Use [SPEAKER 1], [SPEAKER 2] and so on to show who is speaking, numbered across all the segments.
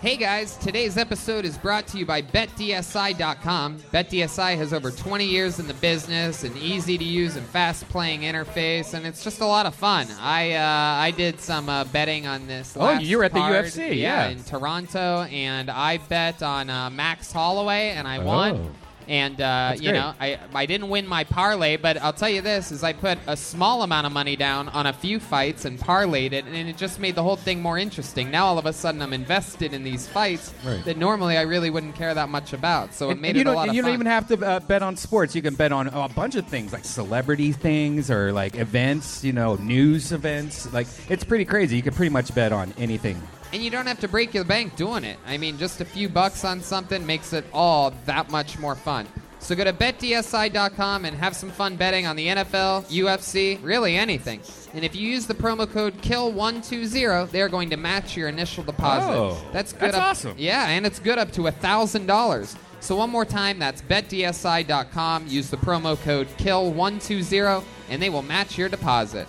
[SPEAKER 1] Hey guys, today's episode is brought to you by BetDSI.com. BetDSI has over 20 years in the business, an easy to use and fast playing interface, and it's just a lot of fun. I uh, I did some uh, betting on this.
[SPEAKER 2] Oh,
[SPEAKER 1] last
[SPEAKER 2] you were at the
[SPEAKER 1] card,
[SPEAKER 2] UFC, yeah.
[SPEAKER 1] in Toronto, and I bet on uh, Max Holloway, and
[SPEAKER 3] Oh.
[SPEAKER 1] I
[SPEAKER 2] Oh.
[SPEAKER 1] won. And uh, you
[SPEAKER 2] great.
[SPEAKER 1] know, I I didn't win my parlay, but I'll tell you this: is I put a small amount of money down on a few fights and parlayed it, and it just made the whole thing more interesting. Now all of a sudden I'm invested in these fights
[SPEAKER 2] Right.
[SPEAKER 1] that normally I really wouldn't care that much about. So it made
[SPEAKER 2] you
[SPEAKER 1] it
[SPEAKER 2] don't,
[SPEAKER 1] a lot of
[SPEAKER 2] you
[SPEAKER 1] fun.
[SPEAKER 2] don't even have to uh, bet on sports. You can bet on a bunch of things, like celebrity things or like events, you know, news events. Like it's pretty crazy. You can pretty much bet on anything.
[SPEAKER 1] and you don't have to break your bank doing it. I mean, just a few bucks on something makes it all that much more fun. So go to betdsi.com and have some fun betting on the NFL, UFC, really anything. And if you use the promo code KILL120, they're going to match your initial deposit.
[SPEAKER 2] Oh,
[SPEAKER 1] that's good
[SPEAKER 2] that's
[SPEAKER 1] up-
[SPEAKER 2] awesome.
[SPEAKER 1] Yeah, and it's good up to $1,000. So one more time, that's betdsi.com. Use the promo code KILL120 and they will match your deposit.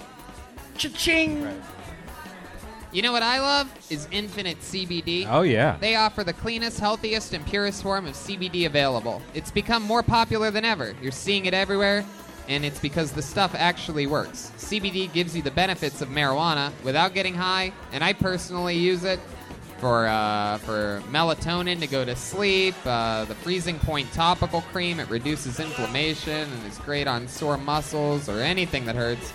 [SPEAKER 2] Cha-ching!
[SPEAKER 1] You know what I love? Is Infinite CBD.
[SPEAKER 2] Oh yeah.
[SPEAKER 1] They offer the cleanest, healthiest, and purest form of CBD available. It's become more popular than ever. You're seeing it everywhere, and it's because the stuff actually works. CBD gives you the benefits of marijuana without getting high, and I personally use it for uh, for melatonin to go to sleep. Uh, the freezing point topical cream it reduces inflammation and is great on sore muscles or anything that hurts.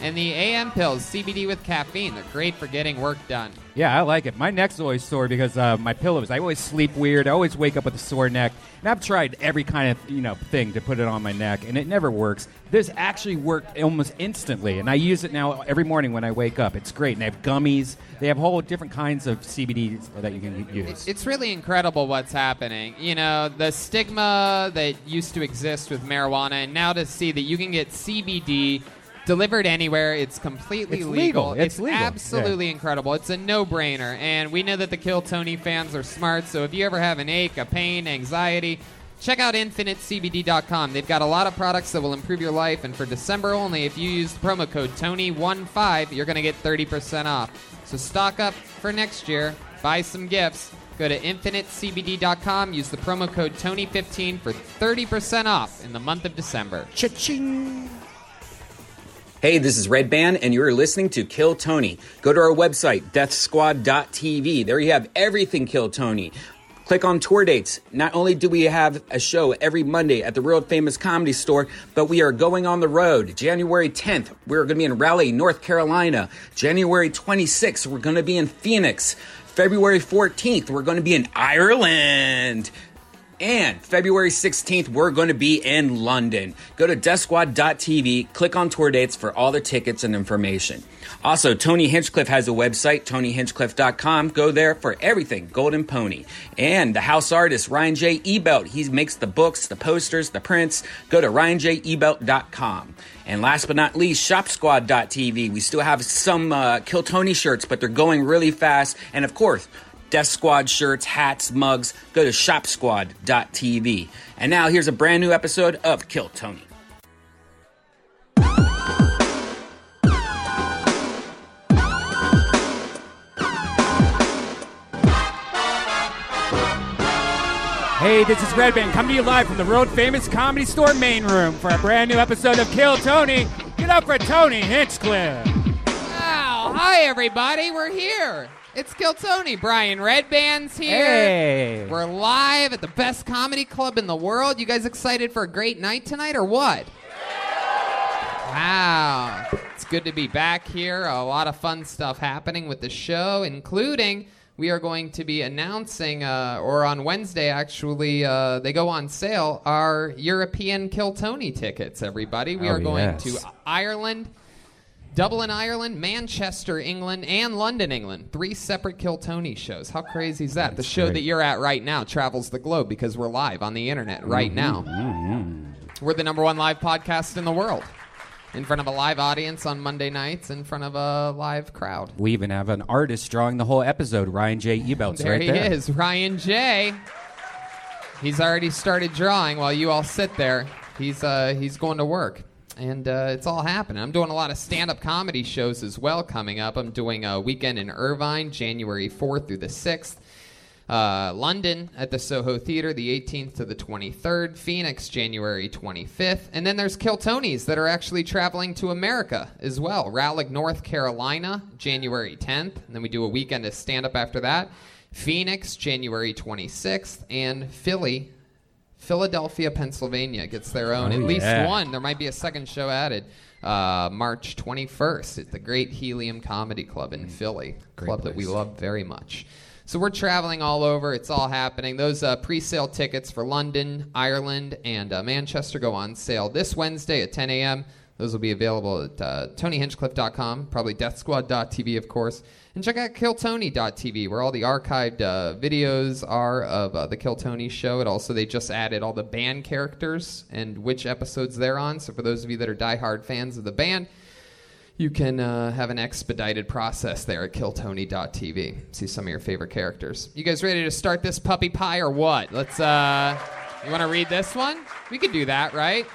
[SPEAKER 1] And the AM pills, CBD with caffeine, they're great for getting work done.
[SPEAKER 2] Yeah, I like it. My neck's always sore because uh, my pillows. I always sleep weird. I always wake up with a sore neck, and I've tried every kind of you know thing to put it on my neck, and it never works. This actually worked almost instantly, and I use it now every morning when I wake up. It's great, and they have gummies. They have whole different kinds of CBDs that you can use.
[SPEAKER 1] It's really incredible what's happening. You know, the stigma that used to exist with marijuana, and now to see that you can get CBD delivered anywhere, it's completely
[SPEAKER 2] It's
[SPEAKER 1] legal.
[SPEAKER 2] legal. It's legal.
[SPEAKER 1] absolutely incredible. It's a no brainer. And we know that the Kill Tony fans are smart, so if you ever have an ache, a pain, anxiety, Check out infinitecbd.com. They've got a lot of products that will improve your life, and for December only, if you use the promo code TONY15, you're going to get 30% off. So stock up for next year, buy some gifts. Go to infinitecbd.com, use the promo code TONY15 for 30% off in the month of December.
[SPEAKER 4] Hey, this is Red Band, and you're listening to Kill Tony. Go to our website, deathsquad.tv. There you have everything Kill Tony. Click on tour dates. Not only do we have a show every Monday at the World Famous Comedy Store, but we are going on the road. January 10th, we're going to be in Raleigh, North Carolina. January 26th, we're going to be in Phoenix. February 14th, we're going to be in Ireland. And February 16th, we're going to be in London. Go to DeathSquad.tv, click on tour dates for all the tickets and information. Also, Tony Hinchcliffe has a website, TonyHinchcliffe.com. Go there for everything Golden Pony. And the house artist, Ryan J. Ebelt. He makes the books, the posters, the prints. Go to RyanJEbelt.com. And last but not least, ShopSquad.tv. We still have some uh, Kill Tony shirts, but they're going really fast. And of course, Death Squad shirts, hats, mugs. Go to shopsquad.tv. And now here's a brand new episode of Kill Tony.
[SPEAKER 2] Hey, this is Red Band coming to you live from the world famous comedy store main room for a brand new episode of Kill Tony. Get up for Tony Hinchcliffe.
[SPEAKER 1] Wow! Hi, everybody. We're here. It's Kill Tony. Brian Redband's here.
[SPEAKER 2] Hey.
[SPEAKER 1] We're live at the best comedy club in the world. You guys excited for a great night tonight or what? Wow. It's good to be back here. A lot of fun stuff happening with the show, including we are going to be announcing, uh, or on Wednesday actually, uh, they go on sale, our European Kill Tony tickets, everybody. We
[SPEAKER 2] Oh,
[SPEAKER 1] are going
[SPEAKER 2] yes.
[SPEAKER 1] to Ireland. Dublin, Ireland, Manchester, England, and London, England. Three separate Kill Tony shows. How crazy is that? the show
[SPEAKER 2] great.
[SPEAKER 1] that you're at right now travels the globe because we're live on the internet
[SPEAKER 2] Mm-hmm.
[SPEAKER 1] right now. We're the number one live podcast in the world. In front of a live audience on Monday nights, in front of a live crowd.
[SPEAKER 2] We even have an artist drawing the whole episode, Ryan J. Ebelts,
[SPEAKER 1] There
[SPEAKER 2] right
[SPEAKER 1] he
[SPEAKER 2] there.
[SPEAKER 1] is, Ryan J. He's already started drawing while you all sit there. He's uh, he's going to work, and uh, it's all happening. I'm doing a lot of stand-up comedy shows as well coming up. I'm doing a weekend in Irvine, January 4th through the 6th. Uh, London at the Soho Theater, the 18th to the 23rd. Phoenix, January 25th. And then there's Kiltonies that are actually traveling to America as well. Raleigh, North Carolina, January 10th. And then we do a weekend of stand up after that. Phoenix, January 26th. And Philly, Philadelphia, Pennsylvania gets their own.
[SPEAKER 2] Oh,
[SPEAKER 1] At least
[SPEAKER 2] yeah.
[SPEAKER 1] one. There might be a second show added. Uh, March 21st at the Great Helium Comedy Club
[SPEAKER 2] Mm.
[SPEAKER 1] in Philly, club that we love very much. So we're traveling all over. It's all happening. Those uh, pre-sale tickets for London, Ireland, and uh, Manchester go on sale this Wednesday at 10 a.m. Those will be available at uh, TonyHinchcliffe.com, probably DeathSquad.tv, of course, and check out KillTony.tv, where all the archived uh, videos are of uh, the Kill Tony show. And also, they just added all the band characters and which episodes they're on. So for those of you that are diehard fans of the band, you can uh, have an expedited process there at killtony.tv. See some of your favorite characters. You guys ready to start this puppy pie or what? Let's, uh, you want to read this one? We could do that, right?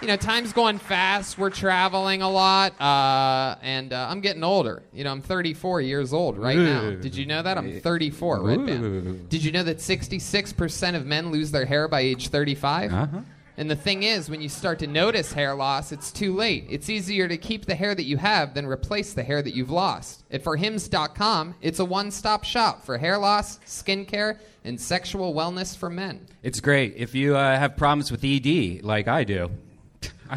[SPEAKER 1] You know, time's going fast. We're traveling a lot. Uh, and uh, I'm getting older. You know, I'm 34 years old right now.
[SPEAKER 2] Ooh.
[SPEAKER 1] Did you know that? I'm 34, Red
[SPEAKER 2] Ooh.
[SPEAKER 1] Band. Did you know that 66% of men lose their hair by age 35?
[SPEAKER 2] Uh-huh.
[SPEAKER 1] And the thing is, when you start to notice hair loss, it's too late. It's easier to keep the hair that you have than replace the hair that you've lost. At forhims.com, it's a one stop shop for hair loss, skincare, and sexual wellness for men.
[SPEAKER 2] It's great. If you uh, have problems with ED, like I do,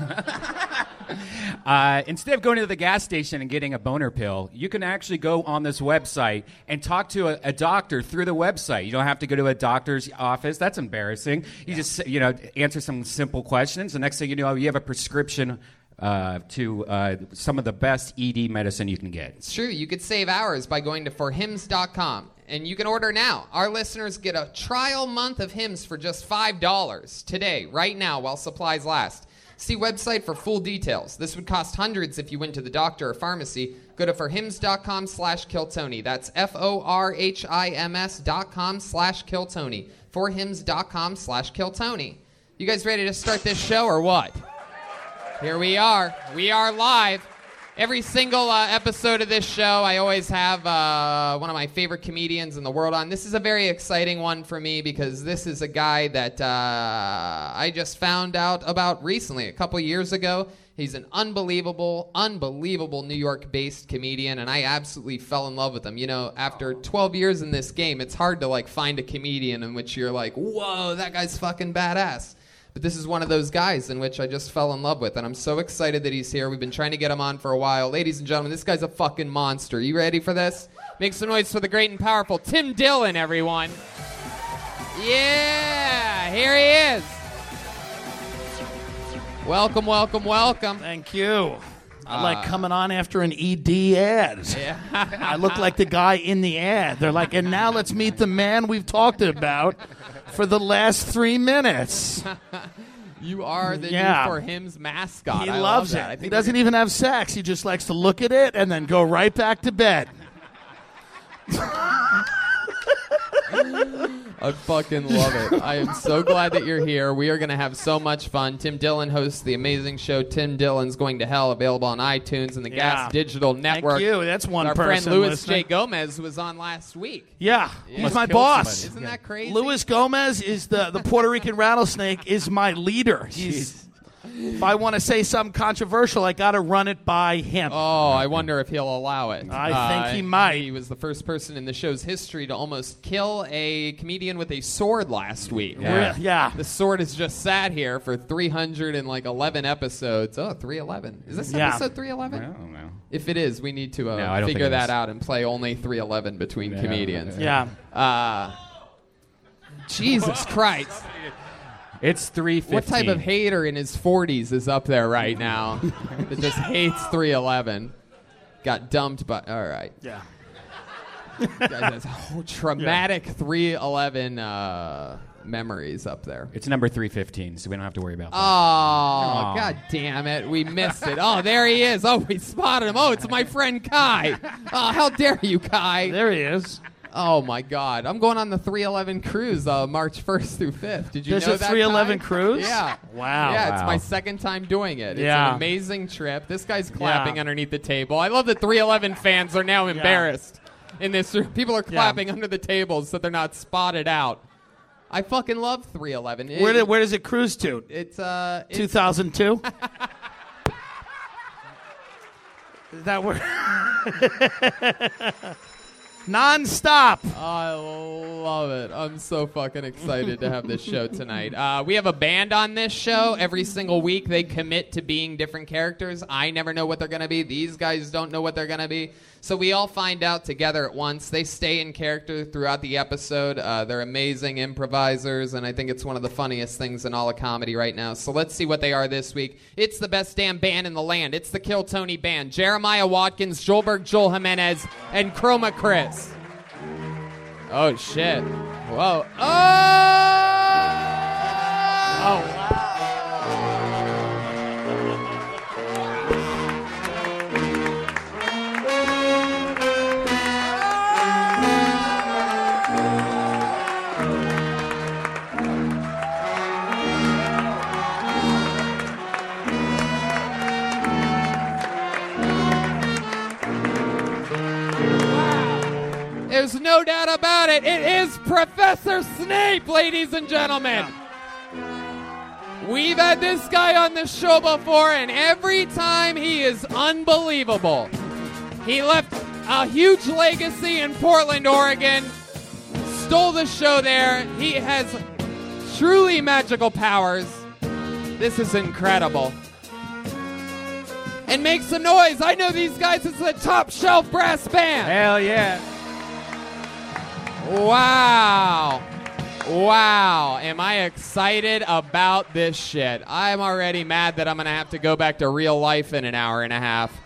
[SPEAKER 2] uh, instead of going to the gas station and getting a boner pill, you can actually go on this website and talk to a, a doctor through the website. You don't have to go to a doctor's office. That's embarrassing. You just you know answer some simple questions. The next thing you know, you have a prescription. Uh, to uh, some of the best ED medicine you can get.
[SPEAKER 1] It's true. You could save hours by going to forhims.com. And you can order now. Our listeners get a trial month of hymns for just $5 today, right now, while supplies last. See website for full details. This would cost hundreds if you went to the doctor or pharmacy. Go to forhims.com slash kiltony. That's F-O-R-H-I-M-S dot com slash kiltony. Forhims.com slash kiltony. You guys ready to start this show or what? Here we are. We are live. Every single uh, episode of this show, I always have uh, one of my favorite comedians in the world on. This is a very exciting one for me because this is a guy that uh, I just found out about recently, a couple years ago. He's an unbelievable, unbelievable New York based comedian, and I absolutely fell in love with him. You know, after 12 years in this game, it's hard to like find a comedian in which you're like, whoa, that guy's fucking badass. But this is one of those guys in which I just fell in love with, and I'm so excited that he's here. We've been trying to get him on for a while. Ladies and gentlemen, this guy's a fucking monster. You ready for this? Make some noise for the great and powerful Tim Dillon, everyone. Yeah, here he is. Welcome, welcome, welcome.
[SPEAKER 5] Thank you. I
[SPEAKER 1] Uh,
[SPEAKER 5] like coming on after an ED ad. I look like the guy in the ad. They're like, and now let's meet the man we've talked about for the last three minutes.
[SPEAKER 1] You are the
[SPEAKER 5] Yeah.
[SPEAKER 1] new for him's mascot.
[SPEAKER 5] He
[SPEAKER 1] I love
[SPEAKER 5] loves
[SPEAKER 1] that. I
[SPEAKER 5] it. He
[SPEAKER 1] think
[SPEAKER 5] doesn't even have sex. He just likes to look at it and then go right back to bed.
[SPEAKER 1] I fucking love it. I am so glad that you're here. We are going to have so much fun. Tim Dillon hosts the amazing show Tim Dillon's Going to Hell, available on iTunes and the
[SPEAKER 5] Yeah.
[SPEAKER 1] Gas Digital Network.
[SPEAKER 5] you. That's one
[SPEAKER 1] Our
[SPEAKER 5] person
[SPEAKER 1] friend Luis J.
[SPEAKER 5] listening.
[SPEAKER 1] Gomez was on last week.
[SPEAKER 5] Yeah,
[SPEAKER 1] Must
[SPEAKER 5] he's my
[SPEAKER 2] kill
[SPEAKER 5] boss.
[SPEAKER 1] Isn't that crazy?
[SPEAKER 5] Luis Gomez is the, the Puerto Rican rattlesnake is my leader. He's if I want to say something controversial, I got to run it by him.
[SPEAKER 1] Oh, I wonder if he'll allow it. Uh,
[SPEAKER 5] I think he might.
[SPEAKER 1] He was the first person in the show's history to almost kill a comedian with a sword last week.
[SPEAKER 5] yeah. yeah.
[SPEAKER 1] The sword has just sat here for 311 episodes. Oh, 311. Is this
[SPEAKER 5] Yeah.
[SPEAKER 1] episode 311?
[SPEAKER 2] I don't know.
[SPEAKER 1] If it is, we need to uh,
[SPEAKER 2] No, I don't
[SPEAKER 1] figure
[SPEAKER 2] think it
[SPEAKER 1] that
[SPEAKER 2] is.
[SPEAKER 1] out and play only 311 between comedians. Uh,
[SPEAKER 5] Yeah.
[SPEAKER 1] Jesus Christ.
[SPEAKER 2] It's three fifteen.
[SPEAKER 1] What type of hater in his 40s is up there right now that just hates 311? Got dumped by. All right.
[SPEAKER 5] Yeah.
[SPEAKER 1] That's whole traumatic 311 uh, memories up there.
[SPEAKER 2] It's number three fifteen, so we don't have to worry about that.
[SPEAKER 1] Oh, god damn it. We missed it. Oh, there he is. Oh, we spotted him. Oh, it's my friend Kai. Oh, how dare you, Kai?
[SPEAKER 5] There he is.
[SPEAKER 1] Oh, my God. I'm going on the 311 cruise uh, March 1st through 5th. Did you
[SPEAKER 5] There's
[SPEAKER 1] know
[SPEAKER 5] a
[SPEAKER 1] that, Kai?
[SPEAKER 5] 311 cruise?
[SPEAKER 1] Yeah.
[SPEAKER 5] Wow.
[SPEAKER 1] Yeah, it's
[SPEAKER 2] Wow.
[SPEAKER 1] my second time doing it. It's an
[SPEAKER 5] Yeah.
[SPEAKER 1] amazing trip. This guy's clapping
[SPEAKER 5] Yeah.
[SPEAKER 1] underneath the table. I love that 311 fans are now embarrassed in this room. People are clapping under the tables so they're not spotted out. I fucking love 311. It-
[SPEAKER 5] Where, did, where does it cruise to?
[SPEAKER 1] it's uh, it's-
[SPEAKER 5] 2002? Is that where? Non-stop.
[SPEAKER 1] I love it. I'm so fucking excited to have this show tonight. Uh, we have a band on this show every single week. They commit to being different characters. I never know what they're going to be. These guys don't know what they're going to be. So we all find out together at once. They stay in character throughout the episode. Uh, they're amazing improvisers, and I think it's one of the funniest things in all of comedy right now. So let's see what they are this week. It's the best damn band in the land. It's the Kill Tony Band. Jeremiah Watkins, Joelberg, Joel Jimenez, and Chroma Chris. Oh shit! Whoa! Oh! Oh There's no doubt about it. It is Professor Snape, ladies and gentlemen. We've had this guy on the show before, and every time he is unbelievable. He left a huge legacy in Portland, Oregon, stole the show there. He has truly magical powers. This is incredible. And make some noise. I know these guys. It's the top shelf brass band.
[SPEAKER 2] Hell yeah!
[SPEAKER 1] Wow. Wow. Am I excited about this shit? I'm already mad that I'm going to have to go back to real life in an hour and a half.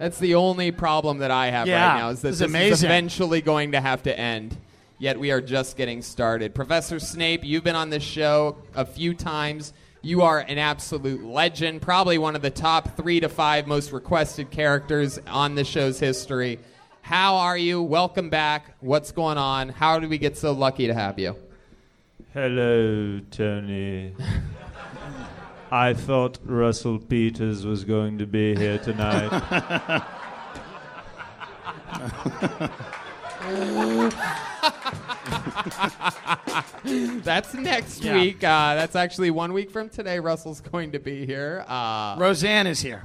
[SPEAKER 1] That's the only problem that I have
[SPEAKER 5] Yeah.
[SPEAKER 1] right now is that
[SPEAKER 5] This
[SPEAKER 1] this, is
[SPEAKER 5] is amazing.
[SPEAKER 1] eventually going to have to end. Yet we are just getting started. Professor Snape, you've been on this show a few times. You are an absolute legend, probably one of the top three to five most requested characters on the show's history. How are you? Welcome back. What's going on? How did we get so lucky to have you?
[SPEAKER 6] Hello, Tony. I thought Russell Peters was going to be here tonight.
[SPEAKER 1] That's next
[SPEAKER 5] Yeah.
[SPEAKER 1] week. Uh, that's actually one week from today. Russell's going to be here. Uh,
[SPEAKER 5] Roseanne is here.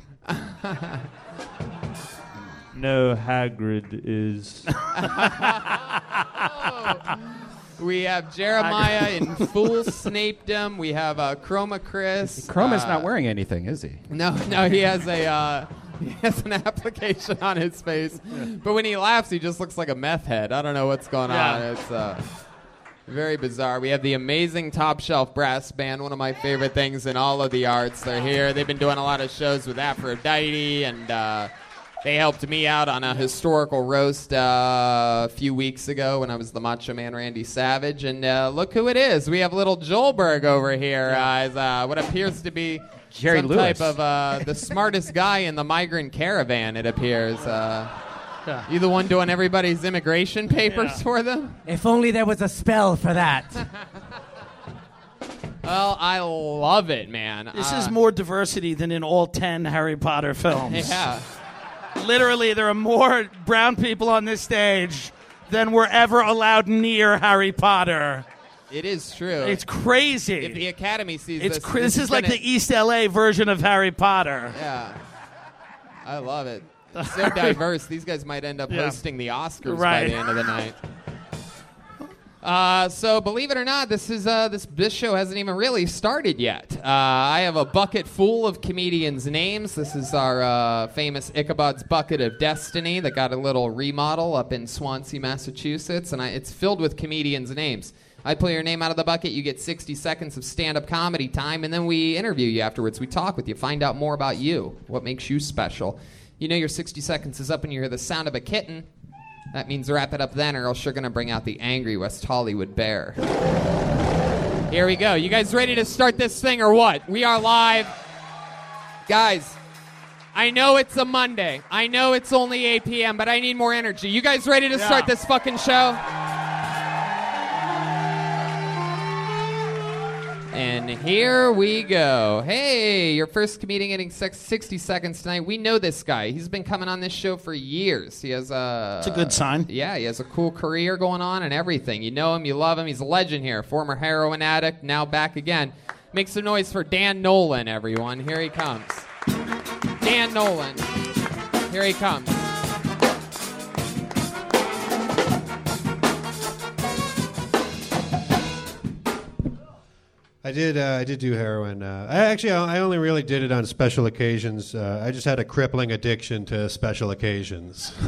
[SPEAKER 6] no, Hagrid is.
[SPEAKER 1] we have Jeremiah in full Snapedom. We have uh, Chroma Chris.
[SPEAKER 2] Chroma's
[SPEAKER 1] Uh,
[SPEAKER 2] not wearing anything, is he?
[SPEAKER 1] No, no, he has a uh, he has an application on his face, but when he laughs, he just looks like a meth head. I don't know what's going
[SPEAKER 5] Yeah.
[SPEAKER 1] on. It's uh, very bizarre. We have the amazing Top Shelf Brass Band, one of my favorite things in all of the arts. They're here. They've been doing a lot of shows with Aphrodite, and uh, they helped me out on a historical roast uh, a few weeks ago when I was the Macho Man Randy Savage. And uh, look who it is. We have little Joelberg over here uh, as uh, what appears to be
[SPEAKER 2] Jerry
[SPEAKER 1] some
[SPEAKER 2] Lewis.
[SPEAKER 1] type of uh, the smartest guy in the migrant caravan, it appears. Uh, you the one doing everybody's immigration papers for them?
[SPEAKER 3] If only there was a spell for that.
[SPEAKER 1] Well, I love it, man.
[SPEAKER 5] This
[SPEAKER 1] Uh,
[SPEAKER 5] is more diversity than in all ten Harry Potter films.
[SPEAKER 1] Yeah.
[SPEAKER 5] Literally, there are more brown people on this stage than were ever allowed near Harry Potter.
[SPEAKER 1] It is true.
[SPEAKER 5] It's crazy.
[SPEAKER 1] if the Academy sees
[SPEAKER 5] it's
[SPEAKER 1] this,
[SPEAKER 5] cra- this is like
[SPEAKER 1] gonna-
[SPEAKER 5] the East LA version of Harry Potter.
[SPEAKER 1] Yeah. I love it. It's so diverse. These guys might end up
[SPEAKER 5] Yeah.
[SPEAKER 1] hosting the Oscars by
[SPEAKER 5] Right.
[SPEAKER 1] the end of the night. Uh, so believe it or not, this is uh, this this show hasn't even really started yet. Uh, I have a bucket full of comedians' names. This is our uh, famous Ichabod's bucket of destiny that got a little remodel up in Swansea, Massachusetts, and I, it's filled with comedians' names. I pull your name out of the bucket, you get 60 seconds of stand-up comedy time, and then we interview you afterwards. We talk with you, find out more about you, what makes you special. You know your 60 seconds is up, and you hear the sound of a kitten. That means wrap it up then, or else you're going to bring out the angry West Hollywood bear. Here we go. You guys ready to start this thing or what? We are live. Guys, I know it's a Monday. I know it's only 8 p.m., but I need more energy. You guys ready to start this fucking show? And here we go. Hey, your first comedian getting sex 60 seconds tonight. We know this guy. He's been coming on this show for years. He has a.
[SPEAKER 5] It's a good sign.
[SPEAKER 1] Yeah, he has a cool career going on and everything. You know him, you love him. He's a legend here. Former heroin addict, now back again. Make some noise for Dan Nolan, everyone. Here he comes. Dan Nolan. Here he comes.
[SPEAKER 7] I did. Uh, I did do heroin. Uh, I actually, I only really did it on special occasions. Uh, I just had a crippling addiction to special occasions.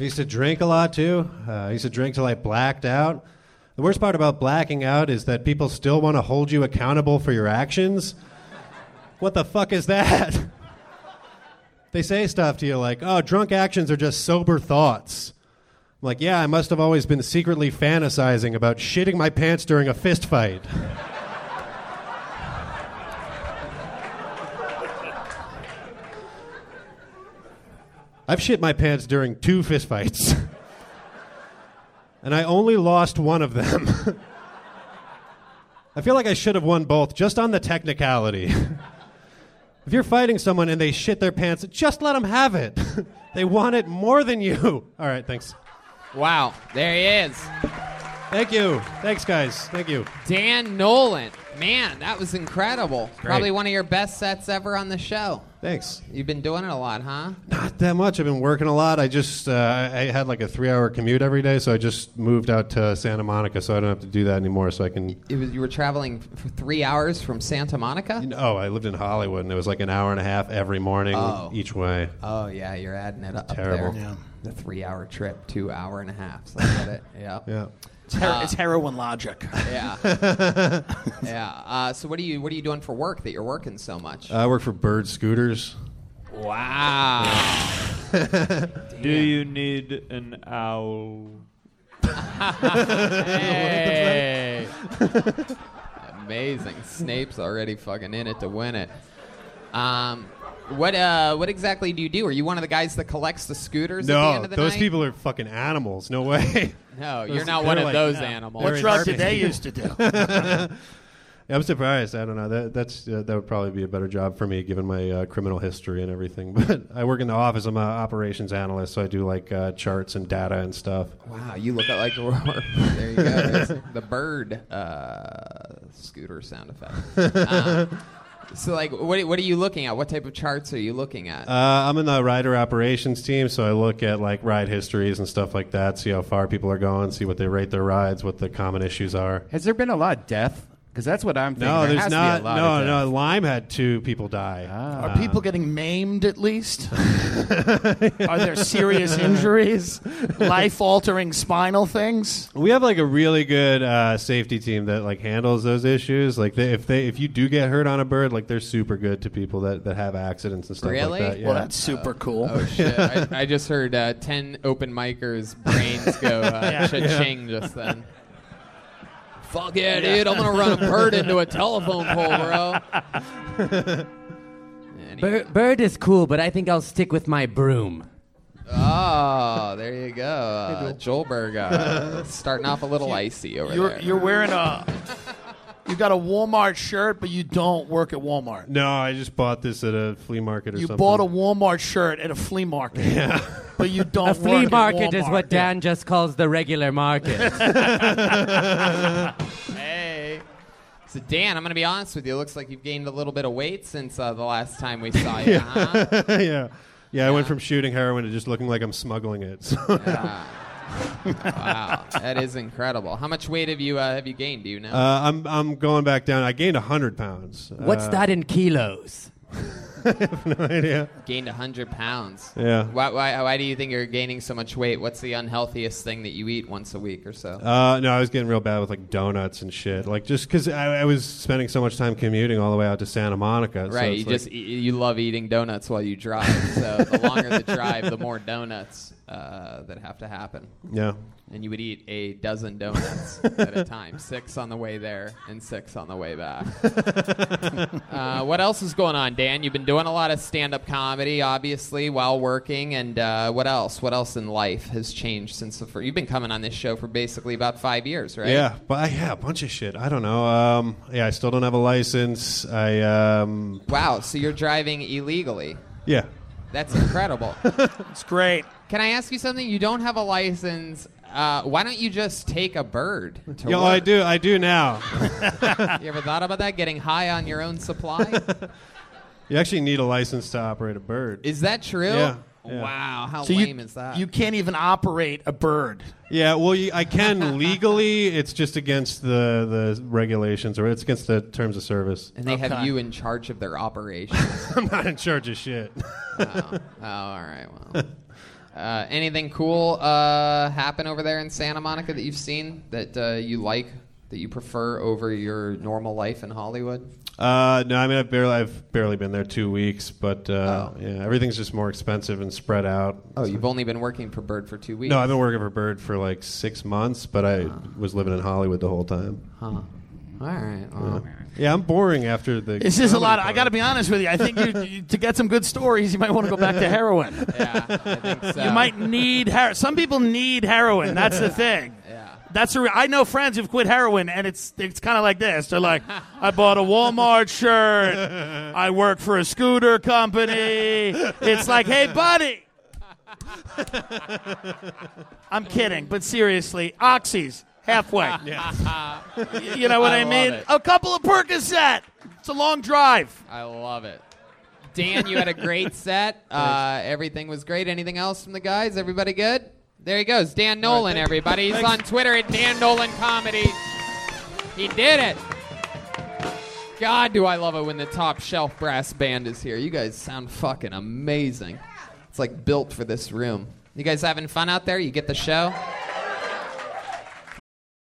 [SPEAKER 7] I used to drink a lot too. Uh, I used to drink till I blacked out. The worst part about blacking out is that people still want to hold you accountable for your actions. What the fuck is that? they say stuff to you like, oh, drunk actions are just sober thoughts. I'm like, yeah, I must have always been secretly fantasizing about shitting my pants during a fist fight. I've shit my pants during two fist fights. and I only lost one of them. I feel like I should have won both just on the technicality. If you're fighting someone and they shit their pants, just let them have it. they want it more than you. All right, thanks.
[SPEAKER 1] Wow, there he is.
[SPEAKER 7] Thank you. Thanks, guys. Thank you.
[SPEAKER 1] Dan Nolan. Man, that was incredible. Probably one of your best sets ever on the show.
[SPEAKER 7] Thanks.
[SPEAKER 1] You've been doing it a lot, huh?
[SPEAKER 7] Not that much. I've been working a lot. I just uh, I had like a three-hour commute every day, so I just moved out to Santa Monica, so I don't have to do that anymore. So I can.
[SPEAKER 1] It was, you were traveling for three hours from Santa Monica?
[SPEAKER 7] Oh, I lived in Hollywood, and it was like an hour and a half every morning
[SPEAKER 1] Oh.
[SPEAKER 7] each way.
[SPEAKER 1] Oh, yeah, you're adding it up
[SPEAKER 7] terrible.
[SPEAKER 1] there. The three hour trip, two hour and a half. So I get it. Yeah.
[SPEAKER 7] Yeah.
[SPEAKER 5] It's, her- it's heroin logic.
[SPEAKER 1] Yeah. yeah. Uh, so what are you what are you doing for work that you're working so much?
[SPEAKER 7] I work for Bird Scooters.
[SPEAKER 1] wow.
[SPEAKER 6] Do you need an owl?
[SPEAKER 1] Hey. Amazing. Snape's already fucking in it to win it. Um, what uh, what exactly do you do? Are you one of the guys that collects the scooters? at the end
[SPEAKER 7] No,
[SPEAKER 1] of the
[SPEAKER 7] those
[SPEAKER 1] night?
[SPEAKER 7] people are fucking animals. No way.
[SPEAKER 1] No,
[SPEAKER 7] those-
[SPEAKER 1] you're not
[SPEAKER 7] they're
[SPEAKER 1] one of
[SPEAKER 7] like-
[SPEAKER 1] those
[SPEAKER 7] no.
[SPEAKER 1] animals.
[SPEAKER 5] What
[SPEAKER 7] Very
[SPEAKER 5] drug
[SPEAKER 7] nervous
[SPEAKER 5] did they
[SPEAKER 7] people.
[SPEAKER 5] used to do?
[SPEAKER 7] I'm surprised. I don't know. That that's uh, that would probably be a better job for me given my uh, criminal history and everything. But I work in the office. I'm an operations analyst, so I do like uh, charts and data and stuff.
[SPEAKER 1] Wow, you look like a roar. There you go. There's the bird uh, scooter sound effect. Um, so, like, what, what are you looking at? What type of charts are you looking at?
[SPEAKER 7] Uh, I'm in the rider operations team, so I look at like ride histories and stuff like that. See how far people are going. See what they rate their rides. What the common issues are.
[SPEAKER 2] Has there been a lot of death? Because that's what I'm thinking.
[SPEAKER 7] No,
[SPEAKER 2] There
[SPEAKER 7] there's
[SPEAKER 2] has to be
[SPEAKER 7] not.
[SPEAKER 2] a lot of
[SPEAKER 7] No,
[SPEAKER 2] death. Ah.
[SPEAKER 7] no. Lime had two people die.
[SPEAKER 5] Are people getting maimed at least? Are there serious injuries? Life altering spinal things?
[SPEAKER 7] We have like a really good uh, safety team that like handles those issues. Like they, if they if you do get hurt on a bird, like they're super good to people that, that have accidents and stuff
[SPEAKER 1] Really?
[SPEAKER 7] like that. Yeah.
[SPEAKER 5] Well, that's super cool.
[SPEAKER 1] Oh shit! I, I just heard uh, ten open micers' brains go uh, cha-ching just then. Fuck yeah, dude! I'm gonna run a bird into a telephone pole, bro. Anyway.
[SPEAKER 3] Bir- bird is cool, but I think I'll stick with my broom.
[SPEAKER 1] Oh, there you go. Uh, Joelberg uh, starting off a little icy over
[SPEAKER 5] You're,
[SPEAKER 1] there.
[SPEAKER 5] you're wearing a You got a Walmart shirt, but you don't work at Walmart.
[SPEAKER 7] No, I just bought this at a flea market or
[SPEAKER 5] You
[SPEAKER 7] something.
[SPEAKER 5] bought a Walmart shirt at a flea market, but you don't.
[SPEAKER 3] A flea
[SPEAKER 5] work
[SPEAKER 3] market
[SPEAKER 5] at
[SPEAKER 3] is what
[SPEAKER 5] Walmart.
[SPEAKER 3] Dan just calls the regular market.
[SPEAKER 1] Hey. So Dan, I'm gonna be honest with you. It looks like you've gained a little bit of weight since uh, the last time we saw you. huh?
[SPEAKER 7] yeah. yeah. I went from shooting heroin to just looking like I'm smuggling it. So
[SPEAKER 1] Wow, that is incredible. How much weight have you uh, have you gained? Do you know?
[SPEAKER 7] uh, I'm I'm going back down. I gained hundred pounds. Uh,
[SPEAKER 3] What's that in kilos?
[SPEAKER 7] yeah.
[SPEAKER 1] gained 100 pounds.
[SPEAKER 7] Yeah.
[SPEAKER 1] Why, why, why do you think you're gaining so much weight? What's the unhealthiest thing that you eat once a week or so?
[SPEAKER 7] Uh, no, I was getting real bad with like donuts and shit. Like just because I, I was spending so much time commuting all the way out to Santa Monica. so
[SPEAKER 1] right.
[SPEAKER 7] it's
[SPEAKER 1] you
[SPEAKER 7] like-
[SPEAKER 1] just e- you love eating donuts while you drive. so the longer the drive, the more donuts uh, that have to happen.
[SPEAKER 7] yeah.
[SPEAKER 1] And you would eat a dozen donuts at a time, six on the way there and six on the way back. uh, what else is going on, Dan? You've been doing a lot of stand-up comedy, obviously, while working. And uh, what else? What else in life has changed since the first? You've been coming on this show for basically about five years, right?
[SPEAKER 7] Yeah, but I, yeah, a bunch of shit. I don't know. Um, yeah, I still don't have a license. I um,
[SPEAKER 1] Wow, so you're driving illegally.
[SPEAKER 7] yeah,
[SPEAKER 1] That's incredible.
[SPEAKER 5] It's great.
[SPEAKER 1] Can I ask you something? You don't have a license. Uh, why don't you just take a bird? To
[SPEAKER 7] yeah. well,
[SPEAKER 1] work?
[SPEAKER 7] I do. I do now.
[SPEAKER 1] You ever thought about that? Getting high on your own supply?
[SPEAKER 7] you actually need a license to operate a bird.
[SPEAKER 1] is that true?
[SPEAKER 7] Yeah, yeah.
[SPEAKER 1] Wow, Uh, how
[SPEAKER 5] So
[SPEAKER 1] lame
[SPEAKER 5] you,
[SPEAKER 1] is that?
[SPEAKER 5] You can't even operate a bird.
[SPEAKER 7] Yeah, well, you, I can legally. It's just against the the regulations, or it's against the terms of service.
[SPEAKER 1] and they have
[SPEAKER 5] Okay.
[SPEAKER 1] you in charge of their operations.
[SPEAKER 7] I'm not in charge of shit.
[SPEAKER 1] oh, all right. Well, uh, anything cool uh, happen over there in Santa Monica that you've seen that uh, you like that you prefer over your normal life in Hollywood?
[SPEAKER 7] Uh, no, I mean I've barely I've barely been there two weeks, but uh, yeah, everything's just more expensive and spread out.
[SPEAKER 1] Oh, you've only been working for Bird for two weeks.
[SPEAKER 7] No, I've been working for Bird for like six months, but I was living in Hollywood the whole time.
[SPEAKER 1] Huh. All right. Well,
[SPEAKER 7] Yeah, I'm boring after the.
[SPEAKER 5] This is a
[SPEAKER 7] comedy
[SPEAKER 5] lot. I
[SPEAKER 7] part.
[SPEAKER 5] got to be honest with you. I think you, you, to get some good stories, you might want to go back to heroin.
[SPEAKER 1] yeah, I think so.
[SPEAKER 5] You might need heroin. Some people need heroin. That's the thing.
[SPEAKER 1] Yeah.
[SPEAKER 5] That's the re- I know friends who've quit heroin, and it's it's kind of like this. They're like, I bought a Walmart shirt. I work for a scooter company. It's like, hey, buddy. I'm kidding, but seriously, oxys halfway. Y- You know what
[SPEAKER 1] I Oh.
[SPEAKER 5] I,
[SPEAKER 1] love
[SPEAKER 5] mean?
[SPEAKER 1] it.
[SPEAKER 5] A couple of Percocet. It's a long drive.
[SPEAKER 1] I love it. Dan, you had a great set. Uh, everything was great. Anything else from the guys? Everybody good? There he goes, Dan Nolan. everybody, he's on Twitter at Dan Nolan Comedy. He did it. God, do I love it when the top shelf brass band is here. You guys sound fucking amazing. It's like built for this room. You guys having fun out there? You get the show?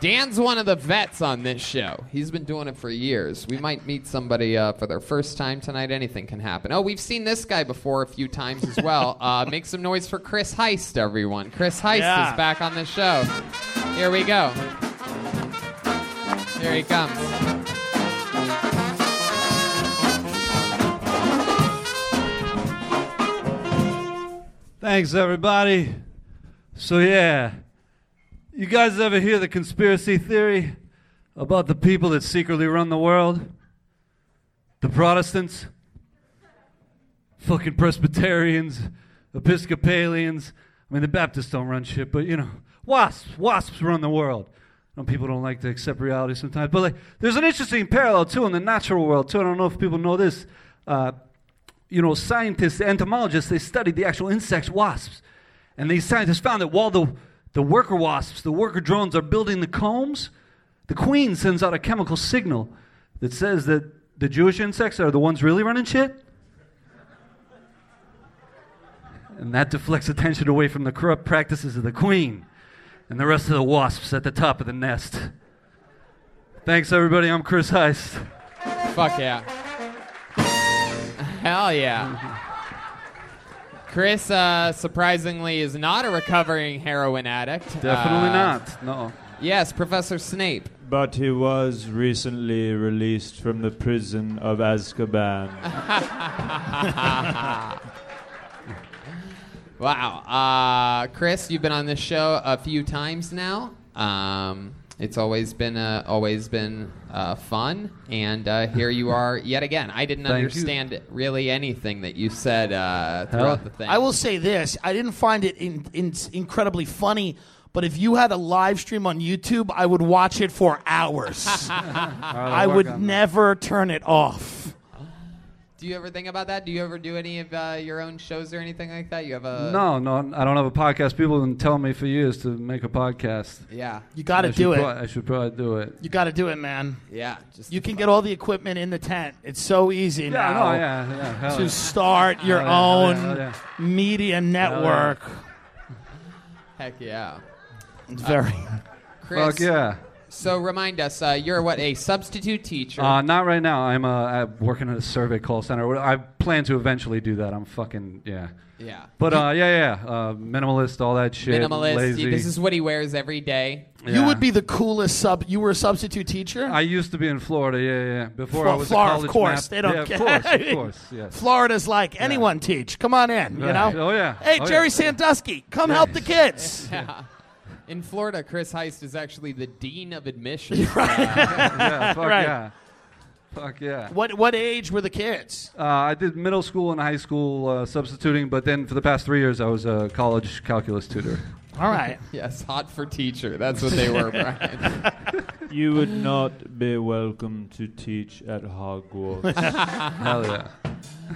[SPEAKER 1] Dan's one of the vets on this show. He's been doing it for years. We might meet somebody uh, for their first time tonight. Anything can happen. Oh, we've seen this guy before a few times as well. uh, make some noise for Chris Heist, everyone. Chris Heist
[SPEAKER 5] Yeah.
[SPEAKER 1] is back on the show. Here we go. Here he comes.
[SPEAKER 8] Thanks, everybody. So, yeah, you guys ever hear the conspiracy theory about the people that secretly run the world? The Protestants? Fucking Presbyterians, Episcopalians. I mean, the Baptists don't run shit, but you know, wasps, wasps run the world. know people don't like to accept reality sometimes, but like there's an interesting parallel too in the natural world too. I don't know if people know this. Uh, you know, scientists, entomologists, they studied the actual insects, wasps, and these scientists found that while the the worker wasps, the worker drones are building the combs, the queen sends out a chemical signal that says that the Jewish insects are the ones really running shit. and that deflects attention away from the corrupt practices of the queen and the rest of the wasps at the top of the nest. Thanks, everybody. I'm Chris Heist.
[SPEAKER 1] Fuck yeah. Hell yeah. Chris, uh, surprisingly, is not a recovering heroin addict.
[SPEAKER 8] Definitely
[SPEAKER 1] Uh,
[SPEAKER 8] not. No.
[SPEAKER 1] Yes, Professor Snape.
[SPEAKER 6] But he was recently released from the prison of Azkaban.
[SPEAKER 1] wow. Uh, Chris, you've been on this show a few times now. Um, it's always been uh, always been uh, fun, and uh, here you are yet again. I didn't
[SPEAKER 5] Thank you.
[SPEAKER 1] understand really anything that you said uh,
[SPEAKER 5] Well,
[SPEAKER 1] throughout the thing.
[SPEAKER 5] I will say this: I didn't find it in, in, incredibly funny, but if you had a live stream on YouTube, I would watch it for hours. I
[SPEAKER 1] work
[SPEAKER 5] would
[SPEAKER 1] on that.
[SPEAKER 5] never turn it off.
[SPEAKER 1] Do you ever think about that? Do you ever do any of uh, your own shows or anything like that? You have a
[SPEAKER 5] Uh,
[SPEAKER 8] No, no, I don't have a podcast. People have been telling me for years to make a podcast.
[SPEAKER 1] Yeah.
[SPEAKER 5] You gotta
[SPEAKER 8] I should
[SPEAKER 5] do it.
[SPEAKER 8] pro- I should probably do it.
[SPEAKER 5] You got to do it, man.
[SPEAKER 1] Yeah,
[SPEAKER 5] you can get all the equipment in the tent. It's so easy
[SPEAKER 8] Yeah,
[SPEAKER 5] now.
[SPEAKER 8] no, yeah, yeah, hell
[SPEAKER 5] to
[SPEAKER 8] yeah.
[SPEAKER 5] start your
[SPEAKER 8] Hell yeah, hell
[SPEAKER 5] own
[SPEAKER 8] yeah, hell yeah.
[SPEAKER 5] media network.
[SPEAKER 1] Heck yeah. Uh,
[SPEAKER 5] Very.
[SPEAKER 1] Chris.
[SPEAKER 8] Fuck yeah.
[SPEAKER 1] So remind us, uh, you're what a substitute teacher.
[SPEAKER 8] Uh, not right now. I'm, uh, I'm working at a survey call center. I plan to eventually do that. I'm fucking yeah.
[SPEAKER 1] Yeah.
[SPEAKER 8] But uh, yeah, yeah. Uh, minimalist, all that shit.
[SPEAKER 1] minimalist.
[SPEAKER 8] Lazy.
[SPEAKER 1] This is what he wears every day.
[SPEAKER 5] You
[SPEAKER 8] Yeah.
[SPEAKER 5] would be the coolest sub. You were a substitute teacher.
[SPEAKER 8] I used to be in Florida. Yeah, yeah. Before I
[SPEAKER 5] Flo-
[SPEAKER 8] was a
[SPEAKER 5] Florida,
[SPEAKER 8] college
[SPEAKER 5] of course.
[SPEAKER 8] map-
[SPEAKER 5] They don't
[SPEAKER 8] yeah, of
[SPEAKER 5] care.
[SPEAKER 8] course, of course. Yes.
[SPEAKER 5] Florida's like anyone teach. Come on in. You
[SPEAKER 8] Right.
[SPEAKER 5] know.
[SPEAKER 8] Oh, yeah.
[SPEAKER 5] Hey,
[SPEAKER 1] Oh,
[SPEAKER 5] Jerry
[SPEAKER 1] yeah.
[SPEAKER 5] Sandusky, come help the kids.
[SPEAKER 1] Yeah. In Florida, Chris Heist is actually the dean of admission.
[SPEAKER 8] yeah. Fuck
[SPEAKER 5] Right.
[SPEAKER 8] yeah. Fuck yeah.
[SPEAKER 5] What what age were the kids?
[SPEAKER 8] Uh, I did middle school and high school uh, substituting, but then for the past three years, I was a college calculus tutor.
[SPEAKER 5] All right.
[SPEAKER 1] yes, hot for teacher. That's what they were, Brian.
[SPEAKER 6] you would not be welcome to teach at Hogwarts.
[SPEAKER 1] Hell
[SPEAKER 8] yeah.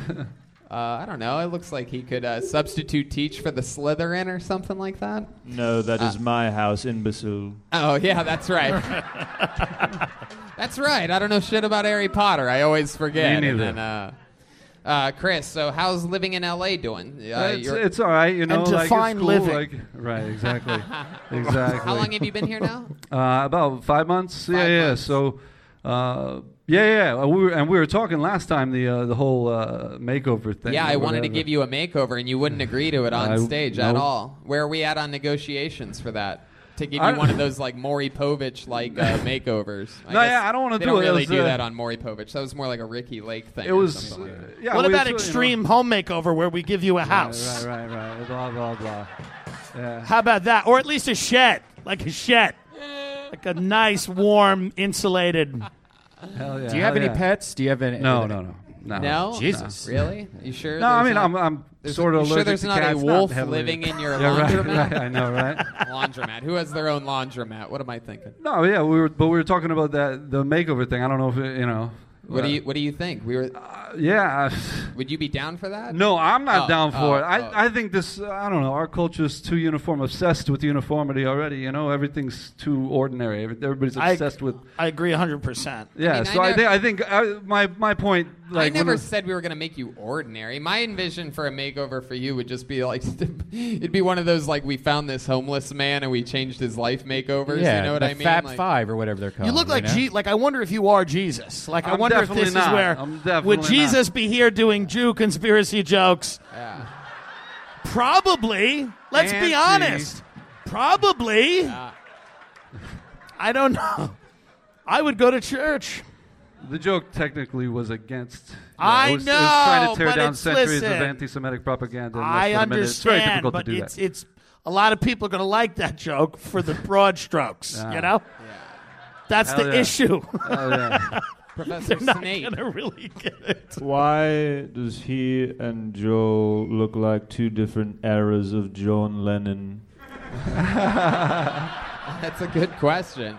[SPEAKER 1] Uh, I don't know. It looks like he could uh, substitute teach for the Slytherin or something like that.
[SPEAKER 6] No, that is
[SPEAKER 1] Uh,
[SPEAKER 6] my house, imbecile.
[SPEAKER 1] Oh yeah, that's right. that's right. I don't know shit about Harry Potter. I always forget.
[SPEAKER 8] Me
[SPEAKER 1] And
[SPEAKER 8] neither.
[SPEAKER 1] then, uh, uh, Chris, so how's living in LA doing? Uh,
[SPEAKER 8] Uh, it's,
[SPEAKER 1] you're-
[SPEAKER 8] it's all right, you know. like, it's
[SPEAKER 5] define
[SPEAKER 8] cool,
[SPEAKER 5] living.
[SPEAKER 8] like- right, exactly, exactly.
[SPEAKER 1] How long have you been here now?
[SPEAKER 8] Uh, about five months. yeah, yeah. So, uh, yeah, yeah. We were, and we were talking last time the uh, the whole uh, makeover thing.
[SPEAKER 1] yeah,
[SPEAKER 8] or
[SPEAKER 1] I wanted to
[SPEAKER 8] whatever.
[SPEAKER 1] give you a makeover, and you wouldn't agree to it on
[SPEAKER 8] I-
[SPEAKER 1] stage at
[SPEAKER 8] nope.
[SPEAKER 1] all. Where are we at on negotiations for that? To give you
[SPEAKER 8] I-
[SPEAKER 1] one of those like Maury Povich like uh, makeovers. I
[SPEAKER 8] No,
[SPEAKER 1] guess
[SPEAKER 8] yeah, I don't wanna
[SPEAKER 1] they
[SPEAKER 8] do
[SPEAKER 1] don't
[SPEAKER 8] it. It
[SPEAKER 1] really
[SPEAKER 8] was,
[SPEAKER 1] do
[SPEAKER 8] uh,
[SPEAKER 1] that on Maury Povich. That was more like a Ricky Lake thing.
[SPEAKER 8] It
[SPEAKER 1] or
[SPEAKER 8] was,
[SPEAKER 1] something like that.
[SPEAKER 8] yeah,
[SPEAKER 5] what
[SPEAKER 8] we
[SPEAKER 5] about
[SPEAKER 8] were talking, you
[SPEAKER 5] extreme home makeover where we give you a
[SPEAKER 8] know.
[SPEAKER 5] house?
[SPEAKER 8] Right, right, right. Uh, Blah blah blah. Yeah.
[SPEAKER 5] How about that? Or at least a shed, like a shed, like a nice, warm, insulated.
[SPEAKER 8] Hell yeah.
[SPEAKER 9] Do you have
[SPEAKER 8] hell
[SPEAKER 9] any
[SPEAKER 8] yeah.
[SPEAKER 9] pets? Do you have any?
[SPEAKER 8] No, no, no, no.
[SPEAKER 1] No?
[SPEAKER 9] Jesus.
[SPEAKER 1] Really? You sure?
[SPEAKER 8] No, I
[SPEAKER 1] there's
[SPEAKER 8] mean,
[SPEAKER 1] not-
[SPEAKER 8] I'm, I'm
[SPEAKER 1] there's-
[SPEAKER 8] sort
[SPEAKER 1] you
[SPEAKER 8] of
[SPEAKER 1] sure
[SPEAKER 8] allergic
[SPEAKER 1] there's
[SPEAKER 8] to
[SPEAKER 1] not
[SPEAKER 8] cats,
[SPEAKER 1] a wolf
[SPEAKER 8] heavily-
[SPEAKER 1] living in your
[SPEAKER 8] yeah, right,
[SPEAKER 1] laundromat?
[SPEAKER 8] right, I know, right?
[SPEAKER 1] laundromat. Who has their own laundromat? What am I thinking?
[SPEAKER 8] No, yeah, we were, but we were talking about that the makeover thing. I don't know if it, you know.
[SPEAKER 1] What do you What do you think? We were.
[SPEAKER 8] Uh, Yeah.
[SPEAKER 1] would you be down for that?
[SPEAKER 8] No, I'm not
[SPEAKER 1] Oh,
[SPEAKER 8] down
[SPEAKER 1] oh,
[SPEAKER 8] for it.
[SPEAKER 1] oh.
[SPEAKER 8] I, I think this, I don't know, our culture is too uniform, obsessed with uniformity already. You know, everything's too ordinary. Every- Everybody's
[SPEAKER 5] I-
[SPEAKER 8] obsessed with.
[SPEAKER 5] I agree 100%.
[SPEAKER 8] Yeah,
[SPEAKER 1] mean, I
[SPEAKER 8] so I,
[SPEAKER 1] know-
[SPEAKER 8] think, I think I, my, my point, like.
[SPEAKER 1] I
[SPEAKER 8] when
[SPEAKER 1] never
[SPEAKER 8] it-
[SPEAKER 1] said we were going to make you ordinary. My envision for a makeover for you would just be like, it'd be one of those like we found this homeless man and we changed his life makeovers.
[SPEAKER 9] Yeah,
[SPEAKER 1] you know what
[SPEAKER 9] the
[SPEAKER 1] I mean?
[SPEAKER 9] Fab
[SPEAKER 1] Like-
[SPEAKER 9] Five or whatever they're called.
[SPEAKER 5] You look like
[SPEAKER 9] know?
[SPEAKER 5] Je- like I wonder if you are Jesus. Like i
[SPEAKER 9] I'm
[SPEAKER 5] wonder if
[SPEAKER 9] definitely
[SPEAKER 5] this is
[SPEAKER 9] not.
[SPEAKER 5] where
[SPEAKER 9] I'm definitely
[SPEAKER 5] would
[SPEAKER 9] not.
[SPEAKER 5] Jesus be here doing Jew conspiracy jokes?
[SPEAKER 1] Yeah.
[SPEAKER 5] Probably. Let's
[SPEAKER 9] Nancy.
[SPEAKER 5] be honest. Probably.
[SPEAKER 1] Yeah.
[SPEAKER 5] I don't know. I would go to church.
[SPEAKER 8] The joke technically was against. you
[SPEAKER 5] I
[SPEAKER 8] it was, It was trying
[SPEAKER 5] know,
[SPEAKER 8] to tear
[SPEAKER 5] but
[SPEAKER 8] down
[SPEAKER 5] it's-
[SPEAKER 8] centuries of
[SPEAKER 5] listen.
[SPEAKER 8] anti-Semitic propaganda. in less
[SPEAKER 5] I
[SPEAKER 8] than a minute.
[SPEAKER 5] understand,
[SPEAKER 8] It's very difficult
[SPEAKER 5] but
[SPEAKER 8] to do
[SPEAKER 5] it's
[SPEAKER 8] that.
[SPEAKER 5] it's a lot of people are going to like that joke for the broad strokes.
[SPEAKER 8] Yeah.
[SPEAKER 5] You know, that's
[SPEAKER 6] Hell
[SPEAKER 5] the
[SPEAKER 6] yeah.
[SPEAKER 5] issue.
[SPEAKER 6] Hell yeah.
[SPEAKER 1] Professor
[SPEAKER 5] They're not
[SPEAKER 1] Snape.
[SPEAKER 5] going to really get it.
[SPEAKER 6] Why does he and Joel look like two different eras of John Lennon?
[SPEAKER 1] That's a good question.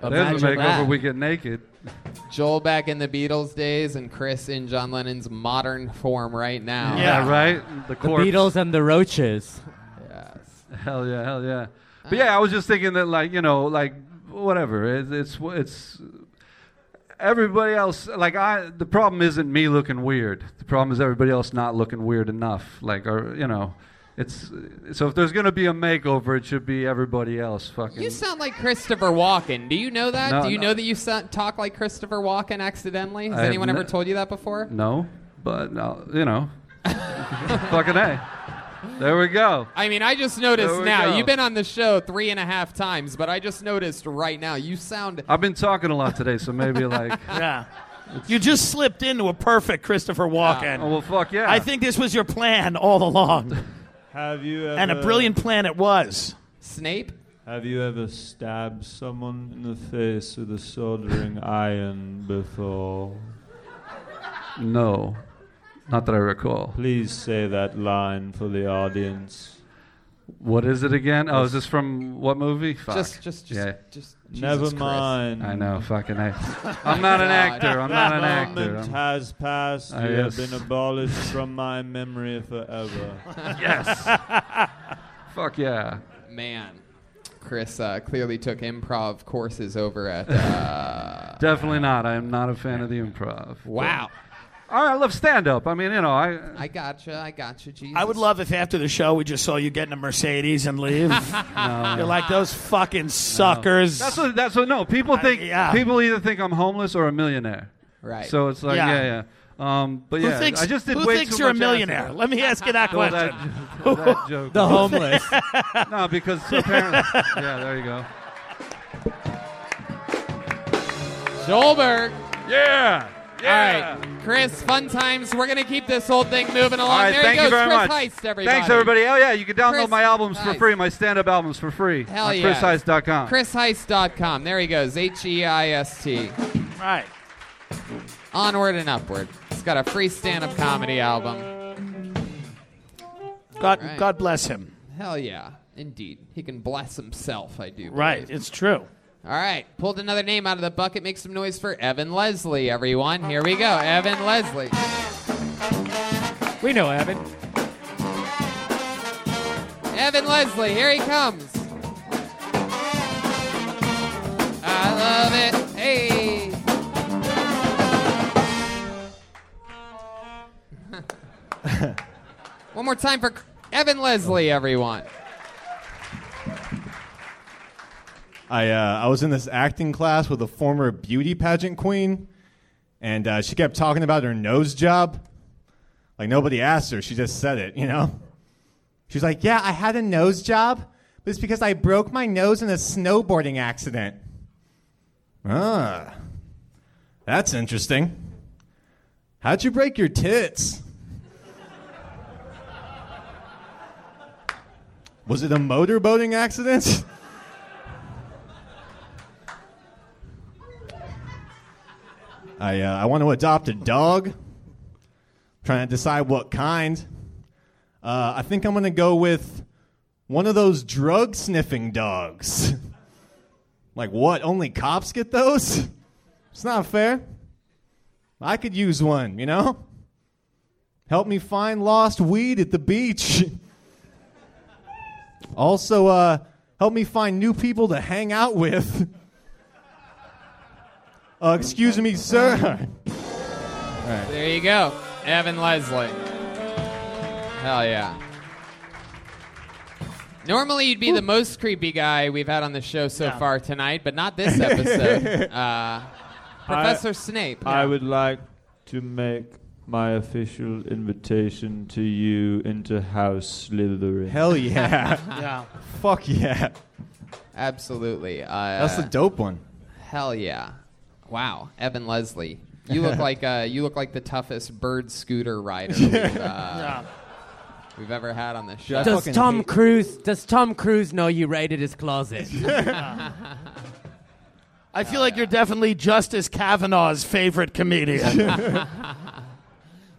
[SPEAKER 8] There's a
[SPEAKER 1] Imagine
[SPEAKER 8] makeover.
[SPEAKER 1] that.
[SPEAKER 8] We get naked.
[SPEAKER 1] Joel back in the Beatles days and Chris in John Lennon's modern form right now.
[SPEAKER 8] Yeah, right? The
[SPEAKER 3] The Beatles and the Roaches.
[SPEAKER 8] Hell yeah, hell yeah. But yeah, I was just thinking that like you know like whatever it's it's, it's everybody else like I the problem isn't me looking weird. The problem is everybody else not looking weird enough. Like or you know. It's so if there's gonna be a makeover, it should be everybody else. Fucking
[SPEAKER 1] You sound like Christopher Walken. Do you know that?
[SPEAKER 8] No,
[SPEAKER 1] Do you
[SPEAKER 8] no.
[SPEAKER 1] know that you so- talk like Christopher Walken accidentally? Has
[SPEAKER 8] I have
[SPEAKER 1] anyone
[SPEAKER 8] no-
[SPEAKER 1] ever told you that before?
[SPEAKER 8] no, but no, you know, fucking a. There we go.
[SPEAKER 1] I mean, I just
[SPEAKER 8] There
[SPEAKER 1] noticed
[SPEAKER 8] we
[SPEAKER 1] now.
[SPEAKER 8] go.
[SPEAKER 1] You've been on the show three and a half times, but I just noticed right now you sound.
[SPEAKER 8] I've been talking a lot today, so maybe like
[SPEAKER 5] yeah. You just slipped into a perfect Christopher Walken.
[SPEAKER 8] Oh, well, fuck yeah.
[SPEAKER 5] I think this was your plan all along.
[SPEAKER 6] Have you ever,
[SPEAKER 5] and a brilliant plan it was.
[SPEAKER 1] Snape?
[SPEAKER 6] Have you ever stabbed someone in the face with a soldering iron before?
[SPEAKER 8] No, not that I recall.
[SPEAKER 6] Please say that line for the audience.
[SPEAKER 8] What is it again? Oh, is this from what movie? Fuck.
[SPEAKER 6] Just- just- just-
[SPEAKER 8] yeah.
[SPEAKER 6] just- Never Jesus Christ. mind.
[SPEAKER 8] I know, fucking. I, I'm not an actor. I'm not an
[SPEAKER 6] The
[SPEAKER 8] actor.
[SPEAKER 6] moment
[SPEAKER 8] I'm-
[SPEAKER 6] has passed.
[SPEAKER 8] I
[SPEAKER 6] you
[SPEAKER 8] guess.
[SPEAKER 6] have been abolished from my memory forever.
[SPEAKER 8] Yes. Fuck yeah.
[SPEAKER 1] Man. Chris uh, clearly took improv courses over at. Uh,
[SPEAKER 8] Definitely not. I am not a fan of the improv. but-
[SPEAKER 1] Wow.
[SPEAKER 8] All right, I love stand up. I mean, you know, I.
[SPEAKER 1] I gotcha. I gotcha. Jesus.
[SPEAKER 5] I would love if after the show we just saw you get in a Mercedes and leave. You're like those fucking suckers.
[SPEAKER 8] That's what. That's what. No, people
[SPEAKER 5] I-
[SPEAKER 8] think.
[SPEAKER 5] yeah.
[SPEAKER 8] People either think I'm homeless or a millionaire.
[SPEAKER 1] Right.
[SPEAKER 8] So it's like,
[SPEAKER 5] Yeah.
[SPEAKER 8] yeah, yeah. Um, but
[SPEAKER 5] who
[SPEAKER 8] yeah,
[SPEAKER 5] thinks,
[SPEAKER 8] I just did
[SPEAKER 5] who
[SPEAKER 8] way
[SPEAKER 5] thinks
[SPEAKER 8] too
[SPEAKER 5] you're a
[SPEAKER 8] much
[SPEAKER 5] millionaire?
[SPEAKER 8] acid.
[SPEAKER 5] Let me ask you that
[SPEAKER 8] Well,
[SPEAKER 5] question.
[SPEAKER 8] that- that joke. The homeless. no, because apparently. Yeah, there you go.
[SPEAKER 1] Joelberg.
[SPEAKER 8] Yeah.
[SPEAKER 1] All right, Chris. Fun times. We're gonna keep this whole thing moving along.
[SPEAKER 8] All right,
[SPEAKER 1] there
[SPEAKER 8] thank
[SPEAKER 1] he
[SPEAKER 8] you
[SPEAKER 1] goes,
[SPEAKER 8] very
[SPEAKER 1] Chris
[SPEAKER 8] much.
[SPEAKER 1] Heist, everybody.
[SPEAKER 8] Thanks, everybody. Oh, yeah, you can download
[SPEAKER 1] Chris
[SPEAKER 8] my albums for
[SPEAKER 1] Heist.
[SPEAKER 8] free, my stand up albums for free.
[SPEAKER 1] Hell
[SPEAKER 8] on
[SPEAKER 1] yeah.
[SPEAKER 8] ChrisHeist.com.
[SPEAKER 1] ChrisHeist.com. There he goes. H E I S T.
[SPEAKER 5] Right.
[SPEAKER 1] Onward and upward. He's got a free stand up comedy album.
[SPEAKER 5] God,
[SPEAKER 1] Right.
[SPEAKER 5] God bless him.
[SPEAKER 1] Hell yeah. Indeed. He can bless himself, I do. Believe.
[SPEAKER 5] Right, it's true.
[SPEAKER 1] All right. Pulled another name out of the bucket. Make some noise for Evan Leslie, everyone. Here we go. Evan Leslie.
[SPEAKER 3] We know Evan.
[SPEAKER 1] Evan Leslie, here he comes. I love it. Hey. One more time for Evan Leslie, everyone.
[SPEAKER 9] I uh, I was in this acting class with a former beauty pageant queen, and uh, she kept talking about her nose job. Like nobody asked her, she just said it. You know, she's like, "Yeah, I had a nose job, but it's because I broke my nose in a snowboarding accident." Ah, that's interesting. How'd you break your tits? Was it a motorboating accident? I, uh, I want to adopt a dog. Trying to decide what kind. Uh, I think I'm going to go with one of those drug sniffing dogs. like, what? Only cops get those? It's not fair. I could use one, you know? Help me find lost weed at the beach. also, uh, help me find new people to hang out with. Uh, excuse me, sir.
[SPEAKER 1] There you go. Evan Leslie. Hell yeah. Normally, you'd be the most creepy guy we've had on the show so far tonight, but not this episode. uh, Professor Snape.
[SPEAKER 6] I would like to make my official invitation to you into House Slytherin.
[SPEAKER 9] Hell yeah. Fuck yeah.
[SPEAKER 1] Absolutely. Uh,
[SPEAKER 9] That's the dope one.
[SPEAKER 1] Hell yeah! Wow, Evan Leslie, you look like uh, you look like the toughest bird scooter rider we've, uh, we've ever had on this
[SPEAKER 3] Dude, I
[SPEAKER 1] show.
[SPEAKER 3] Does Tom Cruise does Tom Cruise know you raided his closet?
[SPEAKER 5] I feel like you're definitely Justice Kavanaugh's favorite comedian.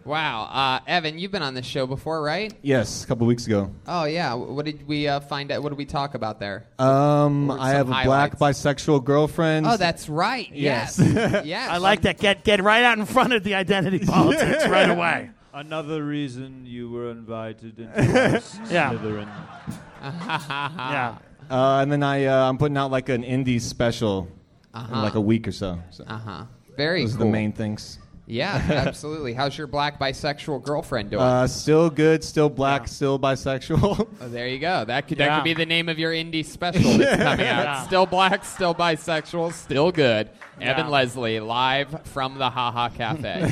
[SPEAKER 1] Wow, uh, Evan, you've been on this show before, right?
[SPEAKER 9] Yes, a couple weeks ago.
[SPEAKER 1] Oh yeah. W- What did we uh, find out? What did we talk about there?
[SPEAKER 9] Um,
[SPEAKER 1] Or
[SPEAKER 9] I
[SPEAKER 1] some
[SPEAKER 9] have a black bisexual girlfriend.
[SPEAKER 1] Oh, that's right. Yes.
[SPEAKER 9] Yes.
[SPEAKER 1] yes.
[SPEAKER 5] I like that. Get get right out in front of the identity politics right away.
[SPEAKER 6] Another reason you were invited into house
[SPEAKER 5] Yeah.
[SPEAKER 6] Slytherin.
[SPEAKER 5] yeah.
[SPEAKER 9] Uh, and then I, uh, I'm putting out like an indie special
[SPEAKER 1] Uh-huh.
[SPEAKER 9] in like a week or so. so.
[SPEAKER 1] Uh huh. Very
[SPEAKER 9] Those are
[SPEAKER 1] cool.
[SPEAKER 9] the main things.
[SPEAKER 1] Yeah, absolutely. How's your black bisexual girlfriend doing?
[SPEAKER 9] Uh, still good, still black, still bisexual.
[SPEAKER 1] oh, there you go. That could that
[SPEAKER 9] Yeah.
[SPEAKER 1] could be the name of your indie special that's coming out.
[SPEAKER 9] Yeah.
[SPEAKER 1] Still black, still bisexual, still good. Evan
[SPEAKER 9] Yeah.
[SPEAKER 1] Leslie live from the Haha Cafe.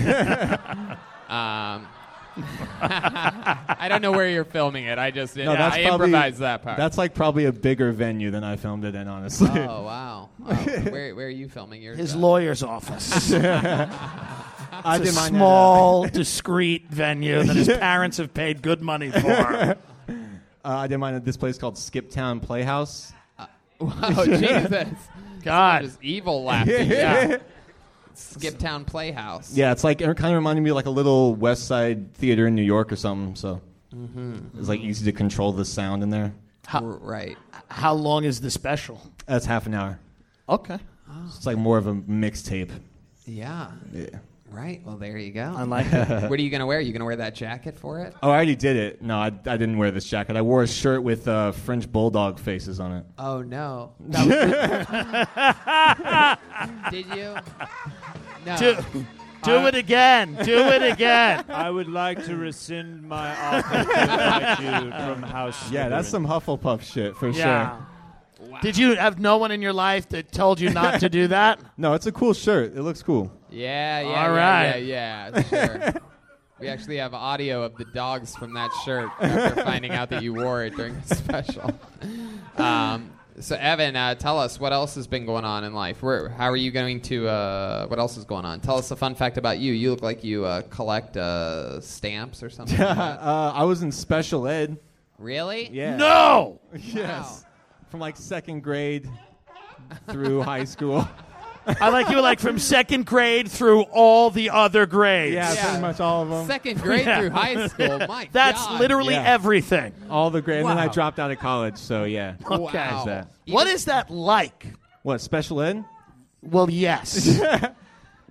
[SPEAKER 1] um, I don't know where you're filming it. I just
[SPEAKER 9] no, that's
[SPEAKER 1] I
[SPEAKER 9] probably
[SPEAKER 1] improvised that part.
[SPEAKER 9] That's like probably a bigger venue than I filmed it in, honestly.
[SPEAKER 1] Oh wow! Oh, where, where are you filming your?
[SPEAKER 5] His lawyer's office.
[SPEAKER 9] I
[SPEAKER 5] it's a
[SPEAKER 9] did mine at, uh,
[SPEAKER 5] small, discreet venue that his parents have paid good money for.
[SPEAKER 9] Uh, I did mine at this place called Skip Town Playhouse.
[SPEAKER 1] Oh Jesus!
[SPEAKER 5] God,
[SPEAKER 1] just evil laughing.
[SPEAKER 9] Yeah.
[SPEAKER 1] Yeah. Skip Town Playhouse.
[SPEAKER 9] Yeah, it's like it kind of reminded me of like a little West Side theater in New York or something. So
[SPEAKER 5] Mm-hmm.
[SPEAKER 1] Mhm.
[SPEAKER 9] it's like easy to control the sound in there.
[SPEAKER 1] right.
[SPEAKER 5] How long is the special?
[SPEAKER 9] That's half an hour.
[SPEAKER 5] Okay.
[SPEAKER 9] It's like more of a mixtape.
[SPEAKER 1] Yeah.
[SPEAKER 9] Yeah.
[SPEAKER 1] Right. Well, there you go.
[SPEAKER 9] I like it.
[SPEAKER 1] what are you gonna wear? you gonna wear that jacket for it?
[SPEAKER 9] Oh, I already did it. No, I, I didn't wear this jacket. I wore a shirt with uh, French bulldog faces on it.
[SPEAKER 1] Oh no. That was- Did you? No.
[SPEAKER 5] Do, do
[SPEAKER 6] I-
[SPEAKER 5] it again. Do it again.
[SPEAKER 6] I would like to rescind my offer to invite you from House
[SPEAKER 9] Yeah, that's
[SPEAKER 6] Slytherin.
[SPEAKER 9] some Hufflepuff shit for
[SPEAKER 5] Yeah.
[SPEAKER 9] sure.
[SPEAKER 5] Did you have no one in your life that told you not to do that?
[SPEAKER 9] No, it's a cool shirt. It looks cool.
[SPEAKER 1] Yeah. Yeah.
[SPEAKER 5] All
[SPEAKER 1] yeah,
[SPEAKER 5] right.
[SPEAKER 1] Yeah. Yeah. Sure. we actually have audio of the dogs from that shirt after finding out that you wore it during the special. Um, so Evan, uh, tell us what else has been going on in life. Where, how are you going to? Uh, what else is going on? Tell us a fun fact about you. You look like you uh, collect uh, stamps or something. like that.
[SPEAKER 9] uh, I was in special ed.
[SPEAKER 1] Really?
[SPEAKER 9] Yeah.
[SPEAKER 5] No!
[SPEAKER 9] Yes. From like second grade through high school.
[SPEAKER 5] I like you like from second grade through all the other grades.
[SPEAKER 9] Yeah, pretty much all of them.
[SPEAKER 1] Second grade
[SPEAKER 5] Yeah.
[SPEAKER 1] through high school. My
[SPEAKER 5] That's
[SPEAKER 1] God.
[SPEAKER 5] literally
[SPEAKER 9] Yeah.
[SPEAKER 5] everything.
[SPEAKER 9] All the grade. And then I
[SPEAKER 5] Wow.
[SPEAKER 9] dropped out of college, so yeah.
[SPEAKER 5] Okay.
[SPEAKER 9] Is that.
[SPEAKER 5] What is that like?
[SPEAKER 9] What, special ed?
[SPEAKER 5] Well, yes.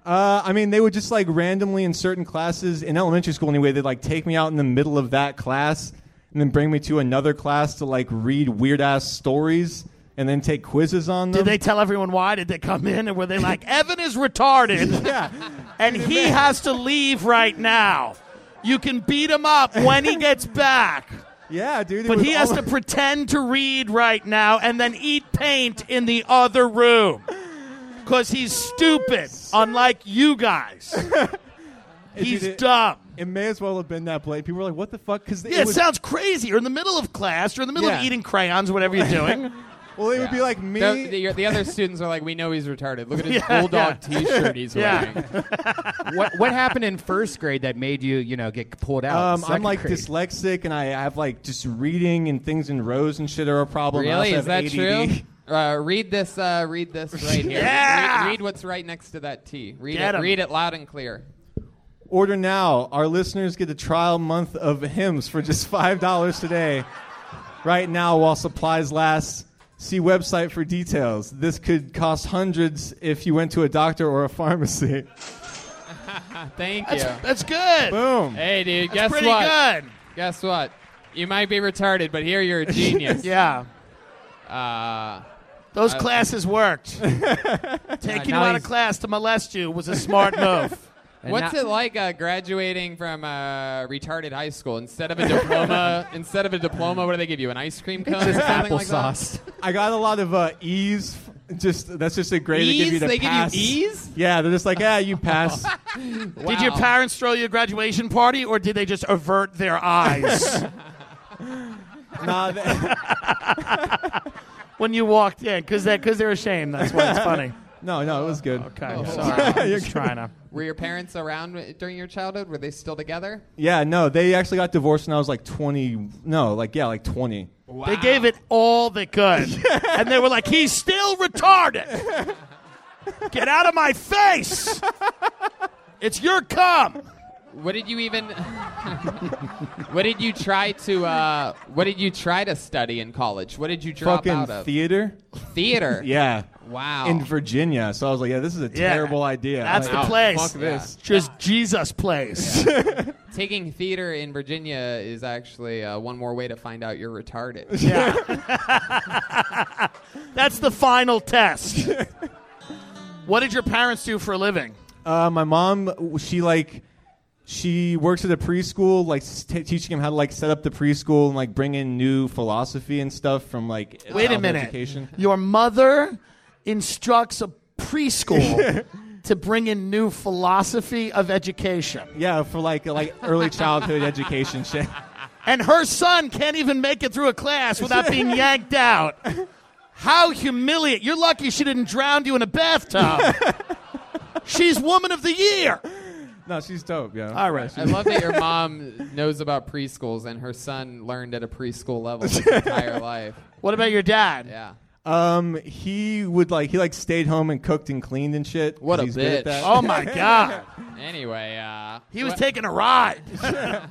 [SPEAKER 9] Uh, I mean, they would just like randomly in certain classes in elementary school anyway. They'd like take me out in the middle of that class and then bring me to another class to like read weird ass stories and then take quizzes on them.
[SPEAKER 5] Did they tell everyone why? Did they come in and were they like, Evan is retarded and he has to leave right now? You can beat him up when he gets back.
[SPEAKER 9] Yeah, dude. it
[SPEAKER 5] But
[SPEAKER 9] was
[SPEAKER 5] he has
[SPEAKER 9] all-
[SPEAKER 5] to pretend to read right now and then eat paint in the other room. Because he's stupid, unlike you guys. He's
[SPEAKER 9] Dude, it-
[SPEAKER 5] dumb.
[SPEAKER 9] It may as well have been that blade. People were like, "What the fuck?" Because
[SPEAKER 5] Yeah, it, sounds crazy. You're in the middle of class, you're in the middle of
[SPEAKER 9] Yeah.
[SPEAKER 5] eating crayons, whatever you're doing.
[SPEAKER 9] Well, it would be like me.
[SPEAKER 1] The, the, the other students are like, we know he's retarded. Look at his
[SPEAKER 5] Yeah,
[SPEAKER 1] bulldog
[SPEAKER 5] yeah.
[SPEAKER 1] T-shirt he's
[SPEAKER 5] Yeah.
[SPEAKER 1] wearing.
[SPEAKER 2] what what happened in first grade that made you you know get pulled out? in
[SPEAKER 9] Um, I'm
[SPEAKER 2] second
[SPEAKER 9] like
[SPEAKER 2] grade?
[SPEAKER 9] dyslexic, and I have like just reading and things in rows and shit are a problem. I
[SPEAKER 1] Really?
[SPEAKER 9] also
[SPEAKER 1] Is that
[SPEAKER 9] have ADD.
[SPEAKER 1] true? Uh, read this. Uh, read this right here.
[SPEAKER 5] Yeah!
[SPEAKER 1] Read, read what's right next to that T. Read
[SPEAKER 5] Get
[SPEAKER 1] it.
[SPEAKER 5] 'em.
[SPEAKER 1] Read it loud and clear.
[SPEAKER 9] Order now. Our listeners get a trial month of hymns for just five dollars today. Right now, while supplies last. See website for details. This could cost hundreds if you went to a doctor or a pharmacy.
[SPEAKER 1] Thank
[SPEAKER 5] That's,
[SPEAKER 1] you.
[SPEAKER 5] that's good.
[SPEAKER 9] Boom.
[SPEAKER 1] Hey, dude. guess
[SPEAKER 5] pretty
[SPEAKER 1] what?
[SPEAKER 5] good.
[SPEAKER 1] Guess what? You might be retarded, but here you're a genius.
[SPEAKER 5] Yeah.
[SPEAKER 1] Uh,
[SPEAKER 5] Those
[SPEAKER 1] I-
[SPEAKER 5] classes worked. Taking you
[SPEAKER 2] now
[SPEAKER 5] out of
[SPEAKER 2] he's-
[SPEAKER 5] class to molest you was a smart move.
[SPEAKER 2] And
[SPEAKER 1] What's
[SPEAKER 2] now-
[SPEAKER 1] it like uh, graduating from uh, retarded high school? Instead of a diploma, instead of a diploma, what do they give you? An ice cream cone or
[SPEAKER 2] Just
[SPEAKER 1] something like that?
[SPEAKER 2] applesauce.
[SPEAKER 9] I got a lot of uh, E's. Just that's just a grade they give
[SPEAKER 1] E's?
[SPEAKER 9] you to
[SPEAKER 1] They give you
[SPEAKER 9] pass.
[SPEAKER 1] E's?
[SPEAKER 9] Yeah, they're just like, yeah, you pass.
[SPEAKER 5] Did your
[SPEAKER 1] Wow.
[SPEAKER 5] parents throw you a graduation party, or did they just avert their eyes
[SPEAKER 9] nah, they-
[SPEAKER 5] when you walked in? Because that because they're ashamed. That's why it's funny.
[SPEAKER 9] no, no, it was good. Oh.
[SPEAKER 5] Okay, sorry. Oh. I'm just trying to.
[SPEAKER 1] Were your parents around w- during your childhood? Were they still together?
[SPEAKER 9] Yeah, no, they actually got divorced when I was like 20. No, like yeah, like 20.
[SPEAKER 5] They gave it all they could, and they were like, "He's still retarded. Get out of my face! It's your cum."
[SPEAKER 1] What did you even? what did you try to? Uh, what did you try to study in college? What did you drop
[SPEAKER 9] Fucking
[SPEAKER 1] out of?
[SPEAKER 9] theater.
[SPEAKER 1] Theater.
[SPEAKER 9] yeah.
[SPEAKER 1] Wow.
[SPEAKER 9] In Virginia. So I was like, yeah, this is a
[SPEAKER 1] Yeah.
[SPEAKER 9] terrible idea.
[SPEAKER 1] That's
[SPEAKER 9] Like,
[SPEAKER 1] the
[SPEAKER 9] oh,
[SPEAKER 1] place.
[SPEAKER 9] Fuck this.
[SPEAKER 5] Just Jesus plays.
[SPEAKER 1] Taking theater in Virginia is actually uh, one more way to find out you're retarded.
[SPEAKER 5] Yeah. That's the final test. what did your parents do for a living?
[SPEAKER 9] Uh, my mom, she like, she works at a preschool, like s- t- teaching him how to like set up the preschool and like bring in new philosophy and stuff from like
[SPEAKER 5] Wait a
[SPEAKER 9] adult
[SPEAKER 5] minute.
[SPEAKER 9] education.
[SPEAKER 5] Your mother instructs a preschool to bring in new philosophy of education.
[SPEAKER 9] Yeah, for like like early childhood education shit.
[SPEAKER 5] And her son can't even make it through a class without being yanked out. How humiliating. You're lucky she didn't drown you in a bathtub. She's woman of the year.
[SPEAKER 9] No, she's dope. Yeah.
[SPEAKER 5] All right.
[SPEAKER 1] I love that your mom knows about preschools and her son learned at a preschool level his entire life.
[SPEAKER 5] What about your dad?
[SPEAKER 1] Yeah.
[SPEAKER 9] Um, he would like he like stayed home and cooked and cleaned and shit. 'cause
[SPEAKER 1] What a
[SPEAKER 9] he's good at
[SPEAKER 1] bitch.
[SPEAKER 9] that.
[SPEAKER 5] Oh, my God.
[SPEAKER 1] Anyway, uh,
[SPEAKER 5] He was
[SPEAKER 1] wha-
[SPEAKER 5] taking a ride.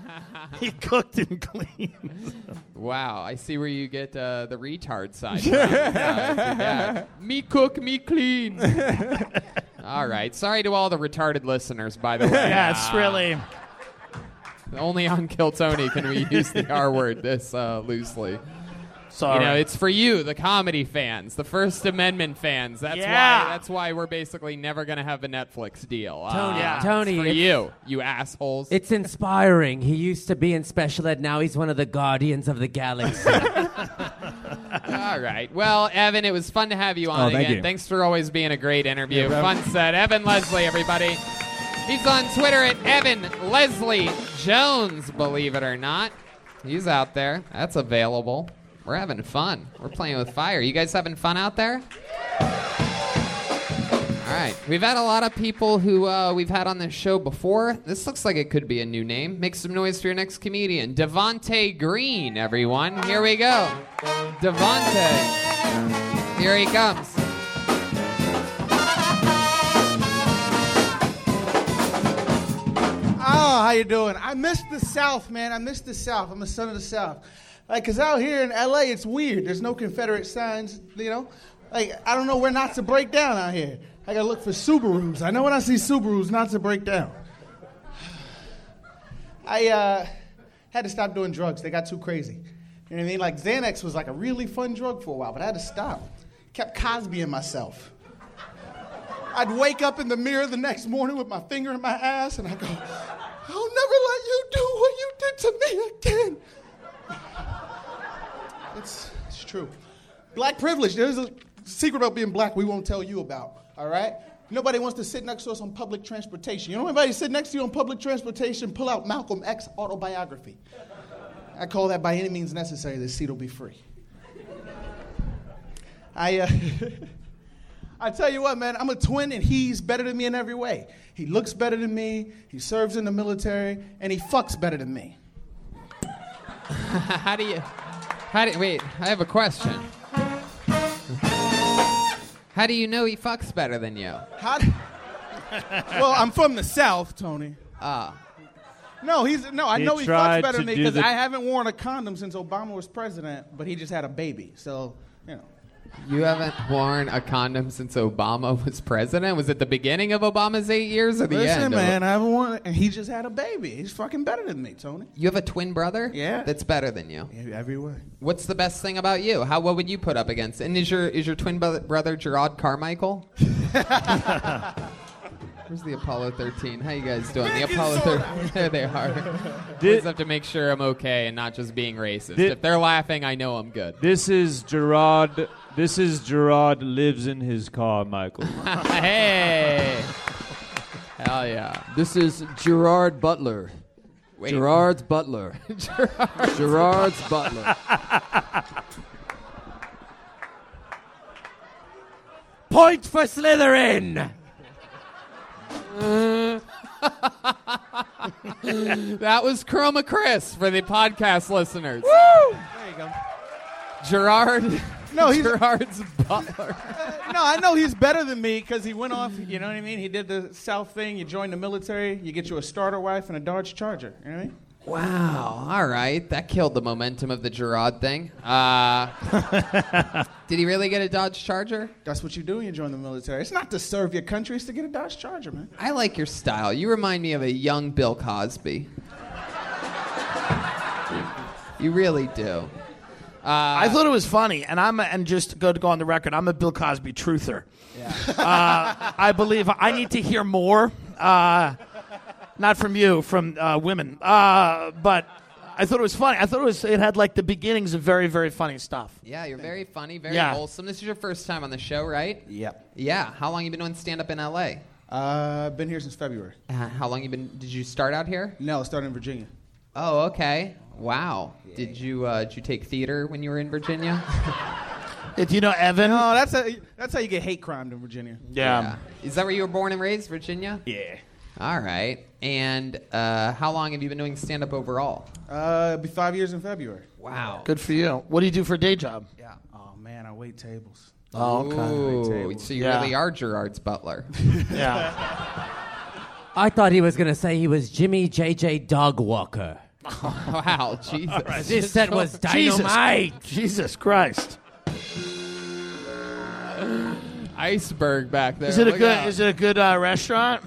[SPEAKER 5] he cooked and cleaned.
[SPEAKER 1] Wow, I see where you get uh, the retard side. from, uh, if you're bad. me cook, me clean. all right. Sorry to all the retarded listeners, by the way.
[SPEAKER 5] Yeah, it's
[SPEAKER 1] Uh,
[SPEAKER 5] really.
[SPEAKER 1] Only on Kill Tony can we use the R word this uh, loosely.
[SPEAKER 5] Sorry.
[SPEAKER 1] You know, it's for you, the comedy fans, the First Amendment fans. That's
[SPEAKER 5] Yeah.
[SPEAKER 1] why. That's why we're basically never gonna have a Netflix deal.
[SPEAKER 3] Tony,
[SPEAKER 1] Uh, it's
[SPEAKER 3] Tony,
[SPEAKER 1] for
[SPEAKER 3] it's-
[SPEAKER 1] you, you assholes.
[SPEAKER 3] It's inspiring. He used to be in special ed. Now he's one of the guardians of the galaxy.
[SPEAKER 1] All right. Well, Evan, it was fun to have you on
[SPEAKER 3] Oh, thank
[SPEAKER 1] again.
[SPEAKER 3] you.
[SPEAKER 1] Thanks for always being a great interview.
[SPEAKER 3] Yeah, bro.
[SPEAKER 1] fun set. Evan Leslie, everybody. He's on Twitter at Evan Leslie Jones, believe it or not. He's out there. That's available. We're having fun. We're playing with fire. You guys having fun out there? All right. We've had a lot of people who uh, we've had on this show before. This looks like it could be a new name. Make some noise for your next comedian. Devonte Green, everyone. Here we go. Devonte. Here he comes.
[SPEAKER 10] Oh, how you doing? I miss the South, man. I miss the South. I'm a son of the South. Like, 'cause out here in LA, it's weird. There's no Confederate signs, you know? Like, I don't know where not to break down out here. I gotta look for Subarus. I know when I see Subarus, not to break down. I uh, had to stop doing drugs. They got too crazy. You know what I mean? Like, Xanax was like a really fun drug for a while, but I had to stop. Kept Cosby in myself. I'd wake up in the mirror the next morning with my finger in my ass, and I go, I'll never let you do what you did to me again. It's, it's true. Black privilege. There's a secret about being black we won't tell you about, all right? Nobody wants to sit next to us on public transportation. You know anybody sit next to you on public transportation? Pull out Malcolm X autobiography. I call that by any means necessary, this seat will be free. I, uh, I tell you what, man, I'm a twin and he's better than me in every way. He looks better than me, he serves in the military, and he fucks better than me.
[SPEAKER 1] how do you? How do wait? I have a question. How do you know he fucks better than you?
[SPEAKER 10] How d well, I'm from the South, Tony.
[SPEAKER 1] Ah.
[SPEAKER 10] No, he's no. I
[SPEAKER 1] He
[SPEAKER 10] know he
[SPEAKER 1] tried
[SPEAKER 10] fucks better
[SPEAKER 1] to
[SPEAKER 10] than me
[SPEAKER 1] do
[SPEAKER 10] because
[SPEAKER 1] the-
[SPEAKER 10] I haven't worn a condom since Obama was president, but he just had a baby. So, you know.
[SPEAKER 1] You haven't worn a condom since Obama was president. Was it the beginning of Obama's eight years or the
[SPEAKER 10] Listen,
[SPEAKER 1] end? of-
[SPEAKER 10] man, I haven't worn, and he just had a baby. He's fucking better than me, Tony.
[SPEAKER 1] You have a twin brother?
[SPEAKER 10] Yeah.
[SPEAKER 1] That's better than you.
[SPEAKER 10] Every way.
[SPEAKER 1] What's the best thing about you? How what would you put up against? And is your is your twin brother, brother Gerard Carmichael? Where's the Apollo 13? How you guys doing? The
[SPEAKER 11] Baking
[SPEAKER 1] Apollo
[SPEAKER 11] soda.
[SPEAKER 1] 13. there they are.
[SPEAKER 11] Did-
[SPEAKER 1] Always have to make sure I'm okay and not just being racist.
[SPEAKER 8] Did-
[SPEAKER 1] if they're laughing, I know I'm good.
[SPEAKER 8] This is Gerard. This is Gerard lives in his car, Michael.
[SPEAKER 1] hey. Hell yeah.
[SPEAKER 12] This is Gerard Butler.
[SPEAKER 1] Wait.
[SPEAKER 12] Gerard's Butler.
[SPEAKER 1] Gerard's-
[SPEAKER 12] Gerard's Butler.
[SPEAKER 3] Point for Slytherin.
[SPEAKER 1] Mm. that was Chroma Chris for the podcast listeners.
[SPEAKER 11] There you go.
[SPEAKER 1] Gerard.
[SPEAKER 10] No, he's
[SPEAKER 1] Gerard's butler.
[SPEAKER 10] no, I know he's better than me because he went off. You know what I mean? He did the South thing. You join the military. You get you a starter wife and a Dodge Charger. You know what I mean?
[SPEAKER 1] Wow. All right. That killed the momentum of the Gerard thing. Uh, did he really get a Dodge Charger?
[SPEAKER 10] That's what you do when you join the military. It's not to serve your country. It's to get a Dodge Charger, man.
[SPEAKER 1] I like your style. You remind me of a young Bill Cosby. you really
[SPEAKER 9] Oh.
[SPEAKER 1] do. Uh,
[SPEAKER 5] I thought it was funny, and I'm a, and just go to go on the record. I'm a Bill Cosby truther. Uh, I believe I need to hear more, uh, not from you, from uh, women. Uh, but I thought it was funny. I thought it was it had like the beginnings of very very funny stuff.
[SPEAKER 1] Yeah, you're very funny, very
[SPEAKER 5] Yeah.
[SPEAKER 1] wholesome. This is your first time on the show, right?
[SPEAKER 10] Yep.
[SPEAKER 1] Yeah. How long you been doing stand up in LA?
[SPEAKER 10] Uh, been here since February.
[SPEAKER 1] Uh, how long you been? Did you start out here?
[SPEAKER 10] No, I started in Virginia.
[SPEAKER 1] Oh, okay. Wow. Did you uh, did you take theater when you were in Virginia?
[SPEAKER 5] If you know Evan,
[SPEAKER 10] no, that's how, that's how you get hate crimed in Virginia.
[SPEAKER 1] Is that where you were born and raised, Virginia?
[SPEAKER 10] Yeah.
[SPEAKER 1] All right. And uh, how long have you been doing stand up overall?
[SPEAKER 10] Uh, it'd be five years in February.
[SPEAKER 1] Wow.
[SPEAKER 5] Good for you. What do you do for a day job?
[SPEAKER 10] Yeah. Oh man, I wait tables.
[SPEAKER 1] Oh. Ooh, so you
[SPEAKER 5] Yeah.
[SPEAKER 1] really are Gerard's butler.
[SPEAKER 5] yeah.
[SPEAKER 3] I thought he was going to say he was Jimmy JJ Dog Walker.
[SPEAKER 1] wow, Jesus.
[SPEAKER 3] This set was dynamite.
[SPEAKER 5] Jesus, Jesus Christ.
[SPEAKER 1] Iceberg back there.
[SPEAKER 5] Is it a
[SPEAKER 1] Look
[SPEAKER 5] good?
[SPEAKER 1] out.
[SPEAKER 5] Is it a good uh, restaurant?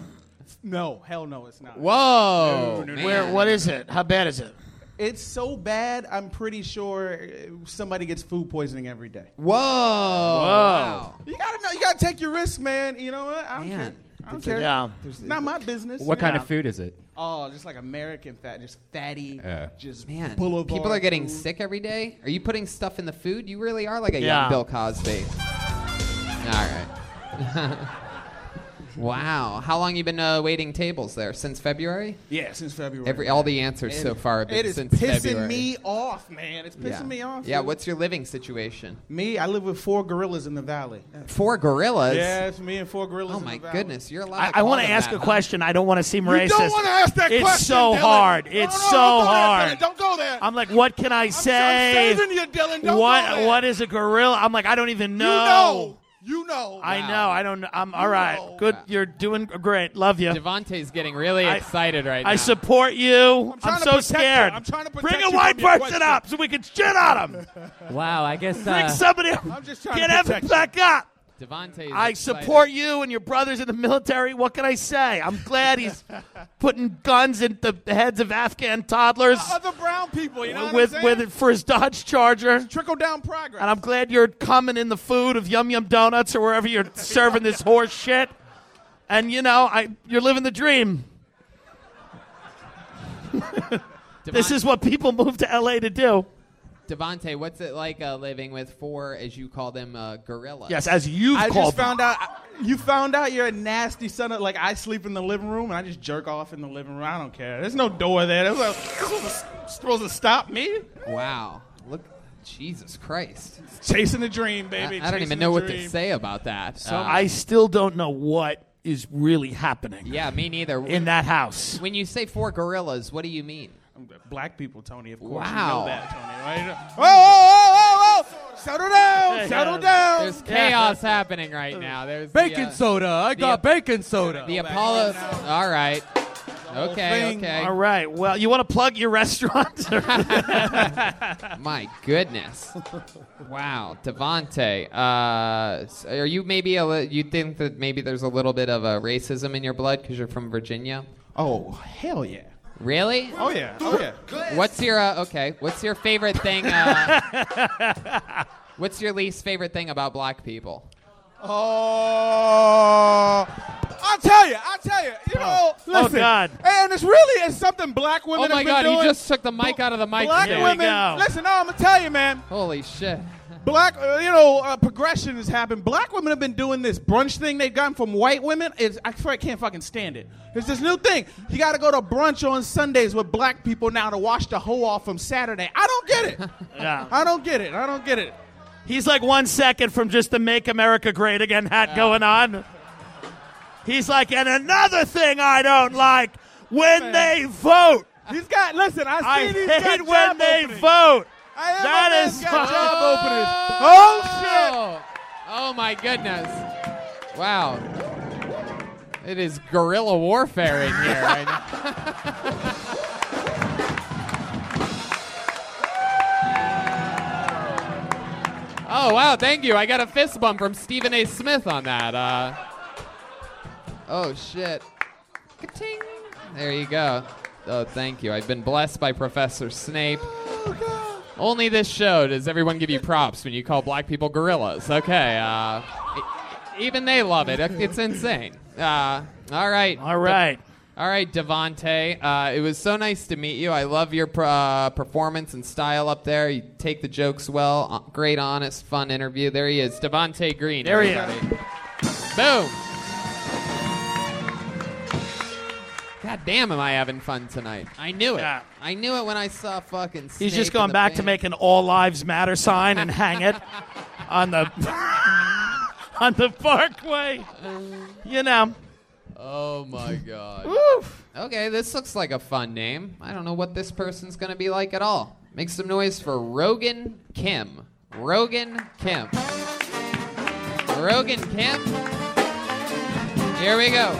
[SPEAKER 10] No, hell no, it's not.
[SPEAKER 1] Whoa.
[SPEAKER 10] No, no, no,
[SPEAKER 5] Where?
[SPEAKER 10] no.
[SPEAKER 5] What is it? How bad is it?
[SPEAKER 10] It's so bad. I'm pretty sure uh, somebody gets food poisoning every day.
[SPEAKER 1] Whoa. Wow.
[SPEAKER 10] You gotta know. You gotta take your risk, man. You know what? I don't care. I don't
[SPEAKER 2] It's
[SPEAKER 10] care.
[SPEAKER 2] a- yeah.
[SPEAKER 10] It's not my business.
[SPEAKER 2] What kind of food is it?
[SPEAKER 10] Oh, just like American fat, just fatty,
[SPEAKER 2] Yeah.
[SPEAKER 10] just
[SPEAKER 1] Man,
[SPEAKER 10] boulevard
[SPEAKER 1] people are getting
[SPEAKER 10] food.
[SPEAKER 1] sick every day. Are you putting stuff in the food? You really are like a
[SPEAKER 10] Yeah.
[SPEAKER 1] young Bill Cosby. All right. wow. How long you been uh, waiting tables there? Since February?
[SPEAKER 10] Yeah, since February.
[SPEAKER 1] Every all the answers so
[SPEAKER 10] And
[SPEAKER 1] far have been
[SPEAKER 10] It is
[SPEAKER 1] since
[SPEAKER 10] pissing
[SPEAKER 1] February.
[SPEAKER 10] me off, man. It's pissing
[SPEAKER 1] yeah.
[SPEAKER 10] me off.
[SPEAKER 1] Yeah.
[SPEAKER 10] dude.
[SPEAKER 1] What's your living situation?
[SPEAKER 10] me? I live with four gorillas in the valley.
[SPEAKER 1] Four gorillas.
[SPEAKER 10] Yeah, it's me and four gorillas.
[SPEAKER 1] Oh
[SPEAKER 10] in
[SPEAKER 1] my
[SPEAKER 10] the valley.
[SPEAKER 1] goodness, you're allowed.
[SPEAKER 5] I,
[SPEAKER 1] to
[SPEAKER 5] I
[SPEAKER 1] call
[SPEAKER 5] want to
[SPEAKER 1] them
[SPEAKER 5] ask
[SPEAKER 1] that,
[SPEAKER 5] a
[SPEAKER 1] huh?
[SPEAKER 5] question. I don't want to seem
[SPEAKER 1] You
[SPEAKER 5] racist.
[SPEAKER 1] don't wanna ask that
[SPEAKER 5] it's
[SPEAKER 1] question,
[SPEAKER 5] so
[SPEAKER 1] Dylan.
[SPEAKER 5] hard.
[SPEAKER 1] No,
[SPEAKER 5] It's
[SPEAKER 1] no,
[SPEAKER 5] so
[SPEAKER 1] don't go there,
[SPEAKER 5] hard.
[SPEAKER 1] Dylan.
[SPEAKER 10] Don't go there.
[SPEAKER 5] I'm like, what can I say?
[SPEAKER 10] saving you, Dylan. Don't
[SPEAKER 5] what?
[SPEAKER 10] go there.
[SPEAKER 5] What is a gorilla? I'm like, I don't even know.
[SPEAKER 10] know. You know.
[SPEAKER 5] I know. I don't. know. I'm all right. Good. You're doing great. Love you.
[SPEAKER 1] Devontae's getting really
[SPEAKER 5] I-
[SPEAKER 1] excited right
[SPEAKER 5] I
[SPEAKER 1] now.
[SPEAKER 5] support you. I'm,
[SPEAKER 10] trying to
[SPEAKER 5] so
[SPEAKER 10] protect you.
[SPEAKER 5] scared.
[SPEAKER 10] I'm trying to protect
[SPEAKER 5] Bring
[SPEAKER 10] you
[SPEAKER 5] a
[SPEAKER 10] from
[SPEAKER 5] white
[SPEAKER 10] your
[SPEAKER 5] person
[SPEAKER 10] question.
[SPEAKER 5] up so we can shit on him.
[SPEAKER 3] Wow, I guess.
[SPEAKER 5] Bring
[SPEAKER 3] Uh,
[SPEAKER 5] somebody up.
[SPEAKER 10] I'm just trying
[SPEAKER 5] Get
[SPEAKER 10] to
[SPEAKER 5] Evan
[SPEAKER 10] protect
[SPEAKER 5] back up.
[SPEAKER 1] Devontae's
[SPEAKER 5] I
[SPEAKER 1] excited.
[SPEAKER 5] support you and your brothers in the military. What can I say? I'm glad he's putting guns in the heads of Afghan toddlers
[SPEAKER 10] Other brown people, you know what
[SPEAKER 5] with
[SPEAKER 10] I'm saying?
[SPEAKER 5] with for his Dodge Charger.
[SPEAKER 10] Trickle down progress.
[SPEAKER 5] And I'm glad you're coming in the food of Yum Yum Donuts or wherever you're serving this horse shit. And you know, I you're living the dream. this is what people move to LA to do.
[SPEAKER 1] Devontae, what's it like uh, living with four, as you call them, uh, gorillas?
[SPEAKER 5] Yes, as you've
[SPEAKER 10] I
[SPEAKER 5] called
[SPEAKER 10] just found out you found out you're a nasty son of like I sleep in the living room and I just jerk off in the living room. I don't care. There's no door there. There's no- this was supposed to stop me.
[SPEAKER 1] Wow. Look, Jesus Christ.
[SPEAKER 10] Chasing the dream,
[SPEAKER 1] I,
[SPEAKER 10] baby.
[SPEAKER 1] I don't
[SPEAKER 10] Chasing
[SPEAKER 1] even
[SPEAKER 10] the
[SPEAKER 1] know what to
[SPEAKER 10] dream.
[SPEAKER 1] say about that.
[SPEAKER 5] So
[SPEAKER 1] Uh,
[SPEAKER 5] I still don't know what is really happening
[SPEAKER 1] yeah, me neither.
[SPEAKER 5] in that house.
[SPEAKER 1] When you say four gorillas, what do you mean?
[SPEAKER 10] Black people, Tony. Of course, you
[SPEAKER 1] Wow.
[SPEAKER 10] know that, Tony. Right? Whoa, whoa, whoa, whoa, whoa! Settle
[SPEAKER 5] Yeah,
[SPEAKER 10] down, settle
[SPEAKER 5] uh, yeah.
[SPEAKER 10] down.
[SPEAKER 1] There's chaos happening right now. There's
[SPEAKER 12] Bacon
[SPEAKER 1] the, uh,
[SPEAKER 12] soda. I
[SPEAKER 1] the-
[SPEAKER 12] got bacon soda.
[SPEAKER 1] The Apollo. All right. Okay. Okay.
[SPEAKER 5] All right. Well, you want to plug your restaurant?
[SPEAKER 1] My goodness. Wow, Devante. Uh, s- are you maybe a li- you think that maybe there's a little bit of uh, racism in your blood because you're from Virginia?
[SPEAKER 10] Oh hell yeah!
[SPEAKER 1] Really?
[SPEAKER 10] Oh yeah! Oh yeah!
[SPEAKER 1] What's your uh, okay? What's your favorite thing? Uh, what's your least favorite thing about black people?
[SPEAKER 10] Oh, I tell you, I tell you, you know.
[SPEAKER 5] oh,
[SPEAKER 10] listen,
[SPEAKER 5] God.
[SPEAKER 10] and it's really it's something black women.
[SPEAKER 1] Oh my
[SPEAKER 10] have been
[SPEAKER 1] God!
[SPEAKER 10] doing.
[SPEAKER 1] He just took the mic out of the mic
[SPEAKER 10] black
[SPEAKER 1] stand.
[SPEAKER 10] women. Listen, no, I'm gonna tell you, man.
[SPEAKER 1] Holy shit!
[SPEAKER 10] Black, uh, you know, uh, progression has happened. Black women have been doing this brunch thing they've gotten from white women. It's, I, swear I can't fucking stand it. There's this new thing. You got to go to brunch on Sundays with black people now to wash the hoe off from Saturday. I don't get it.
[SPEAKER 5] yeah.
[SPEAKER 10] I don't get it. I don't get it.
[SPEAKER 5] He's like one second from just the "Make America Great Again" hat going on. He's like, and another thing I don't like when they vote.
[SPEAKER 10] He's got. Listen, I see
[SPEAKER 5] I
[SPEAKER 10] these
[SPEAKER 5] hate when they vote. That is
[SPEAKER 1] got job
[SPEAKER 5] openers.
[SPEAKER 1] Oh shit! Oh my goodness! Wow, it is guerrilla warfare in here. Right now. oh wow! Thank you. I got a fist bump from Stephen A. Smith on that. Uh, oh shit! Ka-ting. There you go. Oh, thank you. I've been blessed by Professor Snape. Only this show does everyone give you props when you call black people gorillas. Okay. Uh, e- even they love it. It's insane. Uh, all right. All
[SPEAKER 5] right.
[SPEAKER 1] all right, Devante. Uh, it was so nice to meet you. I love your pr- uh, performance and style up there. You take the jokes well. Uh, great, honest, fun interview. There he is, Devante Green.
[SPEAKER 5] There he is.
[SPEAKER 1] everybody. Boom. God damn, am I having fun tonight? I knew it. I knew it when I saw fucking. Snape
[SPEAKER 5] He's just
[SPEAKER 1] in
[SPEAKER 5] going
[SPEAKER 1] the
[SPEAKER 5] back
[SPEAKER 1] fan-
[SPEAKER 5] to make an "All Lives Matter" sign and hang it on the on the parkway. You know.
[SPEAKER 1] Oh my god.
[SPEAKER 5] Woof.
[SPEAKER 1] Okay, this looks like a fun name. I don't know what this person's gonna be like at all. Make some noise for Rogan Kim. Rogan Kim. Rogan Kim. Here we go.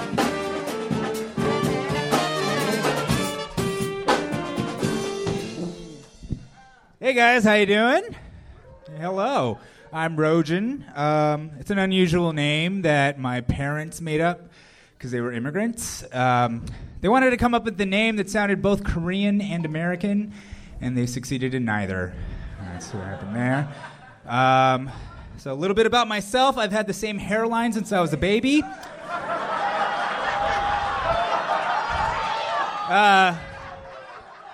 [SPEAKER 11] Hey guys, how you doing? Hello, I'm Rojan. Um, it's an unusual name that my parents made up because they were immigrants. Um, they wanted to come up with the name that sounded both Korean and American, and they succeeded in neither. That's what happened there. Um, so a little bit about myself. I've had the same hairline since I was a baby. Uh,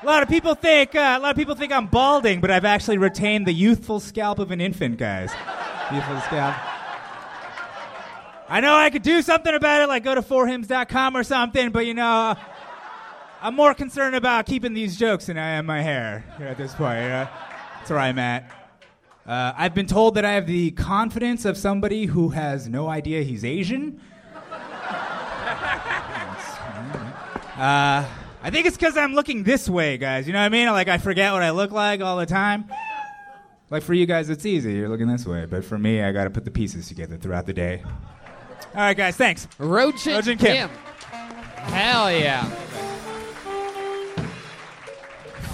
[SPEAKER 11] a lot of people think uh, a lot of people think I'm balding, but I've actually retained the youthful scalp of an infant, guys. youthful scalp. I know I could do something about it, like go to forhims.com or something, but you know, I'm more concerned about keeping these jokes than I am my hair here at this point. You know? That's where I'm at. Uh, I've been told that I have the confidence of somebody who has no idea he's Asian. Uh, I think it's because I'm looking this way, guys. You know what I mean? Like, I forget what I look like all the time. Like, for you guys, it's easy. You're looking this way. But for me, I got to put the pieces together throughout the day. All right, guys, thanks.
[SPEAKER 1] Rojin,
[SPEAKER 11] Rojin
[SPEAKER 1] Kim.
[SPEAKER 11] Kim.
[SPEAKER 1] Hell yeah.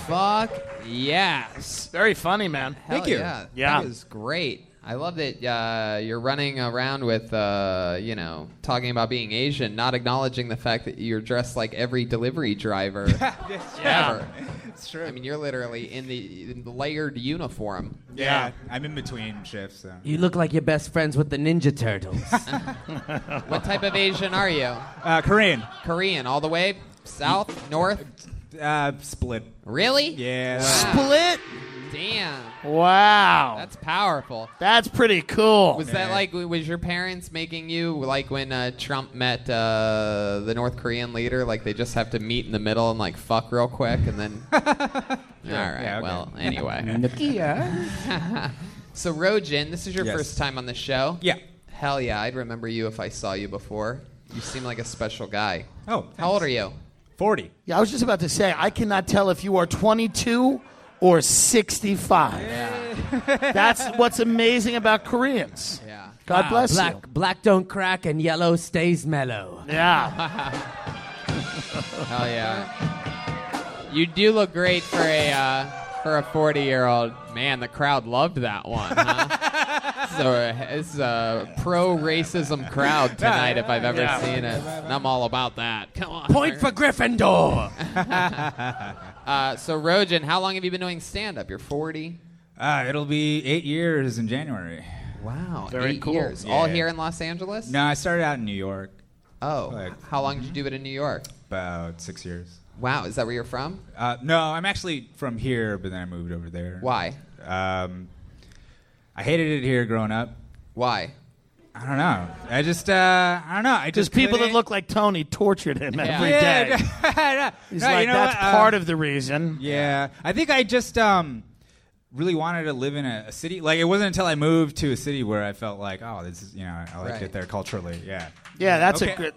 [SPEAKER 1] Fuck yes.
[SPEAKER 5] Very funny, man.
[SPEAKER 1] Hell
[SPEAKER 5] Thank you.
[SPEAKER 1] Yeah.
[SPEAKER 5] Yeah.
[SPEAKER 1] That is great. I love that uh, you're running around with, uh, you know, talking about being Asian, not acknowledging the fact that you're dressed like every delivery driver ever.
[SPEAKER 11] It's true.
[SPEAKER 1] I mean, you're literally in the, in the layered uniform.
[SPEAKER 11] Yeah, I'm in between shifts. So.
[SPEAKER 3] You look like you're best friends with the Ninja Turtles.
[SPEAKER 1] What type of Asian are you?
[SPEAKER 11] Uh, Korean.
[SPEAKER 1] Korean, all the way south, north.
[SPEAKER 11] Uh, split.
[SPEAKER 1] Really?
[SPEAKER 11] Yeah.
[SPEAKER 5] Split.
[SPEAKER 1] Damn.
[SPEAKER 5] Wow.
[SPEAKER 1] That's powerful.
[SPEAKER 5] That's pretty cool.
[SPEAKER 1] Was that like was your parents making you like when uh, Trump met uh, the North Korean leader? Like they just have to meet in the middle and like fuck real quick and then. All right.
[SPEAKER 11] Yeah, okay.
[SPEAKER 1] Well, anyway.
[SPEAKER 11] Nokia.
[SPEAKER 1] so Rojan, this is your
[SPEAKER 11] Yes.
[SPEAKER 1] first time on the show.
[SPEAKER 11] Yeah.
[SPEAKER 1] Hell yeah! I'd remember you if I saw you before. You seem like a special guy.
[SPEAKER 11] Oh.
[SPEAKER 1] How old are you?
[SPEAKER 11] Forty.
[SPEAKER 5] Yeah, I was just about to say I cannot tell if you are 22 or 65. That's what's amazing about Koreans.
[SPEAKER 1] Yeah.
[SPEAKER 5] God
[SPEAKER 3] Wow,
[SPEAKER 5] bless
[SPEAKER 3] black,
[SPEAKER 5] you.
[SPEAKER 3] Black don't crack and yellow stays mellow.
[SPEAKER 5] Yeah.
[SPEAKER 1] Hell yeah. You do look great for a uh, for a 40 year old man. The crowd loved that one. Huh? so uh, it's a pro racism crowd tonight if I've ever
[SPEAKER 3] Yeah.
[SPEAKER 1] seen it. And I'm all about that. Come on.
[SPEAKER 3] Point for Gryffindor.
[SPEAKER 1] uh, so Rojan, how long have you been doing stand up? You're 40.
[SPEAKER 11] Uh, it'll be eight years in January.
[SPEAKER 1] Wow. Eight Years. All here in Los Angeles.
[SPEAKER 11] No, I started out in New York. mm-hmm.
[SPEAKER 1] Oh. how long did you do it in New York?
[SPEAKER 11] About six years.
[SPEAKER 1] Wow. Is that where you're from?
[SPEAKER 11] Uh, no, I'm actually from here, but then I moved over there.
[SPEAKER 1] Why?
[SPEAKER 11] Um, I hated it here growing up.
[SPEAKER 1] Why?
[SPEAKER 11] I don't know. I just, uh, I don't know. I
[SPEAKER 5] Just
[SPEAKER 11] just
[SPEAKER 5] people that
[SPEAKER 11] couldn't-
[SPEAKER 5] look like Tony tortured him every day.
[SPEAKER 11] Yeah,
[SPEAKER 5] He's
[SPEAKER 11] No,
[SPEAKER 5] like,
[SPEAKER 11] you know
[SPEAKER 5] that's
[SPEAKER 11] what, uh,
[SPEAKER 5] part of the reason.
[SPEAKER 11] Yeah, I think I just um, really wanted to live in a, a city. Like it wasn't until I moved to a city where I felt like, oh, this is you know, I like
[SPEAKER 5] Right.
[SPEAKER 11] it there culturally. Yeah.
[SPEAKER 5] Yeah, that's
[SPEAKER 11] Okay.
[SPEAKER 5] a good.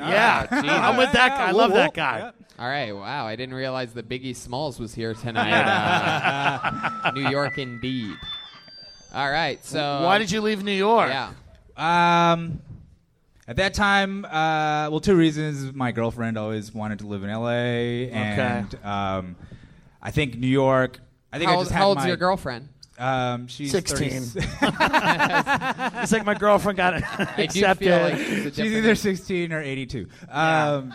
[SPEAKER 11] Ah,
[SPEAKER 5] yeah,
[SPEAKER 11] Jesus.
[SPEAKER 5] I'm with that guy. I
[SPEAKER 11] Whoa,
[SPEAKER 5] love
[SPEAKER 11] whoa.
[SPEAKER 5] that guy.
[SPEAKER 1] All right, wow. I didn't realize that Biggie Smalls was here tonight. Uh, New York indeed. All right, so
[SPEAKER 5] Why did you leave New York?
[SPEAKER 1] Yeah.
[SPEAKER 11] Um, at that time, uh, well, two reasons. My girlfriend always wanted to live in L.A. and um, I think New York. I think
[SPEAKER 1] How
[SPEAKER 11] I just
[SPEAKER 1] old-
[SPEAKER 11] had
[SPEAKER 1] how old's
[SPEAKER 11] my-
[SPEAKER 1] your girlfriend?
[SPEAKER 11] Um, she's
[SPEAKER 5] 16.
[SPEAKER 11] 36.
[SPEAKER 5] it's like my girlfriend got it
[SPEAKER 11] I do feel
[SPEAKER 5] accepted.
[SPEAKER 11] like she's a She's different- either 16 or 82. Um,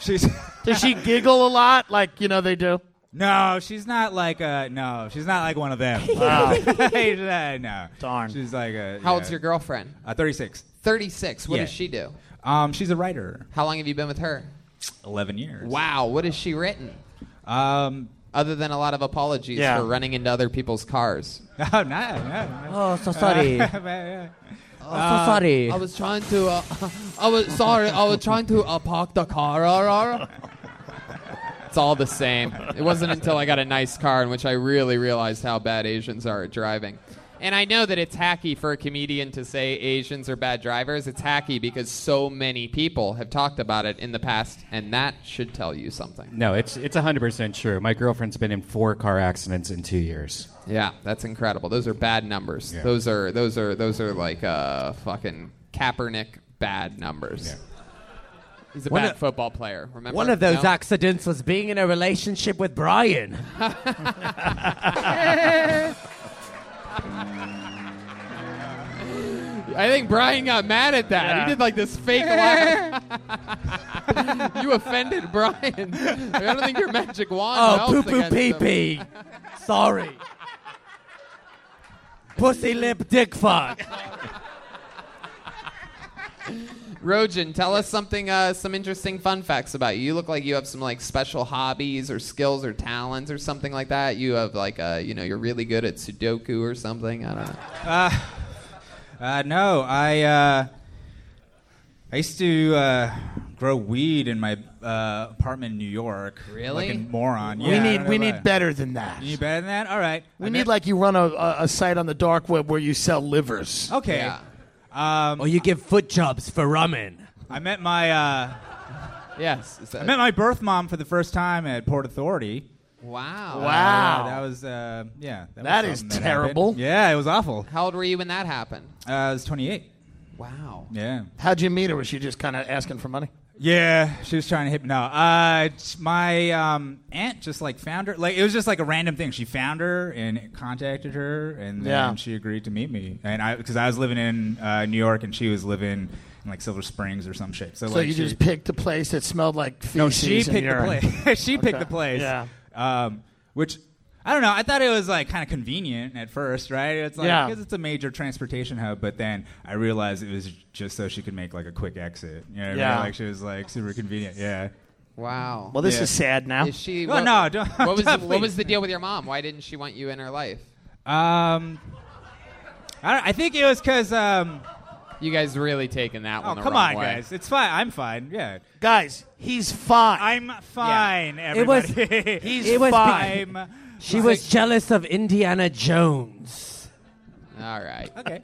[SPEAKER 11] she's
[SPEAKER 5] Does she giggle a lot? Like you know they do.
[SPEAKER 11] No, she's not like a no. She's not like one of them.
[SPEAKER 5] Wow.
[SPEAKER 11] Uh, no, darn. She's like a.
[SPEAKER 1] How old's your girlfriend?
[SPEAKER 11] Uh, Thirty-six.
[SPEAKER 1] Thirty-six. What
[SPEAKER 11] Yeah.
[SPEAKER 1] does she do?
[SPEAKER 11] Um, she's a writer.
[SPEAKER 1] How long have you been with her?
[SPEAKER 11] Eleven years.
[SPEAKER 1] Wow. What has she written?
[SPEAKER 11] Um,
[SPEAKER 1] other than a lot of apologies
[SPEAKER 11] Yeah.
[SPEAKER 1] for running into other people's cars.
[SPEAKER 11] Oh, no, no.
[SPEAKER 3] Oh, so sorry.
[SPEAKER 11] Oh,
[SPEAKER 3] so sorry.
[SPEAKER 13] I was trying to. Uh, I was sorry. I was trying to uh, park the car. Or, or.
[SPEAKER 1] It's all the same. It wasn't until I got a nice car in which I really realized how bad Asians are at driving. And I know that it's hacky for a comedian to say Asians are bad drivers. It's hacky because so many people have talked about it in the past, and that should tell you something.
[SPEAKER 2] No, it's it's 100% true. My girlfriend's been in four car accidents in two years.
[SPEAKER 1] Yeah, that's incredible. Those are bad numbers.
[SPEAKER 2] Yeah.
[SPEAKER 1] Those are those are those are like uh, fucking Kaepernick bad numbers. He's a
[SPEAKER 3] One
[SPEAKER 1] bad
[SPEAKER 3] of-
[SPEAKER 1] football player. Remember
[SPEAKER 3] One of those
[SPEAKER 1] No?
[SPEAKER 3] accidents was being in a relationship with Brian.
[SPEAKER 1] I think Brian got mad at that.
[SPEAKER 13] Yeah.
[SPEAKER 1] He did like this fake laugh. you offended Brian. I don't think your magic wand.
[SPEAKER 3] Oh,
[SPEAKER 1] helps
[SPEAKER 3] poo poo
[SPEAKER 1] against
[SPEAKER 3] pee
[SPEAKER 1] him.
[SPEAKER 3] pee. Sorry. Pussy lip dick fuck.
[SPEAKER 1] Rojan, tell us something, uh, some interesting fun facts about you. You look like you have some like special hobbies or skills or talents or something like that. You have like, uh, you know, you're really good at Sudoku or something. I don't know.
[SPEAKER 11] Uh, uh, no, I uh, I used to uh, grow weed in my uh, apartment in New York.
[SPEAKER 5] Really?
[SPEAKER 11] Like a moron.
[SPEAKER 5] We
[SPEAKER 11] Yeah, I
[SPEAKER 5] need-
[SPEAKER 11] don't know
[SPEAKER 5] we need
[SPEAKER 11] why.
[SPEAKER 5] better than that.
[SPEAKER 11] You need better than that? All right.
[SPEAKER 5] We need like you run a, a, a site on the dark web where you sell livers.
[SPEAKER 11] Okay.
[SPEAKER 5] Oh,
[SPEAKER 11] Um,
[SPEAKER 3] or you give foot jobs for ramen.
[SPEAKER 11] I met my uh,
[SPEAKER 1] yes.
[SPEAKER 11] I met my birth mom for the first time at Port Authority.
[SPEAKER 1] Wow.
[SPEAKER 11] Wow. Uh, that was uh, yeah. That, was something that happened. Yeah, it was awful.
[SPEAKER 1] How old were you when that happened?
[SPEAKER 11] Uh, I was 28.
[SPEAKER 1] Wow.
[SPEAKER 11] Yeah.
[SPEAKER 5] How'd you meet her? Was she just kind of asking for money?
[SPEAKER 11] Yeah, she was trying to hit me. No, uh, t- my um, aunt just like found her. Like it was just like a random thing. She found her and contacted her, and then
[SPEAKER 5] Yeah.
[SPEAKER 11] she agreed to meet me. And I, because I was living in uh, New York, and she was living in like Silver Springs or some shit. So,
[SPEAKER 5] So,
[SPEAKER 11] like,
[SPEAKER 5] you
[SPEAKER 11] she-
[SPEAKER 5] just picked a place that smelled like feces.
[SPEAKER 11] no, she
[SPEAKER 5] and
[SPEAKER 11] picked the
[SPEAKER 5] urine.
[SPEAKER 11] place. she picked
[SPEAKER 5] Okay.
[SPEAKER 11] the place.
[SPEAKER 5] Yeah.
[SPEAKER 11] Um, which I don't know. I thought it was like kind of convenient at first, right? It's like
[SPEAKER 5] Yeah.
[SPEAKER 11] because it's a major transportation hub. But then I realized it was just so she could make like a quick exit. You know what I
[SPEAKER 5] Yeah.
[SPEAKER 11] mean? Like she was like super convenient. Yeah.
[SPEAKER 1] Wow.
[SPEAKER 5] Well, this is sad now.
[SPEAKER 1] Is she?
[SPEAKER 11] Oh,
[SPEAKER 1] what-
[SPEAKER 11] no, don't-
[SPEAKER 1] What was the, what
[SPEAKER 11] please.
[SPEAKER 1] was the deal with your mom? Why didn't she want you in her life?
[SPEAKER 11] Um, I, don't- I think it was because um.
[SPEAKER 1] You guys really taking that
[SPEAKER 11] Oh
[SPEAKER 1] one. the
[SPEAKER 11] come
[SPEAKER 1] wrong
[SPEAKER 11] on,
[SPEAKER 1] way.
[SPEAKER 11] guys! It's fine. I'm fine. Yeah.
[SPEAKER 5] Guys, he's fine.
[SPEAKER 11] I'm fine.
[SPEAKER 3] It was.
[SPEAKER 11] Everybody.
[SPEAKER 3] He's
[SPEAKER 11] It was
[SPEAKER 3] fine.
[SPEAKER 11] because-
[SPEAKER 3] She was jealous of Indiana Jones.
[SPEAKER 1] All right.
[SPEAKER 11] Okay.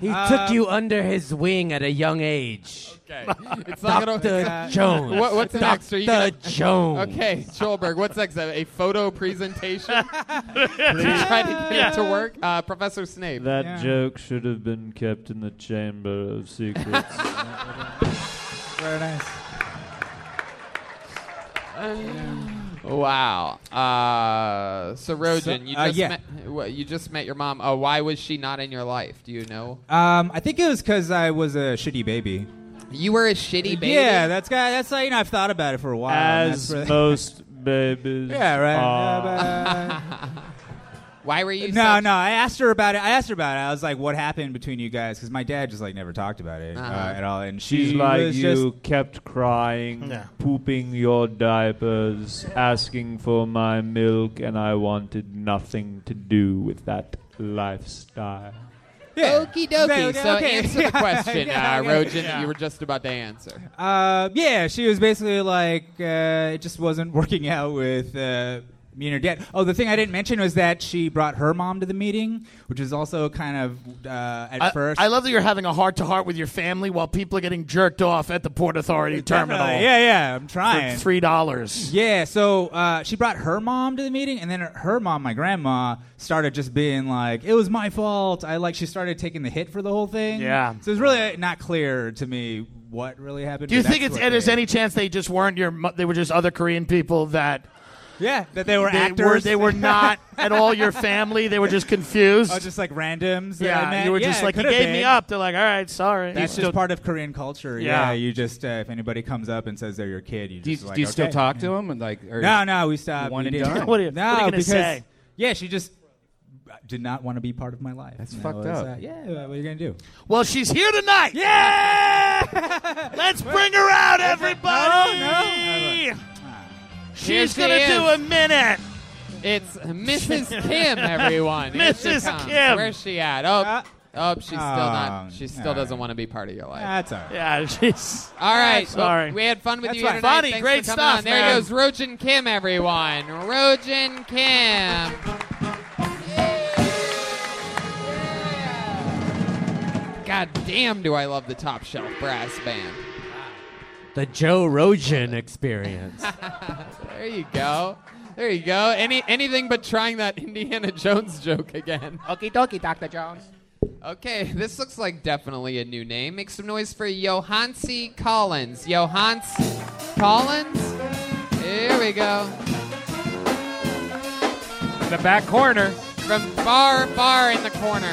[SPEAKER 3] He
[SPEAKER 11] Uh,
[SPEAKER 3] took you under his wing at a young age.
[SPEAKER 1] Okay. It's not gonna-
[SPEAKER 3] Dr.
[SPEAKER 1] Uh,
[SPEAKER 3] Jones.
[SPEAKER 1] What, what's next? Are you gonna-
[SPEAKER 3] Dr. Jones.
[SPEAKER 1] Okay, Schulberg. What's next? A, a photo presentation. Please try to get it to work. Uh, Professor Snape.
[SPEAKER 6] That joke should have been kept in the chamber of secrets.
[SPEAKER 11] Very nice.
[SPEAKER 1] Wow. Uh, so Rojan,
[SPEAKER 11] So-
[SPEAKER 1] you
[SPEAKER 11] uh,
[SPEAKER 1] just
[SPEAKER 11] yeah.
[SPEAKER 1] met, wh- you just met your mom. Uh, why was she not in your life? Do you know?
[SPEAKER 11] Um, I think it was because I was a shitty baby.
[SPEAKER 1] You were a shitty baby?
[SPEAKER 11] Yeah, that's guy. That's like, you know I've thought about it for a while. and
[SPEAKER 6] As
[SPEAKER 11] that's really-
[SPEAKER 6] most babies.
[SPEAKER 11] yeah, right.
[SPEAKER 6] are.
[SPEAKER 1] Why were you?
[SPEAKER 11] No, no. I asked her about it. I asked her about it. I was like, "What happened between you guys?" Because my dad just like never talked about it uh
[SPEAKER 6] Uh-huh.
[SPEAKER 11] at all. And she
[SPEAKER 6] She's like
[SPEAKER 11] was
[SPEAKER 6] you kept crying,
[SPEAKER 11] Yeah.
[SPEAKER 6] pooping your diapers, asking for my milk, and I wanted nothing to do with that lifestyle.
[SPEAKER 11] Just, yeah.
[SPEAKER 1] Okie dokie.
[SPEAKER 11] Okay,
[SPEAKER 1] so
[SPEAKER 11] okay.
[SPEAKER 1] answer the question,
[SPEAKER 11] Yeah,
[SPEAKER 1] uh,
[SPEAKER 11] okay.
[SPEAKER 1] Rojan. that
[SPEAKER 11] Yeah.
[SPEAKER 1] You were just about to answer.
[SPEAKER 11] Uh, yeah, she was basically like, uh, it just wasn't working out with uh, Me and her dad. Oh, the thing I didn't mention was that she brought her mom to the meeting, which is also kind of uh, at
[SPEAKER 5] I,
[SPEAKER 11] first.
[SPEAKER 5] I love that you're having a heart to heart with your family while people are getting jerked off at the Port Authority terminal.
[SPEAKER 11] Definitely. Yeah, yeah, I'm
[SPEAKER 5] For
[SPEAKER 11] trying.
[SPEAKER 5] Three dollars.
[SPEAKER 11] Yeah, so uh, she brought her mom to the meeting, and then her, her mom, my grandma, started just being like, "It was my fault." I like she started taking the hit for the whole thing.
[SPEAKER 5] Yeah.
[SPEAKER 11] so it's really not clear to me what really happened.
[SPEAKER 5] Do you
[SPEAKER 11] but
[SPEAKER 5] think
[SPEAKER 11] that's
[SPEAKER 5] it's
[SPEAKER 11] what
[SPEAKER 5] there's
[SPEAKER 11] they-
[SPEAKER 5] any chance they just weren't your? mo- They were just other Korean people that.
[SPEAKER 11] Yeah, that they were actors.
[SPEAKER 5] they were not at all your family. They were just confused.
[SPEAKER 11] Oh, just like randoms. that I
[SPEAKER 5] yeah,
[SPEAKER 11] met?
[SPEAKER 5] you were
[SPEAKER 11] Yeah,
[SPEAKER 5] just
[SPEAKER 11] it
[SPEAKER 5] like you
[SPEAKER 11] could've
[SPEAKER 5] gave me
[SPEAKER 11] been.
[SPEAKER 5] up. They're like, all right, sorry.
[SPEAKER 11] That's just part of Korean culture. Yeah,
[SPEAKER 5] Yeah.
[SPEAKER 11] you just uh, if anybody comes up and says they're your kid, you just
[SPEAKER 5] Do you-
[SPEAKER 11] like,
[SPEAKER 5] do you still
[SPEAKER 11] "Okay."
[SPEAKER 5] talk
[SPEAKER 14] to 'em and, like, or
[SPEAKER 11] no, no, we stopped.
[SPEAKER 14] one
[SPEAKER 11] We
[SPEAKER 14] and
[SPEAKER 11] didn't.
[SPEAKER 14] done? What are you-
[SPEAKER 11] no,
[SPEAKER 14] what are you gonna
[SPEAKER 11] because
[SPEAKER 14] say?
[SPEAKER 11] yeah, she just uh, did not want to be part of my life. uh, That's
[SPEAKER 14] fucked up.
[SPEAKER 11] yeah, what are you gonna do?
[SPEAKER 5] Well, she's here tonight. Yeah, let's bring her out, everybody. She's
[SPEAKER 1] Here
[SPEAKER 5] gonna
[SPEAKER 1] she
[SPEAKER 5] do
[SPEAKER 1] is.
[SPEAKER 5] a minute.
[SPEAKER 1] It's Mrs. Kim, everyone. Here she
[SPEAKER 5] Mrs.
[SPEAKER 1] comes.
[SPEAKER 5] Kim. Uh,
[SPEAKER 1] Where's she at? Oh, oh, she's still
[SPEAKER 5] Um,
[SPEAKER 1] not. She still
[SPEAKER 5] all
[SPEAKER 1] doesn't want to be part of your life.
[SPEAKER 5] That's
[SPEAKER 11] all right.
[SPEAKER 5] Yeah, she's.
[SPEAKER 1] All right. well,
[SPEAKER 5] sorry.
[SPEAKER 1] we had fun with
[SPEAKER 5] That's
[SPEAKER 1] you here
[SPEAKER 5] fine.
[SPEAKER 1] tonight.
[SPEAKER 5] Funny,
[SPEAKER 1] Thanks
[SPEAKER 5] great
[SPEAKER 1] for coming
[SPEAKER 5] stuff,
[SPEAKER 1] on. There
[SPEAKER 5] man.
[SPEAKER 1] goes Rojin Kim, everyone. Rojin Kim. God damn, do I love the Top Shelf Brass Band.
[SPEAKER 3] The Joe Rogan experience.
[SPEAKER 1] There you go. There you go. Any anything but trying that Indiana Jones joke again.
[SPEAKER 15] Okie dokie, Dr. Jones.
[SPEAKER 1] Okay, this looks like definitely a new name. Make some noise for Johansi Collins. Johansi Collins? Here we go.
[SPEAKER 14] The back corner.
[SPEAKER 1] From far, far in the corner.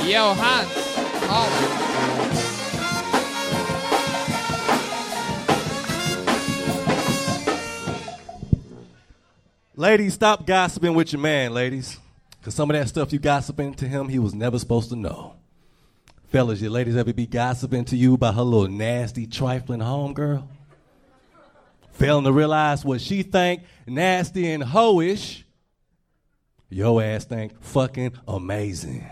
[SPEAKER 1] Johans Collins.
[SPEAKER 14] Ladies, stop gossiping with your man, ladies. Because some of that stuff you gossiping to him, he was never supposed to know. Fellas, your ladies ever be gossiping to you by her little nasty, trifling homegirl? Failing to realize what she think nasty and hoish, your ass think fucking amazing.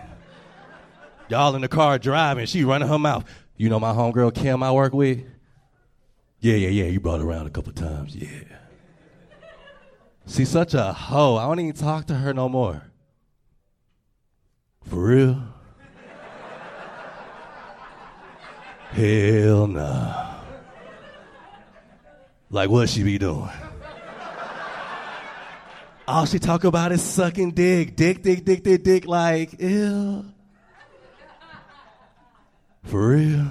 [SPEAKER 14] Y'all in the car driving, she running her mouth. You know my homegirl Kim I work with? Yeah, yeah, yeah, you brought her around a couple times, yeah. She's such a hoe. I don't even talk to her no more. For real? Hell nah. Like what she be doing? All she talk about is sucking dick, dick, dick, dick, dick, dick. Like ew. For real?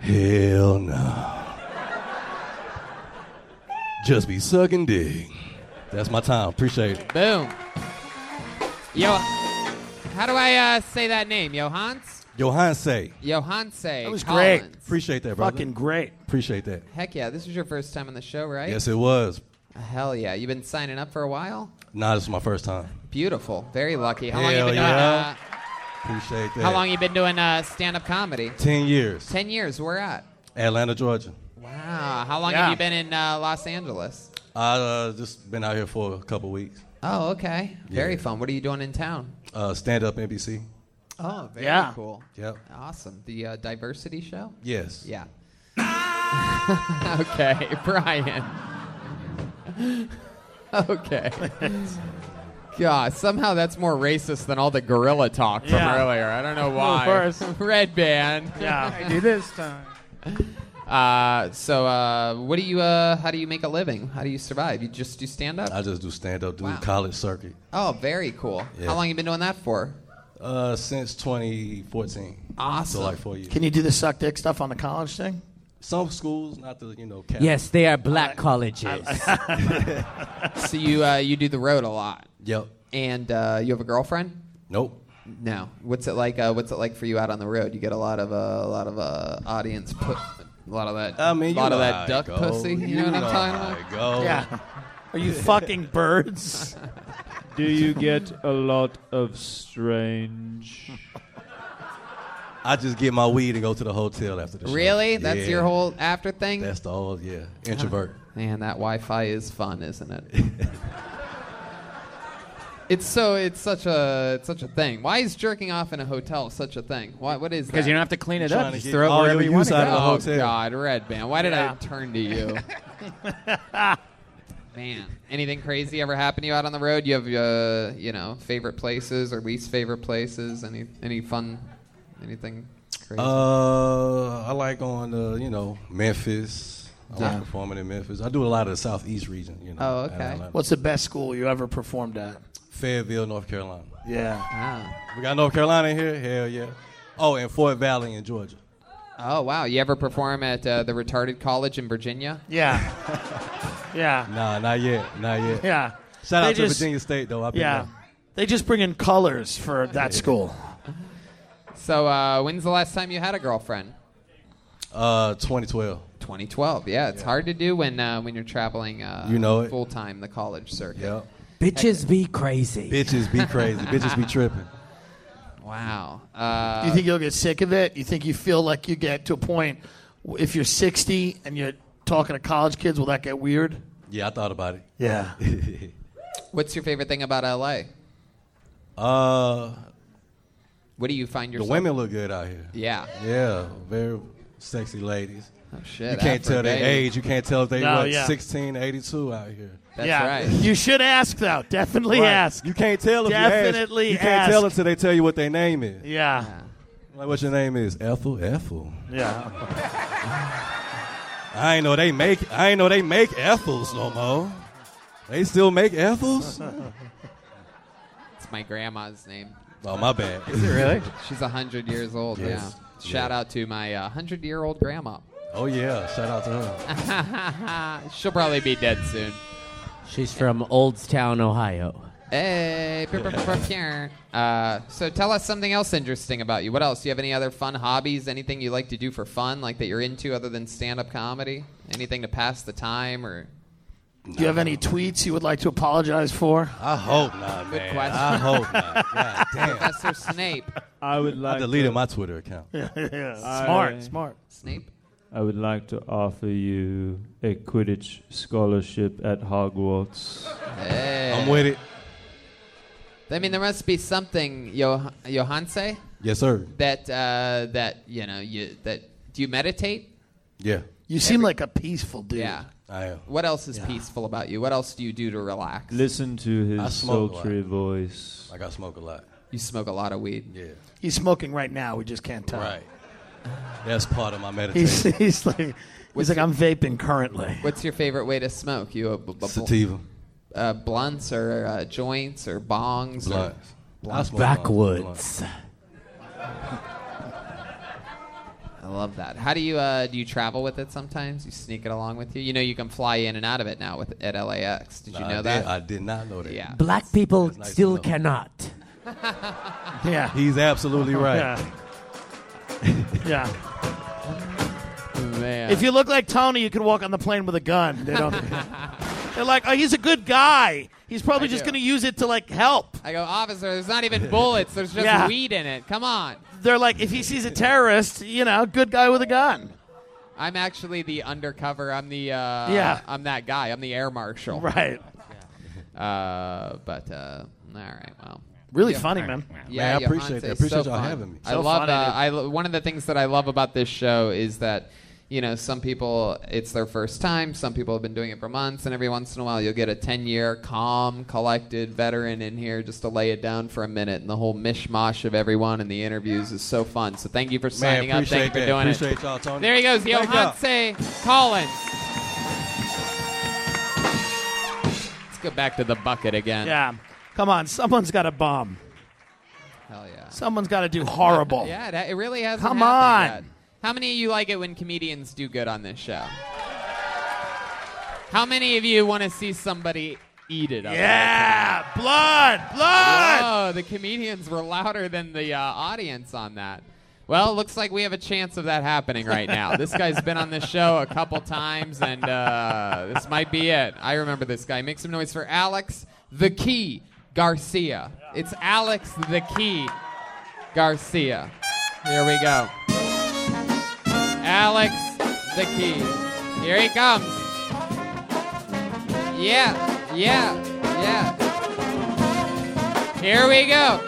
[SPEAKER 14] Hell nah. Just be sucking dick. That's my time. Appreciate it.
[SPEAKER 1] Boom. Yo, how do I uh, say that name? Johans?
[SPEAKER 14] Johanse.
[SPEAKER 1] Johanse. That
[SPEAKER 14] Appreciate that, brother.
[SPEAKER 1] Fucking great.
[SPEAKER 14] Appreciate that.
[SPEAKER 1] Heck yeah, this was your first time on the show, right? Uh,
[SPEAKER 14] Yes, it was.
[SPEAKER 1] Hell yeah, you've been signing up for a while?
[SPEAKER 14] Nah, this is my first time.
[SPEAKER 1] Beautiful. Very lucky. How long you
[SPEAKER 14] Hell
[SPEAKER 1] been
[SPEAKER 14] yeah. Appreciate
[SPEAKER 1] doing?
[SPEAKER 14] that.
[SPEAKER 1] Uh, how long you been doing uh, stand-up comedy?
[SPEAKER 14] Ten years.
[SPEAKER 1] Ten years. Where at?
[SPEAKER 14] Atlanta, Georgia.
[SPEAKER 1] Wow. Ah, How long
[SPEAKER 14] Yeah.
[SPEAKER 1] have you been in uh, Los Angeles?
[SPEAKER 14] I uh, just been out here for a couple weeks.
[SPEAKER 1] Oh, okay. Very
[SPEAKER 14] Yeah.
[SPEAKER 1] fun. What are you doing in town?
[SPEAKER 14] Uh, stand up NBC.
[SPEAKER 1] Oh, very
[SPEAKER 14] Yeah.
[SPEAKER 1] cool.
[SPEAKER 14] Yep.
[SPEAKER 1] Awesome. The uh, diversity show.
[SPEAKER 14] Yes.
[SPEAKER 1] Yeah. okay, Brian. okay. God, somehow that's more racist than all the gorilla talk from
[SPEAKER 14] Yeah.
[SPEAKER 1] earlier. I don't know
[SPEAKER 14] Of
[SPEAKER 1] why.
[SPEAKER 14] course.
[SPEAKER 1] Red band.
[SPEAKER 14] Yeah.
[SPEAKER 15] I do this time.
[SPEAKER 1] Uh, so, uh, what do you? Uh, how do you make a living? How do you survive? You just do stand up.
[SPEAKER 14] I just do stand up, do college circuit.
[SPEAKER 1] Oh, very cool.
[SPEAKER 14] Yeah.
[SPEAKER 1] How long you been doing that for?
[SPEAKER 14] Uh, since 2014.
[SPEAKER 5] Awesome.
[SPEAKER 14] So like four years.
[SPEAKER 5] Can you do the suck dick stuff on the college thing?
[SPEAKER 14] Some schools, not the you know. Cap.
[SPEAKER 3] yes, they are black colleges.
[SPEAKER 1] so you uh, you do the road a lot.
[SPEAKER 14] Yep.
[SPEAKER 1] And uh, you have a girlfriend?
[SPEAKER 14] Nope.
[SPEAKER 1] No. What's it like? Uh, what's it like for you out on the road? You get a lot of uh, a lot of uh, audience put. A lot of that,
[SPEAKER 14] I mean, you
[SPEAKER 1] lot of
[SPEAKER 14] know
[SPEAKER 1] that
[SPEAKER 14] how it
[SPEAKER 1] duck
[SPEAKER 14] goes.
[SPEAKER 1] pussy. You,
[SPEAKER 14] You oh.
[SPEAKER 1] know what I'm
[SPEAKER 14] know
[SPEAKER 1] talking
[SPEAKER 14] how
[SPEAKER 1] about?
[SPEAKER 14] it goes.
[SPEAKER 5] Yeah. Are you fucking birds?
[SPEAKER 6] Do you get a lot of strange?
[SPEAKER 14] I just get my weed and go to the hotel after the show.
[SPEAKER 1] Really? That's
[SPEAKER 14] Yeah.
[SPEAKER 1] your whole after thing?
[SPEAKER 14] That's the whole yeah. Introvert.
[SPEAKER 1] Man, that Wi-Fi is fun, isn't it? It's so it's such a it's such a thing. Why is jerking off in a hotel such a thing? Why what is
[SPEAKER 2] Because
[SPEAKER 1] that?
[SPEAKER 2] you don't have to clean it You're up. trying to Just get throw it all wherever your you use want it out to of the go. hotel.
[SPEAKER 1] Oh God, red man. Why did
[SPEAKER 2] Yeah.
[SPEAKER 1] I turn to you? man, anything crazy ever happen to you out on the road? You have uh, you know favorite places or least favorite places? Any any fun? Anything crazy?
[SPEAKER 14] Uh, I like going to you know Memphis. I
[SPEAKER 5] Yeah.
[SPEAKER 14] like performing in Memphis. I do a lot of the Southeast region. You know.
[SPEAKER 5] Oh,
[SPEAKER 14] Atlanta, Atlanta.
[SPEAKER 5] What's the best school you ever performed at?
[SPEAKER 14] Fayetteville, North Carolina.
[SPEAKER 5] Yeah.
[SPEAKER 14] We got North Carolina in here. Hell yeah. Oh, and Fort Valley in Georgia.
[SPEAKER 1] oh wow, you ever perform at uh, the retarded college in Virginia?
[SPEAKER 5] Yeah. yeah.
[SPEAKER 14] Nah, not yet. Not yet.
[SPEAKER 5] Yeah.
[SPEAKER 14] Shout
[SPEAKER 5] They
[SPEAKER 14] out to
[SPEAKER 5] just-
[SPEAKER 14] Virginia State though. I've been
[SPEAKER 5] yeah.
[SPEAKER 14] there.
[SPEAKER 5] They just bring in colors for that school.
[SPEAKER 1] So uh, when's the last time you had a girlfriend?
[SPEAKER 14] Uh, 2012.
[SPEAKER 1] 2012. Yeah, it's hard to do when uh, when you're traveling. Uh,
[SPEAKER 14] You know it.
[SPEAKER 1] full time the college circuit.
[SPEAKER 14] Yep.
[SPEAKER 3] Bitches be crazy.
[SPEAKER 14] Bitches be crazy. Bitches be tripping.
[SPEAKER 1] Wow. Uh,
[SPEAKER 5] you think you'll get sick of it? You think you feel like you get to a point w- if you're 60 and you're talking to college kids, will that get weird?
[SPEAKER 14] Yeah, I thought about it.
[SPEAKER 5] Yeah.
[SPEAKER 1] What's your favorite thing about LA?
[SPEAKER 14] uh,
[SPEAKER 1] What do you find
[SPEAKER 14] the
[SPEAKER 1] yourself?
[SPEAKER 14] women look good out here.
[SPEAKER 1] Yeah.
[SPEAKER 14] Yeah. Very sexy ladies. Oh
[SPEAKER 1] shit.
[SPEAKER 14] You can't tell their
[SPEAKER 5] Aphrodite.
[SPEAKER 14] age. You can't tell if they
[SPEAKER 5] No,
[SPEAKER 14] what
[SPEAKER 5] yeah.
[SPEAKER 14] 16, 82 out here.
[SPEAKER 5] yeah. You should ask though. Definitely
[SPEAKER 14] Right.
[SPEAKER 5] ask.
[SPEAKER 14] You can't tell if
[SPEAKER 5] Definitely
[SPEAKER 14] you ask. You can't
[SPEAKER 5] ask.
[SPEAKER 14] tell until they tell you what their name is.
[SPEAKER 5] Yeah.
[SPEAKER 14] Like what your name is? Ethel. Ethel.
[SPEAKER 5] Yeah.
[SPEAKER 14] I ain't know they make. I ain't know they make Ethels no more. They still make Ethels.
[SPEAKER 1] It's my grandma's name.
[SPEAKER 14] Oh, my bad. Is it really?
[SPEAKER 1] She's 100 years old.
[SPEAKER 14] Yes.
[SPEAKER 1] Yeah. Shout out to my 100 year old grandma.
[SPEAKER 14] oh yeah. Shout out to her.
[SPEAKER 1] She'll probably be dead soon.
[SPEAKER 3] She's from Oldstown, Ohio.
[SPEAKER 1] Hey. brr, brr, brr, brr, brr. Uh, so tell us something else interesting about you. What else? Do you have any other fun hobbies? Anything you like to do for fun, like that you're into other than stand up comedy? Anything to pass the time or.
[SPEAKER 5] Do you have any tweets you would like to apologize for?
[SPEAKER 14] I hope not,
[SPEAKER 1] Good
[SPEAKER 14] man.
[SPEAKER 1] question.
[SPEAKER 14] I hope not. God damn.
[SPEAKER 1] Professor Snape.
[SPEAKER 6] I would like.
[SPEAKER 14] I deleted my Twitter account.
[SPEAKER 5] Smart, smart.
[SPEAKER 1] Snape.
[SPEAKER 6] I would like to offer you a Quidditch scholarship at Hogwarts.
[SPEAKER 1] Hey.
[SPEAKER 14] I'm with it.
[SPEAKER 1] I mean, there must be something, Yo- Johanse,
[SPEAKER 14] Yes, sir.
[SPEAKER 1] that uh, that you know you that do you meditate?
[SPEAKER 14] Yeah.
[SPEAKER 5] You seem like a peaceful dude.
[SPEAKER 1] Yeah.
[SPEAKER 14] I am.
[SPEAKER 1] What else is peaceful about you? What else do you do to relax?
[SPEAKER 6] Listen to
[SPEAKER 14] I
[SPEAKER 6] his
[SPEAKER 14] smoke a lot.
[SPEAKER 6] sultry voice.
[SPEAKER 14] Like I smoke a lot.
[SPEAKER 1] You smoke a lot of weed.
[SPEAKER 14] Yeah.
[SPEAKER 5] He's smoking right now. We just can't tell.
[SPEAKER 14] Right. That's part of my meditation.
[SPEAKER 5] He's, he's like, he's like I'm vaping currently.
[SPEAKER 1] What's your favorite way to smoke? You a b- b-
[SPEAKER 14] Sativa.
[SPEAKER 1] uh, blunts or uh, joints or bongs? Or
[SPEAKER 14] Blunts. I smoke
[SPEAKER 3] Backwoods.
[SPEAKER 14] blunts.
[SPEAKER 1] I love that. How do you uh, do you travel with it sometimes? You sneak it along with you. You know you can fly in and out of it now with at LAX. Did you
[SPEAKER 14] Nah,
[SPEAKER 1] know
[SPEAKER 14] I did-
[SPEAKER 1] that?
[SPEAKER 14] I did not know that.
[SPEAKER 1] Yeah.
[SPEAKER 3] Black people
[SPEAKER 14] nice to
[SPEAKER 3] still
[SPEAKER 14] know.
[SPEAKER 3] cannot.
[SPEAKER 5] Yeah.
[SPEAKER 14] He's absolutely right.
[SPEAKER 5] Yeah.
[SPEAKER 1] Man.
[SPEAKER 5] If you look like Tony, you could walk on the plane with a gun. They don't. they're like, oh, he's a good guy. He's probably
[SPEAKER 1] I
[SPEAKER 5] just
[SPEAKER 1] do.
[SPEAKER 5] going to use it to like help.
[SPEAKER 1] I go, officer. There's not even bullets. There's just
[SPEAKER 5] Yeah.
[SPEAKER 1] weed in it. Come on.
[SPEAKER 5] They're like, if he sees a terrorist, you know, good guy with a gun.
[SPEAKER 1] I'm actually the undercover. I'm the uh,
[SPEAKER 5] Yeah.
[SPEAKER 1] I'm that guy. I'm the air marshal.
[SPEAKER 5] Right.
[SPEAKER 1] Uh, but uh, all right. Well.
[SPEAKER 5] Really funny, man.
[SPEAKER 1] Yeah,
[SPEAKER 14] Man, I appreciate
[SPEAKER 1] Johanse,
[SPEAKER 14] that. Appreciate
[SPEAKER 1] so
[SPEAKER 14] y'all
[SPEAKER 1] fun.
[SPEAKER 14] having me.
[SPEAKER 1] I
[SPEAKER 14] So
[SPEAKER 1] love.
[SPEAKER 14] funny,
[SPEAKER 1] Uh,
[SPEAKER 14] dude.
[SPEAKER 1] I lo- one of the things that I love about this show is that you know some people it's their first time. Some people have been doing it for months, and every once in a while you'll get a ten-year calm, collected veteran in here just to lay it down for a minute, and the whole mishmash of everyone and the interviews is so fun. So thank you for signing up. Thank you
[SPEAKER 14] appreciate
[SPEAKER 1] for
[SPEAKER 14] that.
[SPEAKER 1] doing
[SPEAKER 14] Appreciate
[SPEAKER 1] it.
[SPEAKER 14] y'all, Tony.
[SPEAKER 1] There he goes,
[SPEAKER 14] Thank y'all.
[SPEAKER 1] Johanse Collins. Let's go back to the bucket again.
[SPEAKER 5] Yeah. Come on, someone's got to bomb.
[SPEAKER 1] Hell yeah.
[SPEAKER 5] Someone's got to do horrible.
[SPEAKER 1] Yeah, it, it really hasn't.
[SPEAKER 5] Come
[SPEAKER 1] happened
[SPEAKER 5] on.
[SPEAKER 1] yet. How many of you like it when comedians do good on this show? How many of you want to see somebody eat it up?
[SPEAKER 5] Yeah, blood, blood.
[SPEAKER 1] Oh, the comedians were louder than the uh, audience on that. Well, looks like we have a chance of that happening right now. this guy's been on this show a couple times, and uh, this might be it. I remember this guy. Make some noise for Alex the Key Garcia. It's Alex the Key Garcia. Here we go. Alex the Key. Here he comes. Yeah, yeah, yeah. Here we go.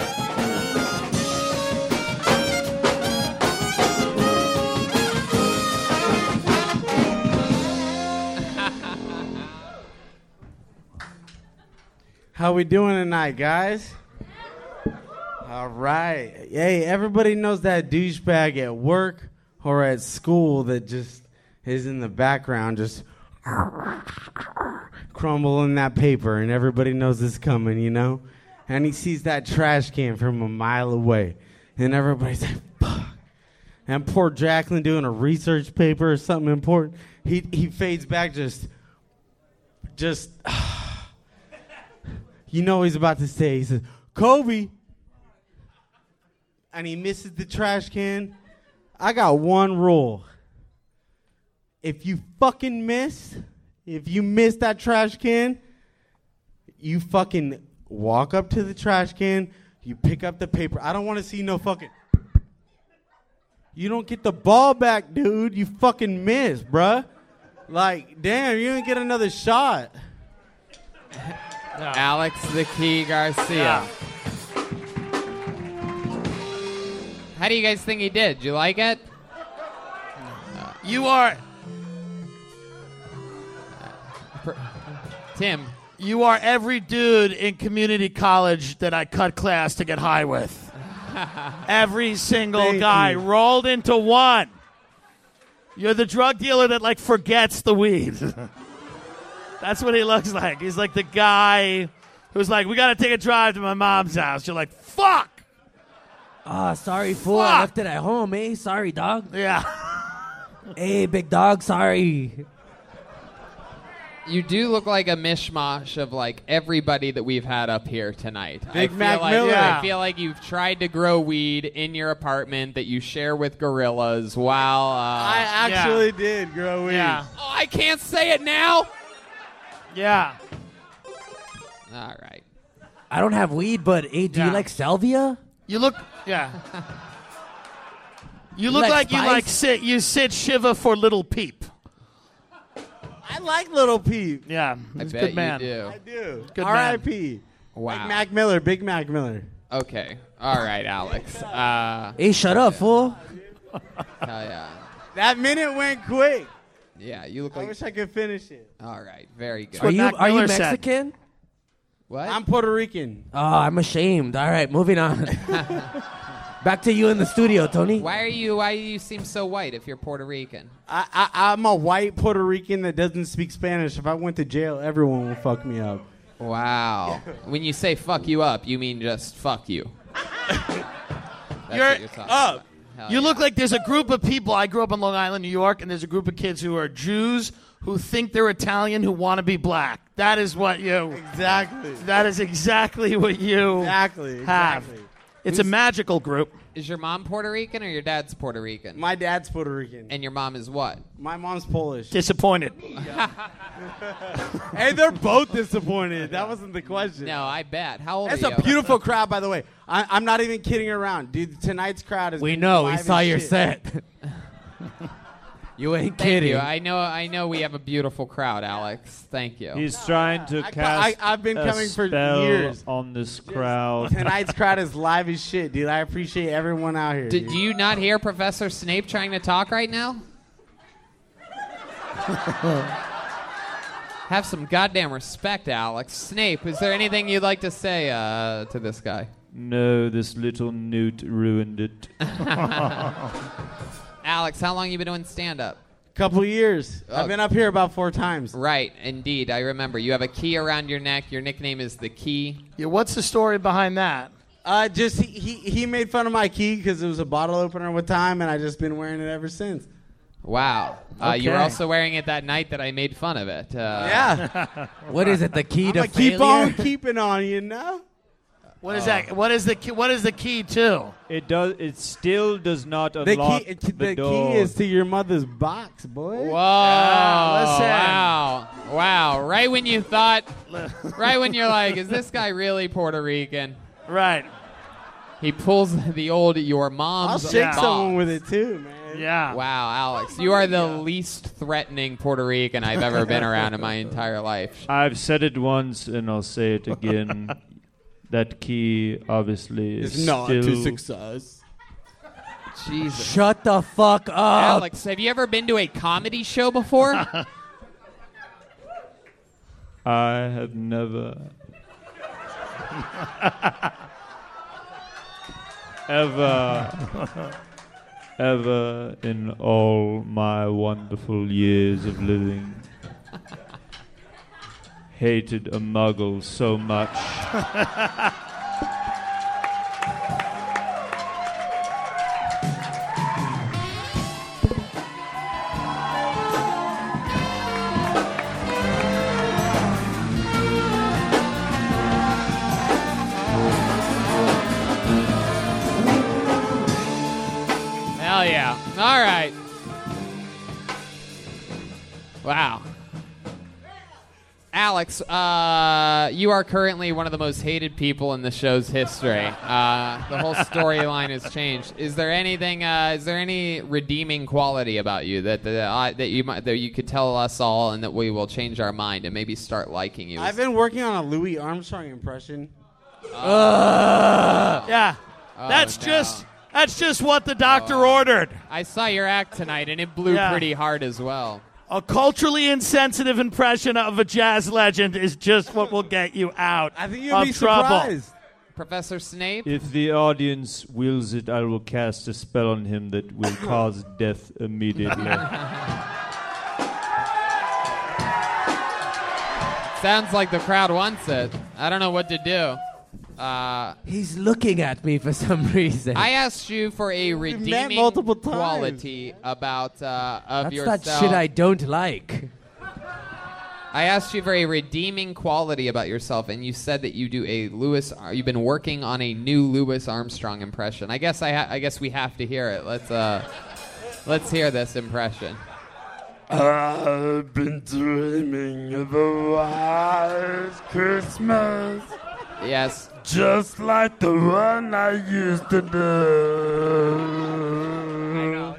[SPEAKER 16] How we doing tonight, guys? All right. Hey, everybody knows that douchebag at work or at school that just is in the background just crumbling that paper and everybody knows it's coming, you know? And he sees that trash can from a mile away and everybody's like, and poor Jacqueline doing a research paper or something important. He he fades back just just you know what he's about to say. He says, Kobe and he misses the trash can. I got one rule. If you fucking miss, if you miss that trash can, you fucking walk up to the trash can, you pick up the paper. I don't want to see no fucking you don't get the ball back, dude. You fucking missed, bruh. Like, damn, you didn't get another shot.
[SPEAKER 1] Alex the Key Garcia. How do you guys think he did? Do you like it?
[SPEAKER 5] You are
[SPEAKER 1] Tim.
[SPEAKER 5] You are every dude in community college that I cut class to get high with. Every single
[SPEAKER 4] Thank
[SPEAKER 5] guy
[SPEAKER 4] you.
[SPEAKER 5] rolled into one. You're the drug dealer that like forgets the weed. That's what he looks like. He's like the guy who's like, "We got to take a drive to my mom's house." You're like, "Fuck."
[SPEAKER 3] Oh, sorry, fool. I left it at home, eh? Sorry, dog.
[SPEAKER 5] Yeah.
[SPEAKER 3] hey, big dog, sorry.
[SPEAKER 1] You do look like a mishmash of like everybody that we've had up here tonight. I
[SPEAKER 16] Big
[SPEAKER 1] feel
[SPEAKER 16] Mac
[SPEAKER 1] like,
[SPEAKER 16] Miller.
[SPEAKER 1] I feel like you've tried to grow weed in your apartment that you share with gorillas while. Uh,
[SPEAKER 16] I actually did grow weed.
[SPEAKER 1] Yeah. Oh, I can't say it now.
[SPEAKER 5] Yeah.
[SPEAKER 1] All right.
[SPEAKER 3] I don't have weed, but hey, do you like salvia?
[SPEAKER 5] You look, yeah. You look like,
[SPEAKER 3] Like
[SPEAKER 5] you like
[SPEAKER 3] spice?
[SPEAKER 5] sit. You sit shiva for little peep.
[SPEAKER 16] I like Little Peep.
[SPEAKER 5] Yeah,
[SPEAKER 16] I
[SPEAKER 5] he's a bet good you man. do.
[SPEAKER 16] I do.
[SPEAKER 5] Good man.
[SPEAKER 16] R.I.P.
[SPEAKER 1] Wow.
[SPEAKER 16] Big Mac Miller. Big Mac Miller.
[SPEAKER 1] Okay. All right, Alex. Uh,
[SPEAKER 3] Hey, shut up, fool.
[SPEAKER 1] Hell yeah.
[SPEAKER 16] That minute went quick.
[SPEAKER 1] Yeah, Uh, you look
[SPEAKER 16] I
[SPEAKER 1] like.
[SPEAKER 16] wish I could finish it.
[SPEAKER 1] All right, very good.
[SPEAKER 3] Are you are you Mexican?
[SPEAKER 1] What?
[SPEAKER 16] I'm Puerto Rican.
[SPEAKER 3] Oh, I'm ashamed. All right, moving on. Back to you in the studio, Tony.
[SPEAKER 1] Why are you? Why do you seem so white if you're Puerto Rican?
[SPEAKER 16] I, I, I'm a white Puerto Rican that doesn't speak Spanish. If I went to jail, everyone would fuck me up.
[SPEAKER 1] Wow. when you say fuck you up, you mean just fuck you. That's
[SPEAKER 5] you're,
[SPEAKER 1] what you're talking
[SPEAKER 5] up.
[SPEAKER 1] about. Hell
[SPEAKER 5] You look like there's a group of people. I grew up in Long Island, New York, and there's a group of kids who are Jews who think they're Italian who want to be black. That is what you.
[SPEAKER 16] Exactly.
[SPEAKER 5] That is exactly what you.
[SPEAKER 16] Exactly.
[SPEAKER 5] Have.
[SPEAKER 16] exactly.
[SPEAKER 5] It's a magical group.
[SPEAKER 1] Is your mom Puerto Rican or your dad's Puerto Rican?
[SPEAKER 16] My dad's Puerto Rican.
[SPEAKER 1] And your mom is what?
[SPEAKER 16] My mom's Polish.
[SPEAKER 5] Disappointed.
[SPEAKER 16] hey, they're both disappointed. That wasn't the question.
[SPEAKER 1] No, I bet. How old
[SPEAKER 16] That's
[SPEAKER 1] are you?
[SPEAKER 16] a beautiful crowd, by the way. I, I'm not even kidding around, dude. Tonight's crowd is.
[SPEAKER 3] We know. We
[SPEAKER 16] live as
[SPEAKER 3] saw your
[SPEAKER 16] shit.
[SPEAKER 3] set. you ain't
[SPEAKER 1] Thank
[SPEAKER 3] kidding.
[SPEAKER 1] you. I know. I know we have a beautiful crowd, Alex. Thank you.
[SPEAKER 6] He's trying to cast
[SPEAKER 16] I- I've been
[SPEAKER 6] a
[SPEAKER 16] coming for
[SPEAKER 6] spell
[SPEAKER 16] years.
[SPEAKER 6] on this crowd.
[SPEAKER 16] Tonight's crowd is live as shit, dude. I appreciate everyone out here.
[SPEAKER 1] Did
[SPEAKER 16] dude.
[SPEAKER 1] do you not hear Professor Snape trying to talk right now? Have some goddamn respect, Alex. Snape, is there anything you'd like to say uh, to this guy?
[SPEAKER 6] No, this little newt ruined it.
[SPEAKER 1] Alex, how long you been doing stand up?
[SPEAKER 16] Couple years. I've been up here about four times.
[SPEAKER 1] Right, indeed. I remember. You have a key around your neck. Your nickname is the key.
[SPEAKER 5] Yeah, what's the story behind that?
[SPEAKER 16] Uh, just he, he, he made fun of my key because it was a bottle opener one time, and I've just been wearing it ever since.
[SPEAKER 1] Wow. Uh, You were
[SPEAKER 16] Okay.
[SPEAKER 1] also wearing it that night that I made fun of it. Uh,
[SPEAKER 16] Yeah.
[SPEAKER 3] What is it? The key
[SPEAKER 16] I'm
[SPEAKER 3] to
[SPEAKER 16] gonna keep on
[SPEAKER 3] failure?
[SPEAKER 16] keeping on, you know.
[SPEAKER 5] What is that? What is the key, what is the key to?
[SPEAKER 6] It does. It still does not
[SPEAKER 16] The
[SPEAKER 6] unlock
[SPEAKER 16] key,
[SPEAKER 6] the,
[SPEAKER 16] the,
[SPEAKER 6] door.
[SPEAKER 16] key is to your mother's box, boy.
[SPEAKER 1] Whoa! Oh, Wow! Wow! Right when you thought, right when you're like, is this guy really Puerto Rican?
[SPEAKER 5] Right.
[SPEAKER 1] He pulls the old your
[SPEAKER 16] I'll
[SPEAKER 1] mom's.
[SPEAKER 16] shake
[SPEAKER 1] bomb.
[SPEAKER 16] someone with it too, man. Oh,
[SPEAKER 5] Yeah.
[SPEAKER 1] Wow, Alex, you are the least threatening Puerto Rican I've ever been around in my entire life.
[SPEAKER 6] I've said it once, and I'll say it again. that key obviously is
[SPEAKER 12] It's not to
[SPEAKER 6] still
[SPEAKER 12] success.
[SPEAKER 1] Jesus.
[SPEAKER 3] Shut the fuck up.
[SPEAKER 1] Alex, have you ever been to a comedy show before?
[SPEAKER 6] I have never ever ever in all my wonderful years of living hated a muggle so much
[SPEAKER 1] Hell yeah. All right. Wow. Alex, uh, you are currently one of the most hated people in the show's history. Uh, the whole storyline has changed. Is there anything? Uh, is there any redeeming quality about you that that, uh, that you might, that you could tell us all, and that we will change our mind and maybe start liking you?
[SPEAKER 16] I've been working on a Louis Armstrong impression.
[SPEAKER 5] yeah,
[SPEAKER 1] Oh,
[SPEAKER 5] that's
[SPEAKER 1] no.
[SPEAKER 5] just that's just what the doctor ordered.
[SPEAKER 1] I saw your act tonight, and it blew
[SPEAKER 5] Yeah.
[SPEAKER 1] pretty hard as well.
[SPEAKER 5] A culturally insensitive impression of a jazz legend is just what will get you out I think
[SPEAKER 6] you'll
[SPEAKER 5] of
[SPEAKER 6] be
[SPEAKER 5] trouble.
[SPEAKER 6] surprised.
[SPEAKER 1] Professor Snape.
[SPEAKER 6] If the audience wills it, I will cast a spell on him that will cause death immediately.
[SPEAKER 1] Sounds like the crowd wants it. I don't know what to do. Uh,
[SPEAKER 3] He's looking at me for some reason.
[SPEAKER 1] I asked you for a redeeming
[SPEAKER 3] multiple times.
[SPEAKER 1] quality about uh, of
[SPEAKER 3] That's
[SPEAKER 1] yourself.
[SPEAKER 3] that shit I don't like.
[SPEAKER 1] I asked you for a redeeming quality about yourself, and you said that you do a Louis. Ar- You've been working on a new Louis Armstrong impression. I guess I, ha- I guess we have to hear it. Let's uh, let's hear this impression.
[SPEAKER 4] I've been dreaming of a white Christmas.
[SPEAKER 1] Yes.
[SPEAKER 4] Just like the one I used to do.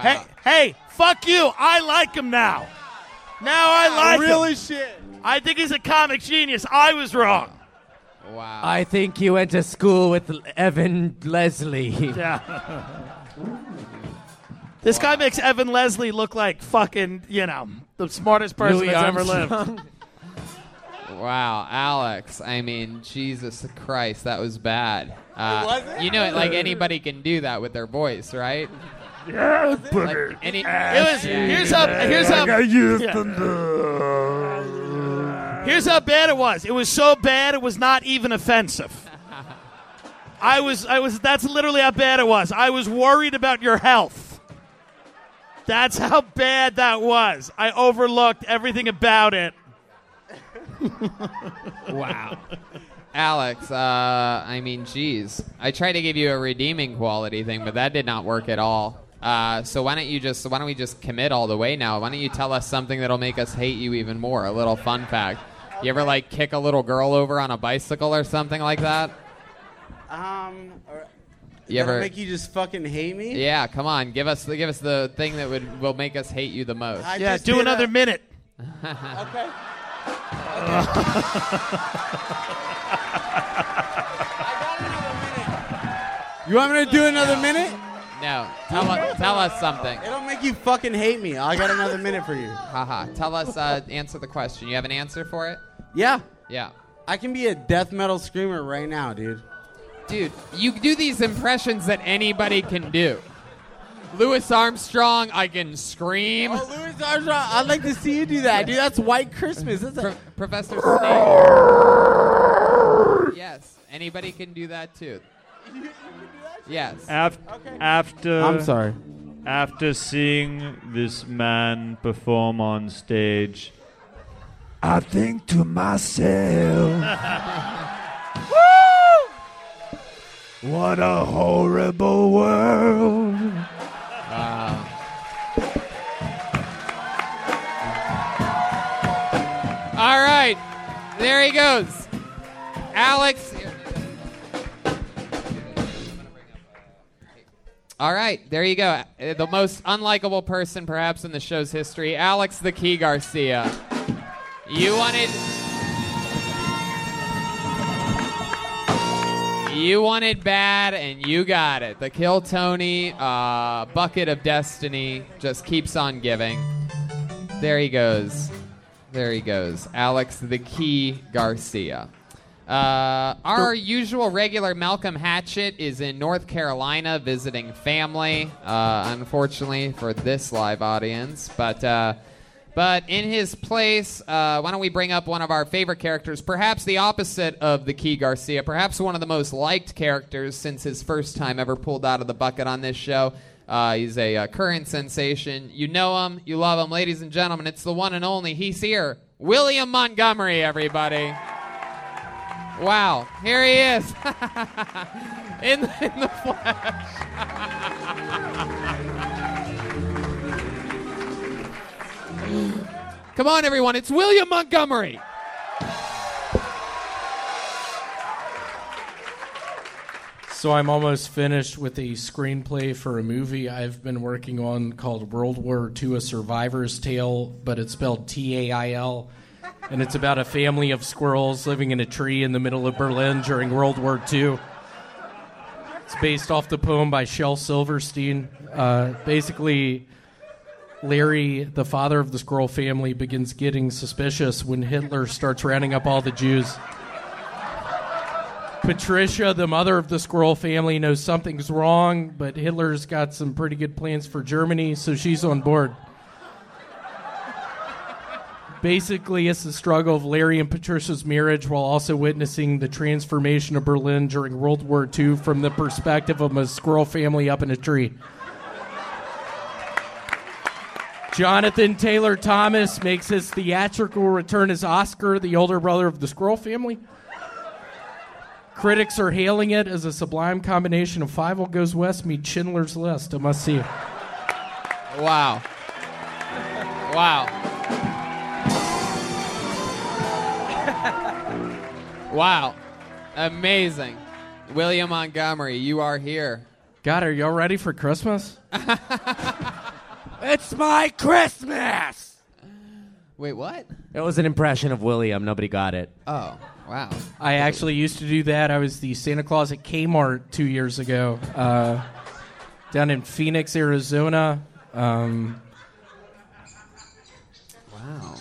[SPEAKER 5] Hey, hey, fuck you! I like him now. Now I like
[SPEAKER 3] Really
[SPEAKER 5] him. shit. I think he's a comic genius. I was wrong.
[SPEAKER 1] Wow.
[SPEAKER 3] I think you went to school with Evan Leslie.
[SPEAKER 5] Yeah. this guy makes Evan Leslie look like fucking, you know, the smartest person
[SPEAKER 1] Louis
[SPEAKER 5] that's ever
[SPEAKER 1] Armstrong.
[SPEAKER 5] lived.
[SPEAKER 1] Wow, Alex. I mean, Jesus Christ, that was bad. Uh,
[SPEAKER 4] It wasn't?
[SPEAKER 1] You know, it, like anybody can do that with their voice, right?
[SPEAKER 4] Yeah, put
[SPEAKER 1] Like,
[SPEAKER 4] it.
[SPEAKER 1] any-
[SPEAKER 5] It was- here's how- here's how-
[SPEAKER 4] like I used
[SPEAKER 5] Yeah.
[SPEAKER 4] to do.
[SPEAKER 5] Here's how bad it was. It was so bad it was not even offensive. I was I was that's literally how bad it was. I was worried about your health. That's how bad that was. I overlooked everything about it.
[SPEAKER 1] wow. Alex, uh, I mean, geez. I tried to give you a redeeming quality thing, but that did not work at all. Uh, so why don't you just why don't we just commit all the way now? Why don't you tell us something that'll make us hate you even more? A little fun fact. You ever like kick a little girl over on a bicycle or something like that?
[SPEAKER 16] Um, or-
[SPEAKER 1] You
[SPEAKER 16] that'll
[SPEAKER 1] ever-
[SPEAKER 16] make you just fucking hate me?
[SPEAKER 1] Yeah, come on. Give us the give us the thing that would will make us hate you the most.
[SPEAKER 16] I Yeah, just do did another a-
[SPEAKER 5] minute.
[SPEAKER 16] Okay. You want me to do another minute?
[SPEAKER 1] No, tell, us tell us something.
[SPEAKER 16] It'll make you fucking hate me. I got another minute for you.
[SPEAKER 1] Haha. Tell us. Uh, answer the question. You have an answer for it?
[SPEAKER 16] Yeah.
[SPEAKER 1] Yeah.
[SPEAKER 16] I can be a death metal screamer right now, dude.
[SPEAKER 1] Dude, you do these impressions that anybody can do. Louis Armstrong, I can scream. Oh,
[SPEAKER 16] Louis Armstrong, I'd like to see you do that, dude. That's White Christmas. That's a-
[SPEAKER 1] Professor Snape. yes, anybody can do that too. Yes.
[SPEAKER 6] After, after
[SPEAKER 16] I'm sorry.
[SPEAKER 6] After seeing this man perform on stage, I think to myself,
[SPEAKER 4] What a horrible world.
[SPEAKER 1] All right, there he goes, Alex. All right, there you go. Uh, The most unlikable person, perhaps, in the show's history, Alex the Key Garcia. You wanted. You want it bad, and you got it. The Kill Tony uh, bucket of destiny just keeps on giving. There he goes. There he goes. Alex the Key Garcia. Uh, our usual regular Malcolm Hatchet is in North Carolina visiting family, uh, unfortunately, for this live audience. But. Uh, but in his place, uh, why don't we bring up one of our favorite characters, perhaps the opposite of the Key Garcia, perhaps one of the most liked characters since his first time ever pulled out of the bucket on this show. Uh, he's a uh, current sensation. You know him, you love him, ladies and gentlemen. It's the one and only. He's here, William Montgomery, everybody. Wow, here he is in, in the flesh. Come on, everyone. It's William Montgomery.
[SPEAKER 17] So I'm almost finished with a screenplay for a movie I've been working on called World War II: A Survivor's Tale, but it's spelled T-A-I-L, and it's about a family of squirrels living in a tree in the middle of Berlin during World War II. It's based off the poem by Shel Silverstein. Uh, basically, Larry, the father of the squirrel family, begins getting suspicious when Hitler starts rounding up all the Jews. Patricia, the mother of the squirrel family, knows something's wrong, but Hitler's got some pretty good plans for Germany, so she's on board. Basically, it's the struggle of Larry and Patricia's marriage while also witnessing the transformation of Berlin during World War II from the perspective of a squirrel family up in a tree. Jonathan Taylor Thomas makes his theatrical return as Oscar, the older brother of the Squirrel family. Critics are hailing it as a sublime combination of Five Will Goes West meet Schindler's List, a must see.
[SPEAKER 1] Wow. Wow. Wow. Amazing. William Montgomery, you are here.
[SPEAKER 17] God, are y'all ready for Christmas?
[SPEAKER 1] It's my Christmas! Wait, what?
[SPEAKER 3] It was an impression of William. Nobody got it.
[SPEAKER 1] Oh, wow.
[SPEAKER 17] I
[SPEAKER 3] actually
[SPEAKER 17] used to do that. I was the Santa Claus at Kmart two years ago, uh, down in Phoenix, Arizona. Um,
[SPEAKER 1] wow.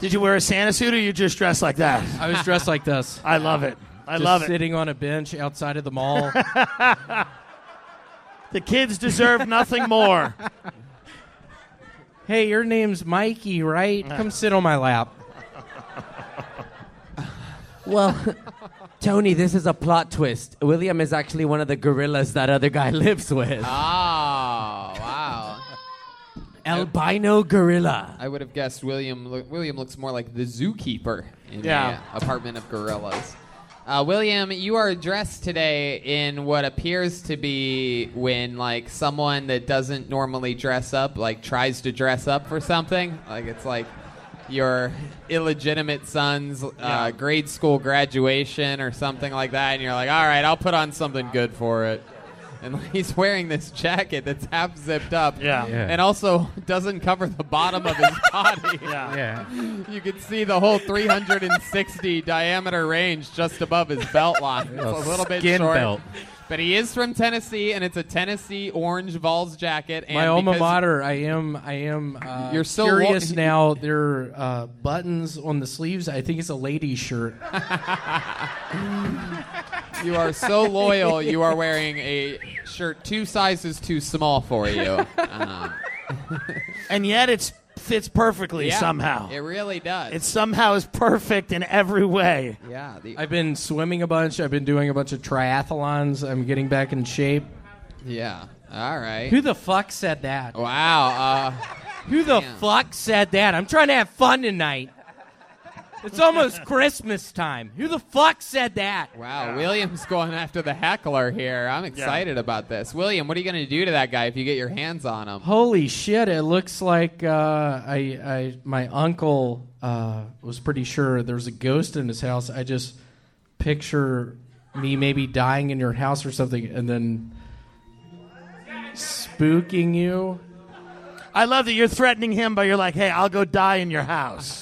[SPEAKER 5] Did you wear a Santa suit or you just dressed like that?
[SPEAKER 17] I was dressed like this.
[SPEAKER 5] I love it. I
[SPEAKER 17] Just
[SPEAKER 5] love it.
[SPEAKER 17] Sitting on a bench outside of the mall.
[SPEAKER 5] the kids deserve nothing more.
[SPEAKER 17] Hey, your name's Mikey, right? Come sit on my lap.
[SPEAKER 3] Well, Tony, this is a plot twist. William is actually one of the gorillas that other guy lives with.
[SPEAKER 1] Ah. Oh, wow.
[SPEAKER 3] Albino gorilla.
[SPEAKER 1] I would have guessed William. Lo- William looks more like the zookeeper in
[SPEAKER 3] Yeah.
[SPEAKER 1] the apartment of gorillas. Uh, William, you are dressed today in what appears to be when like someone that doesn't normally dress up like tries to dress up for something. Like it's like your illegitimate son's uh, grade school graduation or something like that, and you're like, all right, I'll put on something good for it. And he's wearing this jacket that's half zipped up,
[SPEAKER 5] Yeah. Yeah.
[SPEAKER 1] and also doesn't cover the bottom of his body.
[SPEAKER 5] Yeah.
[SPEAKER 1] You could see the whole 360 diameter range just above his belt line. It's a little bit
[SPEAKER 17] Oh, Skin
[SPEAKER 1] short.
[SPEAKER 17] belt.
[SPEAKER 1] But he is from Tennessee, and it's a Tennessee orange Vols jacket. And
[SPEAKER 17] my alma
[SPEAKER 1] because-
[SPEAKER 17] mater. I am. I am. Uh,
[SPEAKER 1] You're so
[SPEAKER 17] curious
[SPEAKER 1] wa-
[SPEAKER 17] now. There are uh, buttons on the sleeves. I think it's a lady's shirt.
[SPEAKER 1] You are so loyal. You are wearing a shirt two sizes too small for you. Um,
[SPEAKER 5] and yet it fits perfectly
[SPEAKER 1] yeah,
[SPEAKER 5] somehow.
[SPEAKER 1] it really does.
[SPEAKER 5] It somehow is perfect in every way.
[SPEAKER 1] yeah. The,
[SPEAKER 17] I've been swimming a bunch. I've been doing a bunch of triathlons. I'm getting back in shape.
[SPEAKER 1] yeah. All right.
[SPEAKER 17] Who the fuck said that?
[SPEAKER 1] Wow. Uh,
[SPEAKER 17] Who the fuck said that? I'm trying to have fun tonight. It's almost Christmas time. Who the fuck said that?
[SPEAKER 1] Wow, William's going after the heckler here. I'm excited about this. William, what are you going to do to that guy if you get your hands on him?
[SPEAKER 17] Holy shit! It looks like uh, I, I, my uncle uh, was pretty sure there was a ghost in his house. I just picture me maybe dying in your house or something, and then spooking you.
[SPEAKER 5] I love that you're threatening him, but you're like, "Hey, I'll go die in your house."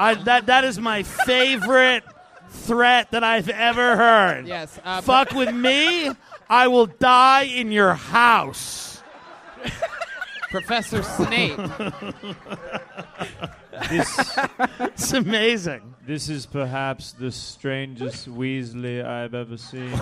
[SPEAKER 5] I, that that is my favorite threat that I've ever heard.
[SPEAKER 1] Yes, uh,
[SPEAKER 5] Fuck with me, I will die in your house.
[SPEAKER 1] Professor Snape.
[SPEAKER 6] This,
[SPEAKER 5] it's amazing.
[SPEAKER 6] This is perhaps the strangest Weasley I've ever seen.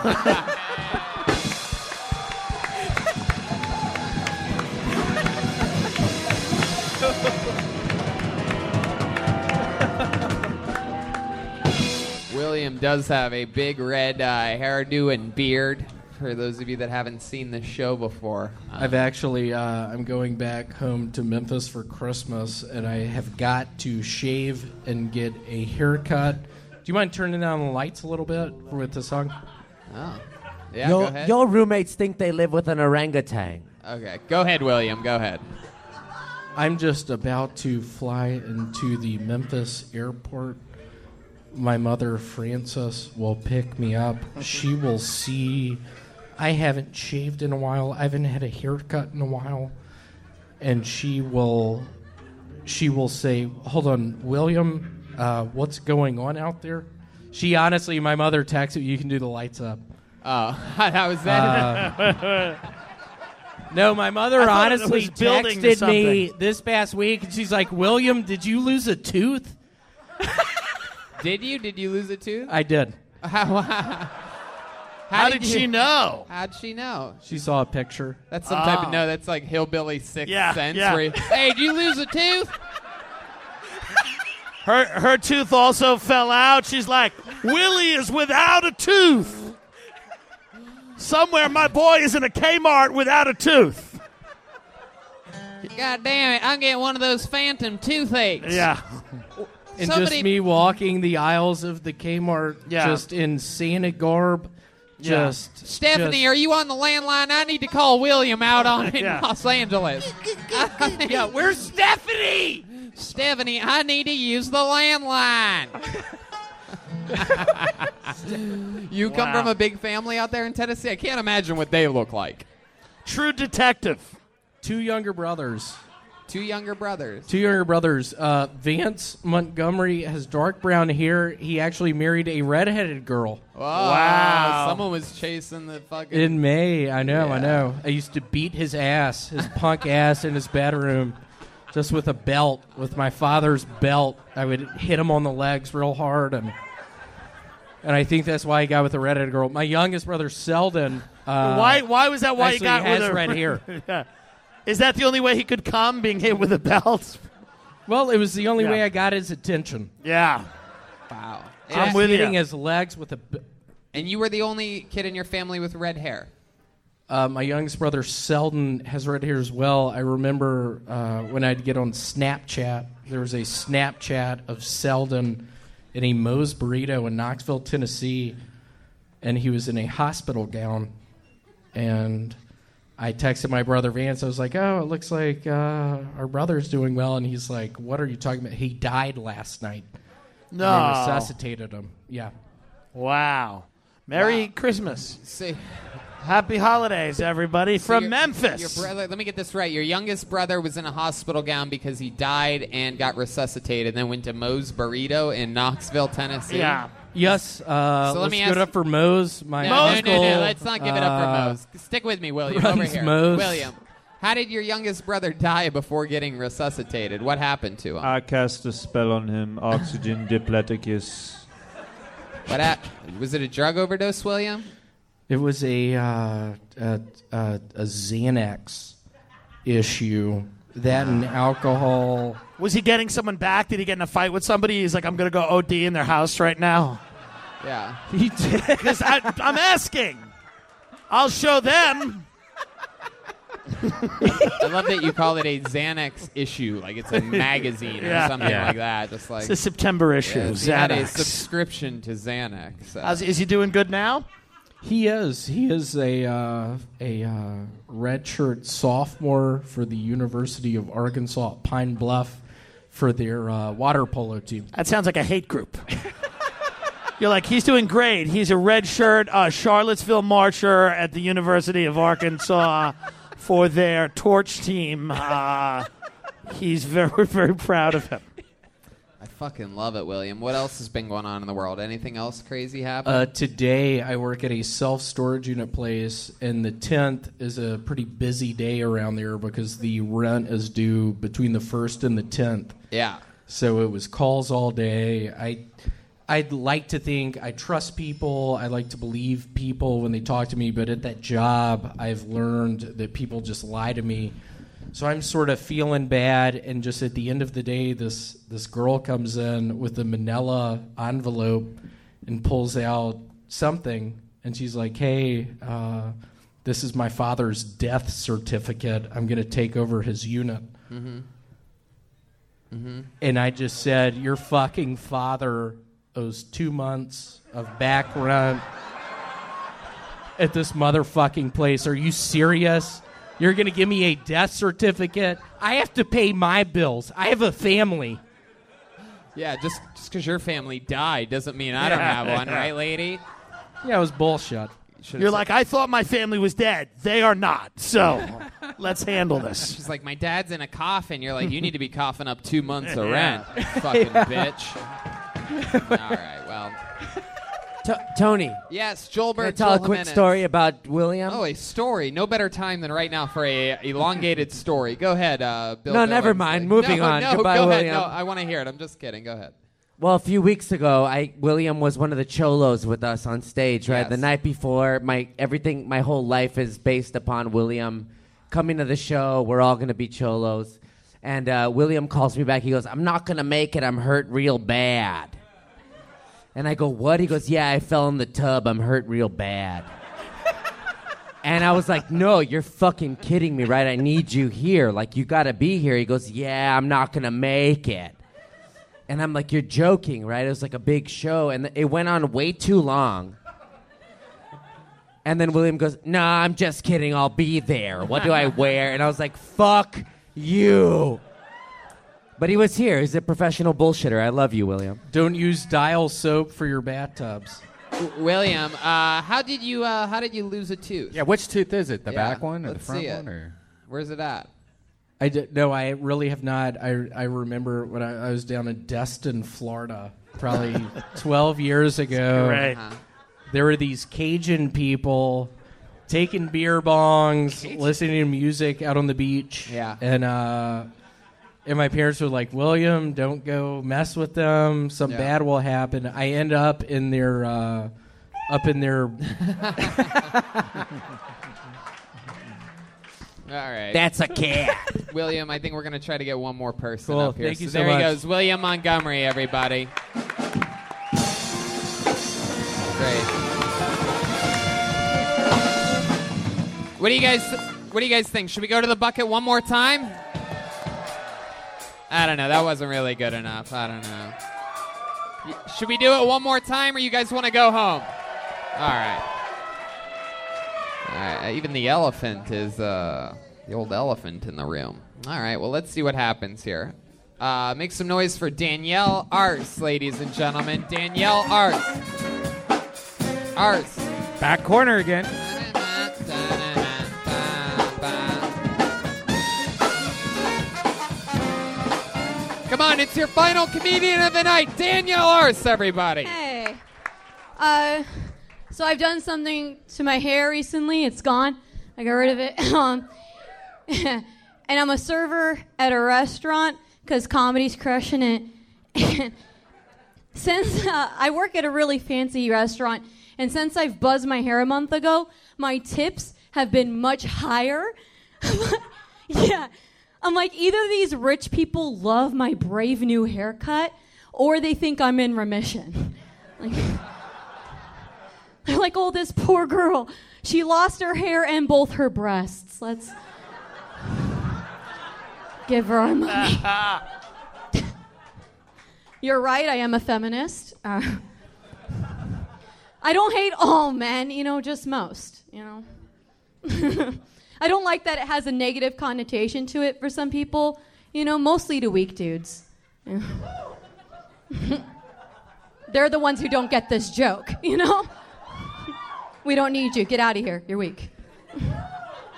[SPEAKER 1] William does have a big red uh, hairdo and beard. For those of you that haven't seen the show before,
[SPEAKER 17] I've actually uh, I'm going back home to Memphis for Christmas, and I have got to shave and get a haircut. Do you mind turning down the lights a little bit with the song?
[SPEAKER 1] Oh, yeah.
[SPEAKER 3] your,
[SPEAKER 1] go ahead.
[SPEAKER 3] your roommates think they live with an orangutan.
[SPEAKER 1] Okay, go ahead, William. Go ahead.
[SPEAKER 17] I'm just about to fly into the Memphis airport. My mother, Frances, will pick me up. She will see. I haven't shaved in a while. I haven't had a haircut in a while. And she will. She will say, "Hold on, William, uh, what's going on out there?" She honestly, my mother texted. You can do the lights up. Uh,
[SPEAKER 1] Oh, how was that?
[SPEAKER 17] No, my mother
[SPEAKER 1] I thought it
[SPEAKER 17] honestly
[SPEAKER 1] was building to
[SPEAKER 17] texted me this past week, and she's like, "William, did you lose a tooth?"
[SPEAKER 1] did you? Did you lose a tooth?
[SPEAKER 17] I did.
[SPEAKER 1] How, how,
[SPEAKER 5] How did she know?
[SPEAKER 1] How'd she know?
[SPEAKER 17] She saw a picture.
[SPEAKER 1] That's some type of no. That's like hillbilly sixth
[SPEAKER 5] Oh. Yeah,
[SPEAKER 1] sense.
[SPEAKER 5] yeah.
[SPEAKER 1] where you- hey, did you lose a tooth?
[SPEAKER 5] Her her tooth also fell out. She's like, Willie is without a tooth. Somewhere my boy is in a Kmart without a tooth.
[SPEAKER 1] God damn it! I'm getting one of those phantom toothaches.
[SPEAKER 5] Yeah.
[SPEAKER 17] And
[SPEAKER 1] Somebody-
[SPEAKER 17] just me walking the aisles of the Kmart,
[SPEAKER 1] Yeah.
[SPEAKER 17] just in Santa garb,
[SPEAKER 1] Yeah.
[SPEAKER 17] just
[SPEAKER 1] Stephanie, are you on the landline? I need to call William out on it
[SPEAKER 17] Yeah.
[SPEAKER 1] in Los Angeles. yeah, where's Stephanie? Stephanie, I need to use the landline. you come
[SPEAKER 5] Wow.
[SPEAKER 1] from a big family out there in Tennessee. I can't imagine what they look like.
[SPEAKER 5] True detective.
[SPEAKER 17] Two younger brothers.
[SPEAKER 1] Two younger brothers.
[SPEAKER 17] Two younger brothers. Uh, Vance Montgomery has dark brown hair. He actually married a redheaded girl.
[SPEAKER 1] Whoa, Someone was chasing the fucking.
[SPEAKER 17] In May, I know, I know. I used to beat his ass, his punk ass, in his bedroom, just with a belt, with my father's belt. I would hit him on the legs real hard, and and I think that's why he got with the redheaded girl. My youngest brother Selden. Uh,
[SPEAKER 5] why why was that why he
[SPEAKER 17] actually
[SPEAKER 5] got
[SPEAKER 17] has
[SPEAKER 5] with her
[SPEAKER 17] red hair?
[SPEAKER 5] yeah. Is that the only way he could come being hit with a belt?
[SPEAKER 17] Well, it was the only
[SPEAKER 5] Yeah.
[SPEAKER 17] way I got his attention.
[SPEAKER 5] Yeah.
[SPEAKER 1] Wow.
[SPEAKER 17] I'm
[SPEAKER 1] with
[SPEAKER 17] hitting
[SPEAKER 1] ya.
[SPEAKER 17] his legs with a. b-
[SPEAKER 1] And you were the only kid in your family with red hair.
[SPEAKER 17] Uh, my youngest brother Selden has red hair as well. I remember uh, when I'd get on Snapchat, there was a Snapchat of Selden in a Moe's burrito in Knoxville, Tennessee, and he was in a hospital gown. And I texted my brother Vance. I was like, "Oh, it looks like uh, our brother's doing well," and he's like, "What are you talking about? He died last night.
[SPEAKER 5] No.
[SPEAKER 17] they resuscitated him. Yeah."
[SPEAKER 5] Wow. Merry Christmas.
[SPEAKER 1] See.
[SPEAKER 5] Happy holidays, everybody,
[SPEAKER 1] So
[SPEAKER 5] from
[SPEAKER 1] your-
[SPEAKER 5] Memphis.
[SPEAKER 1] Your brother, let me get this right. Your youngest brother was in a hospital gown because he died and got resuscitated, then went to Moe's Burrito in Knoxville, Tennessee.
[SPEAKER 17] Yes. Uh,
[SPEAKER 1] So let
[SPEAKER 17] let's
[SPEAKER 1] me
[SPEAKER 17] give it
[SPEAKER 1] ask-
[SPEAKER 17] up for Moe's. My
[SPEAKER 1] no, no,
[SPEAKER 17] uncle,
[SPEAKER 1] no, no, Let's not give it up for
[SPEAKER 17] uh,
[SPEAKER 1] Moe's. Stick with me, William.
[SPEAKER 17] runs
[SPEAKER 1] Over here.
[SPEAKER 17] Moe's.
[SPEAKER 1] William, how did your youngest brother die before getting resuscitated? What happened to him?
[SPEAKER 6] I cast a spell on him, Oxygen Dipleticus.
[SPEAKER 1] What hap- Was it a drug overdose, William?
[SPEAKER 17] It was a uh, a, a, a Xanax issue. That
[SPEAKER 1] Ah.
[SPEAKER 17] and alcohol.
[SPEAKER 5] Was he getting someone back? Did he get in a fight with somebody? He's like, I'm going to go OD in their house right now.
[SPEAKER 1] Yeah.
[SPEAKER 17] He did.
[SPEAKER 5] I'm asking. I'll show them.
[SPEAKER 1] I love that you call it a Xanax issue, like it's a magazine
[SPEAKER 5] Yeah.
[SPEAKER 1] or something
[SPEAKER 5] Yeah.
[SPEAKER 1] like that. Just like
[SPEAKER 5] It's a September issue,
[SPEAKER 1] Yeah, he had a
[SPEAKER 5] Xanax.
[SPEAKER 1] subscription to Xanax.
[SPEAKER 5] How's- is he doing good now?
[SPEAKER 17] He is. He is a uh, a uh, redshirt sophomore for the University of Arkansas at Pine Bluff for their uh, water polo team.
[SPEAKER 5] That sounds like a hate group. You're like, he's doing great. He's a red shirt, uh, Charlottesville marcher at the University of Arkansas for their torch team. Uh, he's very, very proud of him.
[SPEAKER 1] I Fucking love it, William. What else has been going on in the world? Anything else crazy happen?
[SPEAKER 17] Uh, today, I work at a self storage unit place, and the 10th is a pretty busy day around there because the rent is due between the 1st and the 10th.
[SPEAKER 1] Yeah.
[SPEAKER 17] So it was calls all day. I, I'd like to think I trust people. I like to believe people when they talk to me, but at that job, I've learned that people just lie to me. So I'm sort of feeling bad, and just at the end of the day, this this girl comes in with a Manila envelope and pulls out something, and she's like, "Hey, uh, this is my father's death certificate. I'm going to take over his unit."
[SPEAKER 1] Mm-hmm. Mm-hmm.
[SPEAKER 17] And I just said, Your fucking father owes two months of back rent at this motherfucking place. Are you serious? You're going to give me a death certificate? I have to pay my bills. I have a family.
[SPEAKER 5] Uh,
[SPEAKER 1] Yeah, just just because your family died doesn't mean I don't
[SPEAKER 17] Yeah.
[SPEAKER 1] have one,
[SPEAKER 17] Yeah.
[SPEAKER 1] right, lady?
[SPEAKER 17] Yeah, it was bullshit.
[SPEAKER 5] You're like, I thought my family was dead. They are not. So let's handle this.
[SPEAKER 1] She's like, my dad's in a coffin. You're like, you need to be coughing up two months of
[SPEAKER 3] Yeah.
[SPEAKER 1] rent, fucking
[SPEAKER 3] Yeah.
[SPEAKER 1] bitch. All right, well,
[SPEAKER 3] To- Tony.
[SPEAKER 1] Yes, Joel
[SPEAKER 3] Can I
[SPEAKER 1] Bert,
[SPEAKER 3] tell a
[SPEAKER 1] Joel
[SPEAKER 3] quick
[SPEAKER 1] Jimenez.
[SPEAKER 3] story about William?
[SPEAKER 1] oh, a story. No better time than right now for a elongated story. Go ahead, uh, Bill.
[SPEAKER 3] No,
[SPEAKER 1] Dillon.
[SPEAKER 3] never mind. Moving
[SPEAKER 1] no,
[SPEAKER 3] on.
[SPEAKER 1] No,
[SPEAKER 3] Goodbye,
[SPEAKER 1] go
[SPEAKER 3] William.
[SPEAKER 1] ahead. No, I want to hear it. I'm just kidding. Go ahead.
[SPEAKER 3] Well, a few weeks ago, I William was one of the cholos with us on stage, right?
[SPEAKER 1] Yes.
[SPEAKER 3] The night before, my everything, my whole life is based upon William coming to the show. We're all gonna be cholos, and uh, William calls me back. He goes, "I'm not gonna make it. I'm hurt real bad." And I go, "What?" He goes, "Yeah, I fell in the tub. I'm hurt real bad." And I was like, no, you're fucking kidding me, right? I need you here. Like, you gotta be here. He goes, yeah, I'm not gonna make it. And I'm like, you're joking, right? It was like a big show, and it went on way too long. And then William goes, nah, I'm just kidding. I'll be there. What do I wear? And I was like, fuck you. But he was here. He's a professional bullshitter. I love you, William.
[SPEAKER 17] Don't use dial soap for your bathtubs.
[SPEAKER 1] W- William, uh, how did you uh, how did you lose a tooth?
[SPEAKER 2] Yeah, which tooth is it? The
[SPEAKER 1] Yeah,
[SPEAKER 2] back one or the
[SPEAKER 1] let's
[SPEAKER 2] front
[SPEAKER 1] see it.
[SPEAKER 2] one? Or
[SPEAKER 1] Where's it at?
[SPEAKER 17] I did, no, I really have not. I, I remember when I, I was down in Destin, Florida, probably 12 years ago. uh-huh.
[SPEAKER 5] Right.
[SPEAKER 1] Uh-huh.
[SPEAKER 17] There were these Cajun people taking beer bongs, listening to music out on the beach.
[SPEAKER 1] Yeah.
[SPEAKER 17] And, uh, and my parents were like, William, don't go mess with them. Some
[SPEAKER 1] Yeah.
[SPEAKER 17] bad will happen. I end up in their, uh, up in their.
[SPEAKER 1] All right.
[SPEAKER 17] That's a cat.
[SPEAKER 1] William, I think we're gonna try to get one more person
[SPEAKER 17] Cool,
[SPEAKER 1] up here.
[SPEAKER 17] thank you so
[SPEAKER 1] there
[SPEAKER 17] much.
[SPEAKER 1] he goes, William Montgomery, everybody. Great. What do you guys What do you guys think? Should we go to the bucket one more time? I don't know. That wasn't really good enough. I don't know. Y- Should we do it one more time, or you guys want to go home? All right. All right. uh, Even the elephant is uh, the old elephant in the room. All right. Well, let's see what happens here. Uh, make some noise for Danielle Arce, ladies and gentlemen. Danielle Arce. Arce.
[SPEAKER 2] Back corner again.
[SPEAKER 1] Come on, it's your final comedian of the night, Danielle Arce, everybody.
[SPEAKER 18] Hey. Uh, so I've done something to my hair recently. It's gone. I got rid of it. um, and I'm a server at a restaurant because comedy's crushing it. since uh, I work at a really fancy restaurant, and since I've buzzed my hair a month ago, my tips have been much higher. yeah. I'm like, either these rich people love my brave new haircut, or they think I'm in remission. Like, they're like, oh, this poor girl. She lost her hair and both her breasts. Let's give her our money.
[SPEAKER 5] Uh,
[SPEAKER 18] You're right, I am a feminist. Uh, I don't hate all men, you know, just most, you know. I don't like that it has a negative connotation to it for some people, you know, mostly to weak dudes. Yeah. They're the ones who don't get this joke, you know? we don't need you. Get out of here. You're weak.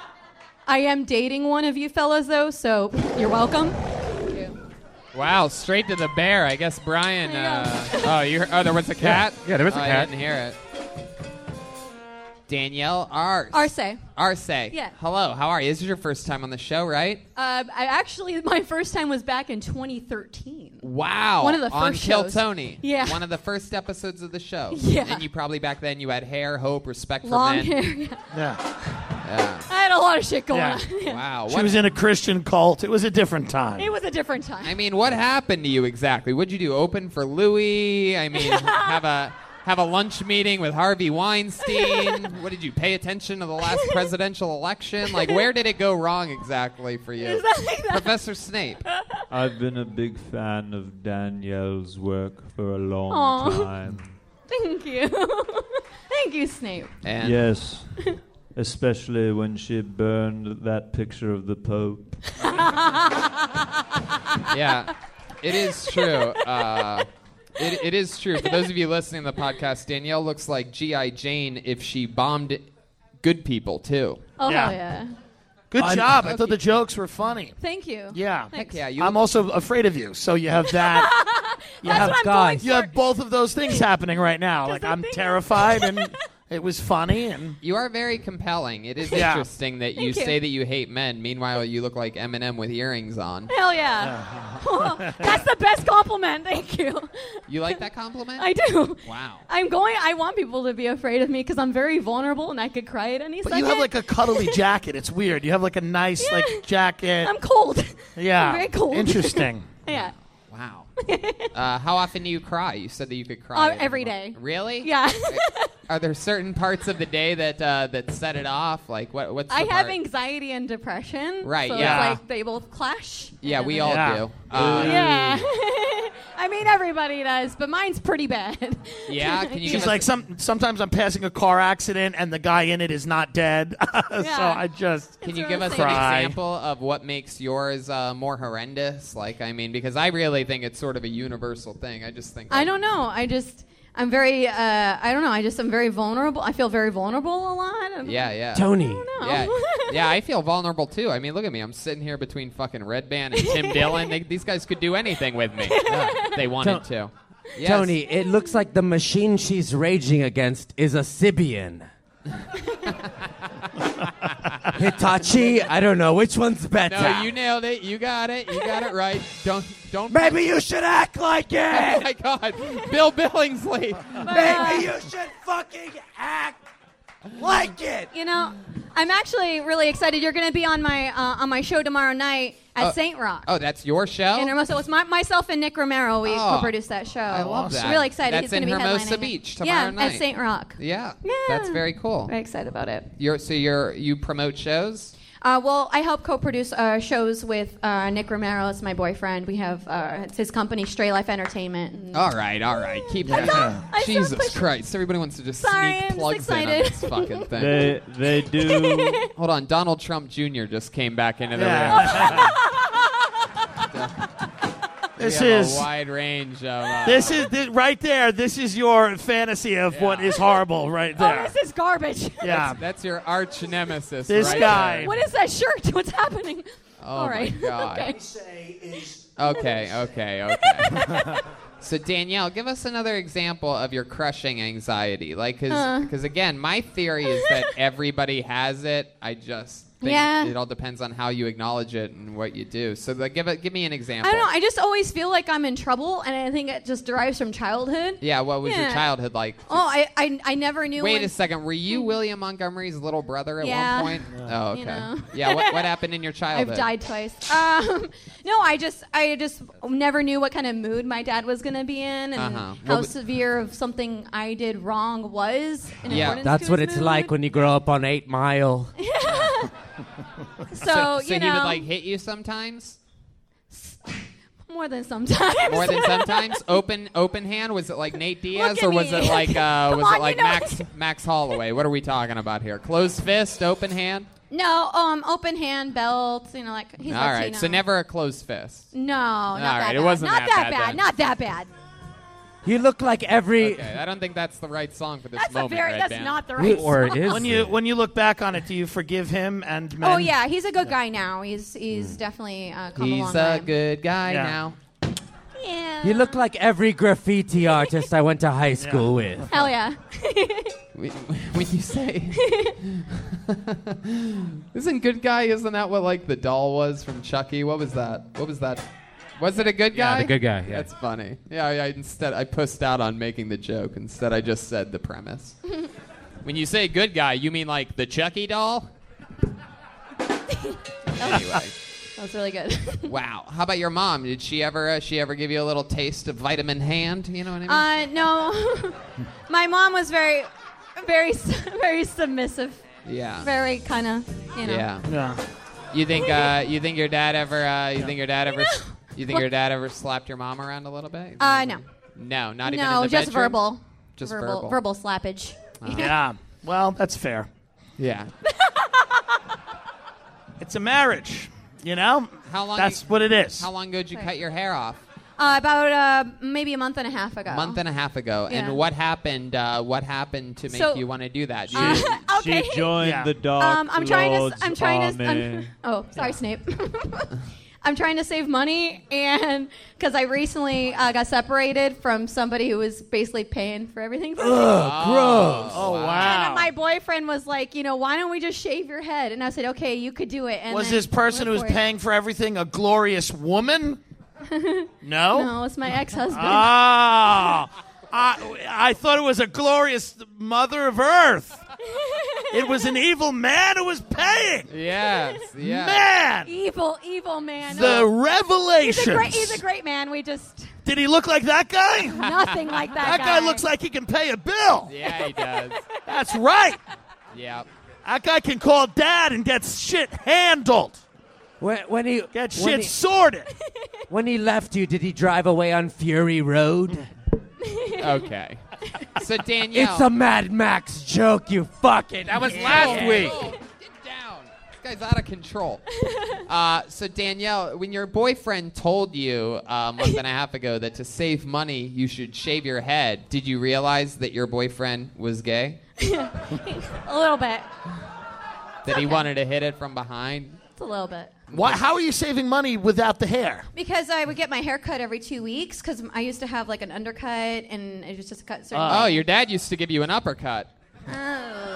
[SPEAKER 18] I am dating one of you fellas, though, so you're welcome.
[SPEAKER 1] Wow, straight to the bear. I guess Brian. Uh, oh, you. heard- Oh, there was a cat.
[SPEAKER 2] Yeah, there was a
[SPEAKER 1] Oh, I
[SPEAKER 2] cat.
[SPEAKER 1] didn't hear it. Danielle Arce.
[SPEAKER 18] Arce.
[SPEAKER 1] Arce.
[SPEAKER 18] Yeah.
[SPEAKER 1] Hello. How are you? This is your first time on the show, right?
[SPEAKER 18] Uh, I actually, my first time was back in 2013.
[SPEAKER 1] Wow.
[SPEAKER 18] One of the
[SPEAKER 1] on
[SPEAKER 18] first
[SPEAKER 1] Kill
[SPEAKER 18] shows.
[SPEAKER 1] Tony.
[SPEAKER 18] Yeah.
[SPEAKER 1] One of the first episodes of the show.
[SPEAKER 18] Yeah.
[SPEAKER 1] And you probably back then you had hair, hope, respect
[SPEAKER 18] Long
[SPEAKER 1] for men.
[SPEAKER 18] hair, yeah.
[SPEAKER 1] Yeah.
[SPEAKER 18] I had a lot of shit going
[SPEAKER 1] Yeah.
[SPEAKER 18] on. Yeah.
[SPEAKER 1] Wow.
[SPEAKER 5] She was in a Christian cult. It was a different time.
[SPEAKER 18] It was a different time.
[SPEAKER 1] I mean, what happened to you exactly? What'd you do? Open for Louis? I mean, have a have a lunch meeting with Harvey Weinstein? what did you pay attention to the last presidential election? Like, where did it go wrong exactly for you, Professor Snape?
[SPEAKER 6] I've been a big fan of Danielle's work for a long
[SPEAKER 18] Aw.
[SPEAKER 6] time.
[SPEAKER 18] Thank you. Thank you, Snape.
[SPEAKER 6] yes, especially when she burned that picture of the Pope.
[SPEAKER 1] yeah, it is true. Uh, it, it is true. For those of you listening to the podcast, Danielle looks like G.I. Jane if she bombed good people, too.
[SPEAKER 18] Oh, hell yeah.
[SPEAKER 5] Good
[SPEAKER 18] I'm-
[SPEAKER 5] job. I thought the jokes were funny.
[SPEAKER 18] Thank you.
[SPEAKER 5] Yeah.
[SPEAKER 18] Thanks.
[SPEAKER 5] I'm also afraid of you. So you have that. you
[SPEAKER 18] That's
[SPEAKER 5] have
[SPEAKER 18] what I'm going
[SPEAKER 5] You have both of those things happening right now. Like I'm terrified and it was funny and
[SPEAKER 1] You are very compelling. It is
[SPEAKER 5] Yeah.
[SPEAKER 1] interesting that you,
[SPEAKER 18] Thank you.
[SPEAKER 1] say that you hate men. Meanwhile, you look like Eminem with earrings on.
[SPEAKER 18] Hell
[SPEAKER 5] Uh-huh.
[SPEAKER 18] yeah. That's the best compliment. Thank you.
[SPEAKER 1] You like that compliment?
[SPEAKER 18] I do.
[SPEAKER 1] Wow.
[SPEAKER 18] I'm going, I want people to be afraid of me because I'm very vulnerable and I could cry at any
[SPEAKER 5] But
[SPEAKER 18] second.
[SPEAKER 5] you have like a cuddly jacket. It's weird. You have like a nice like jacket.
[SPEAKER 18] I'm cold.
[SPEAKER 5] Yeah.
[SPEAKER 18] I'm very cold.
[SPEAKER 5] Interesting.
[SPEAKER 18] yeah.
[SPEAKER 1] Wow. Uh, how often do you cry? You said that you could
[SPEAKER 18] Uh,
[SPEAKER 1] cry.
[SPEAKER 18] every day.
[SPEAKER 1] Really?
[SPEAKER 18] Yeah.
[SPEAKER 1] Are there certain parts of the day that uh, that set it off? Like what? What's the
[SPEAKER 18] I have
[SPEAKER 1] part?
[SPEAKER 18] anxiety and depression.
[SPEAKER 1] Right,
[SPEAKER 18] So
[SPEAKER 1] yeah.
[SPEAKER 18] it's like they both clash.
[SPEAKER 1] Yeah, we all
[SPEAKER 2] Yeah.
[SPEAKER 5] Uh,
[SPEAKER 1] do. Uh,
[SPEAKER 18] yeah. I mean, everybody does, but mine's pretty bad.
[SPEAKER 1] Yeah, can
[SPEAKER 5] She's like some. Sometimes I'm passing a car accident and the guy in it is not dead. so
[SPEAKER 18] Yeah.
[SPEAKER 5] I just
[SPEAKER 1] Can you give us
[SPEAKER 5] cry.
[SPEAKER 1] an example of what makes yours uh, more horrendous? Like, I mean, because I really think it's sort of a universal thing. I just think.
[SPEAKER 18] I don't know. I just, I'm very, uh, I don't know. I just, I'm very vulnerable. I feel very vulnerable a lot. I'm-
[SPEAKER 1] Yeah, yeah.
[SPEAKER 3] Tony.
[SPEAKER 1] Yeah, yeah, I feel vulnerable too. I mean, look at me. I'm sitting here between fucking Red Band and Tim Dillon. They, these guys could do anything with me. if They wanted to. Yes.
[SPEAKER 3] Tony, it looks like the machine she's raging against is a Sibian. Hitachi, I don't know which one's better.
[SPEAKER 1] No, you nailed it. You got it. You got it right. Don't don't.
[SPEAKER 3] Maybe you should act like it.
[SPEAKER 1] oh my God, Bill Billingsley.
[SPEAKER 18] uh,
[SPEAKER 3] Maybe you should fucking act like it.
[SPEAKER 18] You know, I'm actually really excited. You're going to be on my uh, on my show tomorrow night at
[SPEAKER 1] Oh.
[SPEAKER 18] Saint Rock.
[SPEAKER 1] Oh, that's your show.
[SPEAKER 18] In Hermosa, it's my, myself and Nick Romero. We
[SPEAKER 1] Oh,
[SPEAKER 18] co-produced that show.
[SPEAKER 1] I love that.
[SPEAKER 18] Really excited.
[SPEAKER 1] That's
[SPEAKER 18] He's going
[SPEAKER 1] in
[SPEAKER 18] to be
[SPEAKER 1] Hermosa
[SPEAKER 18] headlining it.
[SPEAKER 1] Beach tomorrow
[SPEAKER 18] yeah,
[SPEAKER 1] night.
[SPEAKER 18] at Saint Rock.
[SPEAKER 1] yeah, that's very cool.
[SPEAKER 18] Very excited about it.
[SPEAKER 1] You're, so you're you promote shows.
[SPEAKER 18] Uh, well, I help co-produce uh, shows with uh, Nick Romero. It's my boyfriend. We have uh, it's his company, Stray Life Entertainment. And
[SPEAKER 1] All right, all right. Keep
[SPEAKER 18] I
[SPEAKER 1] it.
[SPEAKER 18] thought- I thought
[SPEAKER 1] Jesus
[SPEAKER 18] push-
[SPEAKER 1] Christ! Everybody wants to just
[SPEAKER 18] Sorry, I'm
[SPEAKER 1] sneak
[SPEAKER 18] just
[SPEAKER 1] plugs in on
[SPEAKER 18] excited.
[SPEAKER 1] this fucking thing.
[SPEAKER 6] They- they do.
[SPEAKER 1] Hold on, Donald Trump Jr. just came back into the room. We
[SPEAKER 5] This
[SPEAKER 1] have a
[SPEAKER 5] is-
[SPEAKER 1] wide range of. Uh,
[SPEAKER 5] This is this, right there. This is your fantasy of what is horrible right there.
[SPEAKER 18] this Oh, is garbage.
[SPEAKER 5] Yeah.
[SPEAKER 1] That's, that's your arch nemesis.
[SPEAKER 5] This
[SPEAKER 1] right
[SPEAKER 5] guy.
[SPEAKER 1] there.
[SPEAKER 18] what is that shirt? What's happening?
[SPEAKER 1] Oh
[SPEAKER 18] All right.
[SPEAKER 1] my God.
[SPEAKER 18] okay.
[SPEAKER 1] Okay, okay, okay. so Danielle, give us another example of your crushing anxiety, like because
[SPEAKER 18] Uh.
[SPEAKER 1] again, my theory is that everybody has it. I just think
[SPEAKER 18] Yeah.
[SPEAKER 1] it all depends on how you acknowledge it and what you do. So like, give a, give me an example.
[SPEAKER 18] I don't know. I just always feel like I'm in trouble, and I think it just derives from childhood.
[SPEAKER 1] yeah, what was your
[SPEAKER 18] Yeah.
[SPEAKER 1] childhood like?
[SPEAKER 18] Oh, I, I, I never knew.
[SPEAKER 1] Wait
[SPEAKER 18] when-
[SPEAKER 1] a second, were you William Montgomery's little brother at
[SPEAKER 18] Hmm. Yeah.
[SPEAKER 1] one point?
[SPEAKER 18] Yeah.
[SPEAKER 1] Oh, okay.
[SPEAKER 18] You know.
[SPEAKER 1] Yeah, what, what happened in your
[SPEAKER 18] I've
[SPEAKER 1] childhood?
[SPEAKER 18] died twice. Um, no, I just I just never knew what kind of mood my dad was gonna be in, and
[SPEAKER 3] Uh-huh.
[SPEAKER 18] how
[SPEAKER 3] Well, but-
[SPEAKER 18] severe of something I did wrong was. In accordance
[SPEAKER 3] that's
[SPEAKER 18] to
[SPEAKER 3] what
[SPEAKER 18] his
[SPEAKER 3] it's
[SPEAKER 18] mood.
[SPEAKER 3] like when you grow up on Eight Mile.
[SPEAKER 18] So,
[SPEAKER 1] so
[SPEAKER 18] you
[SPEAKER 1] he
[SPEAKER 18] know,
[SPEAKER 1] would like hit you sometimes,
[SPEAKER 18] more than sometimes.
[SPEAKER 1] more than sometimes. Open open hand. Was it like Nate Diaz
[SPEAKER 18] at
[SPEAKER 1] or was
[SPEAKER 18] me.
[SPEAKER 1] it like uh,
[SPEAKER 18] Come
[SPEAKER 1] was
[SPEAKER 18] on,
[SPEAKER 1] it
[SPEAKER 18] you
[SPEAKER 1] like
[SPEAKER 18] know
[SPEAKER 1] Max Max Holloway? What are we talking about here? Closed fist, open hand.
[SPEAKER 18] no, um, open hand belts. You know, like he's
[SPEAKER 1] All
[SPEAKER 18] Latino.
[SPEAKER 1] right, so never a closed fist.
[SPEAKER 18] No, not
[SPEAKER 1] All
[SPEAKER 18] that
[SPEAKER 1] right, it
[SPEAKER 18] bad.
[SPEAKER 1] wasn't
[SPEAKER 18] not
[SPEAKER 1] that bad
[SPEAKER 18] that bad.
[SPEAKER 1] then.
[SPEAKER 18] Not that bad.
[SPEAKER 3] You look like every.
[SPEAKER 1] Okay, I don't think that's the right song for this
[SPEAKER 18] That's a
[SPEAKER 1] moment.
[SPEAKER 18] very-
[SPEAKER 1] Red
[SPEAKER 18] that's
[SPEAKER 1] Band.
[SPEAKER 18] not the
[SPEAKER 3] Or it is
[SPEAKER 5] When you when you look back on it, do you forgive him and men?
[SPEAKER 18] Oh yeah, he's a good guy now. He's he's definitely uh, come a
[SPEAKER 1] Hmm.
[SPEAKER 18] long
[SPEAKER 1] He's
[SPEAKER 18] way.
[SPEAKER 1] a good guy
[SPEAKER 5] Yeah.
[SPEAKER 1] now.
[SPEAKER 18] Yeah.
[SPEAKER 3] You look like every graffiti artist I went to high school with.
[SPEAKER 18] Hell yeah.
[SPEAKER 1] when you say isn't good guy isn't that what like the doll was from chucky what was that what was that was it a good
[SPEAKER 2] Yeah,
[SPEAKER 1] guy
[SPEAKER 2] the good guy, yeah.
[SPEAKER 1] that's funny yeah I, I instead i pushed out on making the joke instead i just said the premise when you say good guy you mean like the chucky doll anyway
[SPEAKER 18] That was really good.
[SPEAKER 1] wow how about your mom did she ever uh, she ever give you a little taste of vitamin hand you know what i mean
[SPEAKER 18] Uh, no, my mom was very, very, very submissive.
[SPEAKER 1] Yeah.
[SPEAKER 18] Very kind of, you know.
[SPEAKER 1] Yeah. You think uh, you think your dad ever uh, you think your dad ever s- you think your dad ever slapped your mom around a little bit?
[SPEAKER 18] Uh, no.
[SPEAKER 1] No, not even.
[SPEAKER 18] no,
[SPEAKER 1] in the
[SPEAKER 18] just
[SPEAKER 1] bedroom?
[SPEAKER 18] verbal.
[SPEAKER 1] Just verbal.
[SPEAKER 18] verbal. slappage.
[SPEAKER 1] Oh.
[SPEAKER 5] Yeah. Well, that's fair.
[SPEAKER 1] Yeah.
[SPEAKER 5] it's a marriage, you know?
[SPEAKER 1] How long?
[SPEAKER 5] That's
[SPEAKER 1] you-
[SPEAKER 5] what it is.
[SPEAKER 1] How long ago did you cut your hair off?
[SPEAKER 18] Uh, about uh, maybe a month and a half ago.
[SPEAKER 1] A month and a half ago.
[SPEAKER 18] Yeah.
[SPEAKER 1] And what happened? Uh, what happened to make
[SPEAKER 18] So-
[SPEAKER 1] you want to do that?
[SPEAKER 18] Uh,
[SPEAKER 1] You-
[SPEAKER 18] okay.
[SPEAKER 1] she joined Yeah. the
[SPEAKER 18] Um, I'm trying to. s- I'm
[SPEAKER 1] Dark
[SPEAKER 18] trying to. s- I'm-
[SPEAKER 1] Lord's
[SPEAKER 18] oh, sorry, Snape. I'm trying to save money, and because I recently uh, got separated from somebody who was basically paying for everything. For me.
[SPEAKER 5] Ugh, gross. Oh,
[SPEAKER 18] And my boyfriend was like, you know, why don't we just shave your head? And I said, okay, you could do it. And
[SPEAKER 5] was
[SPEAKER 18] then
[SPEAKER 5] this person who was
[SPEAKER 18] went
[SPEAKER 5] paying for everything a glorious woman?
[SPEAKER 18] for it.
[SPEAKER 5] No?
[SPEAKER 18] no, it's my ex-husband.
[SPEAKER 5] Ah, I, I thought it was a glorious mother of earth. It was an evil man who was paying.
[SPEAKER 1] Yes, yes.
[SPEAKER 5] Man,
[SPEAKER 18] evil, evil man.
[SPEAKER 5] The
[SPEAKER 18] He's a, great,
[SPEAKER 5] revelations.
[SPEAKER 18] he's a great man. We just
[SPEAKER 5] did he look like that guy?
[SPEAKER 18] Nothing like
[SPEAKER 5] That
[SPEAKER 18] that
[SPEAKER 5] guy
[SPEAKER 18] guy.
[SPEAKER 5] looks like he can pay a bill.
[SPEAKER 1] Yeah, he does.
[SPEAKER 5] That's right.
[SPEAKER 1] yeah.
[SPEAKER 5] That guy can call dad and get shit handled.
[SPEAKER 3] When, when he
[SPEAKER 5] get
[SPEAKER 3] when
[SPEAKER 5] shit
[SPEAKER 3] he-
[SPEAKER 5] sorted.
[SPEAKER 3] When he left you, did he drive away on Fury Road?
[SPEAKER 1] okay. So Danielle.
[SPEAKER 3] It's a Mad Max joke, you fucking.
[SPEAKER 1] That was last week. Get down. This guy's out of control. Uh, so Danielle, when your boyfriend told you uh, a month and a half ago that to save money you should shave your head, did you realize that your boyfriend was gay?
[SPEAKER 18] a little bit.
[SPEAKER 1] That he wanted to hit it from behind?
[SPEAKER 18] It's a little bit.
[SPEAKER 5] Why, how are you saving money without the hair?
[SPEAKER 18] Because I would get my hair cut every two weeks because I used to have like an undercut and it was just a cut. Certain
[SPEAKER 1] oh, your dad used to give you an uppercut.
[SPEAKER 18] Oh.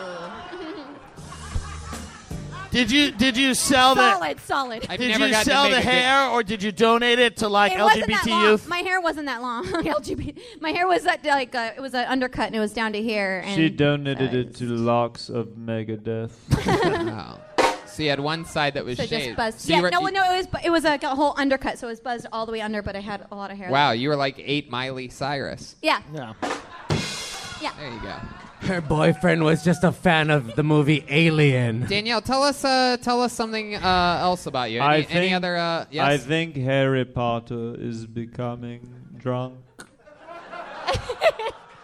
[SPEAKER 5] Did you did you sell
[SPEAKER 18] solid,
[SPEAKER 5] the
[SPEAKER 18] solid.
[SPEAKER 5] Did you sell the hair or did you donate it to like
[SPEAKER 18] it wasn't that
[SPEAKER 5] LGBT
[SPEAKER 18] long.
[SPEAKER 5] youth?
[SPEAKER 18] My hair wasn't that long. LGBT. My hair was that like uh, it was an undercut and it was down to here. And
[SPEAKER 6] She donated it to Locks of Megadeth.
[SPEAKER 1] So you had one side that was
[SPEAKER 18] so
[SPEAKER 1] shaved.
[SPEAKER 18] just buzzed.
[SPEAKER 1] So you
[SPEAKER 18] yeah,
[SPEAKER 1] were-
[SPEAKER 18] no, no, it was bu- it was like a whole undercut, so it was buzzed all the way under, but I had a lot of hair.
[SPEAKER 1] Wow, you were like eight Miley Cyrus.
[SPEAKER 18] Yeah.
[SPEAKER 5] Yeah.
[SPEAKER 18] Yeah.
[SPEAKER 1] There you go.
[SPEAKER 3] Her boyfriend was just a fan of the movie Alien.
[SPEAKER 1] Danielle, tell us uh, tell us something uh, else about you. Any,
[SPEAKER 6] I
[SPEAKER 1] any
[SPEAKER 6] think,
[SPEAKER 1] other? Uh, yes.
[SPEAKER 6] I think Harry Potter is becoming drunk.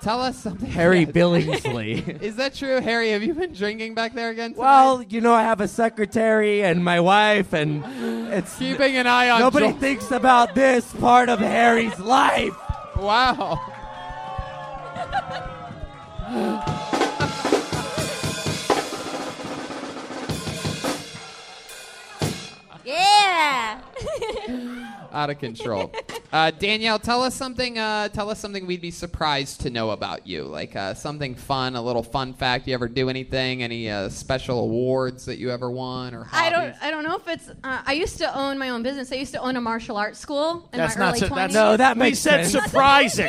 [SPEAKER 1] Tell us something.
[SPEAKER 3] Harry Billingsley.
[SPEAKER 1] Is that true, Harry? Have you been drinking back there again? Tonight?
[SPEAKER 3] Well, you know, I have a secretary and my wife, and it's
[SPEAKER 1] keeping an eye on
[SPEAKER 3] Nobody
[SPEAKER 1] Joel.
[SPEAKER 3] thinks about this part of Harry's life.
[SPEAKER 1] wow.
[SPEAKER 18] Yeah.
[SPEAKER 1] Out of control. Uh, Danielle, tell us something. Uh, tell us something we'd be surprised to know about you, like uh, something fun, a little fun fact. You ever do anything? Any uh, special awards that you ever won or?
[SPEAKER 18] I don't.
[SPEAKER 1] hobbies?
[SPEAKER 18] I don't know if it's. Uh, I used to own my own business. I used to own a martial arts school in
[SPEAKER 1] That's
[SPEAKER 18] my
[SPEAKER 1] not
[SPEAKER 18] early
[SPEAKER 1] su- that's-
[SPEAKER 18] twenties.
[SPEAKER 1] No, that we makes
[SPEAKER 5] said sense. surprising.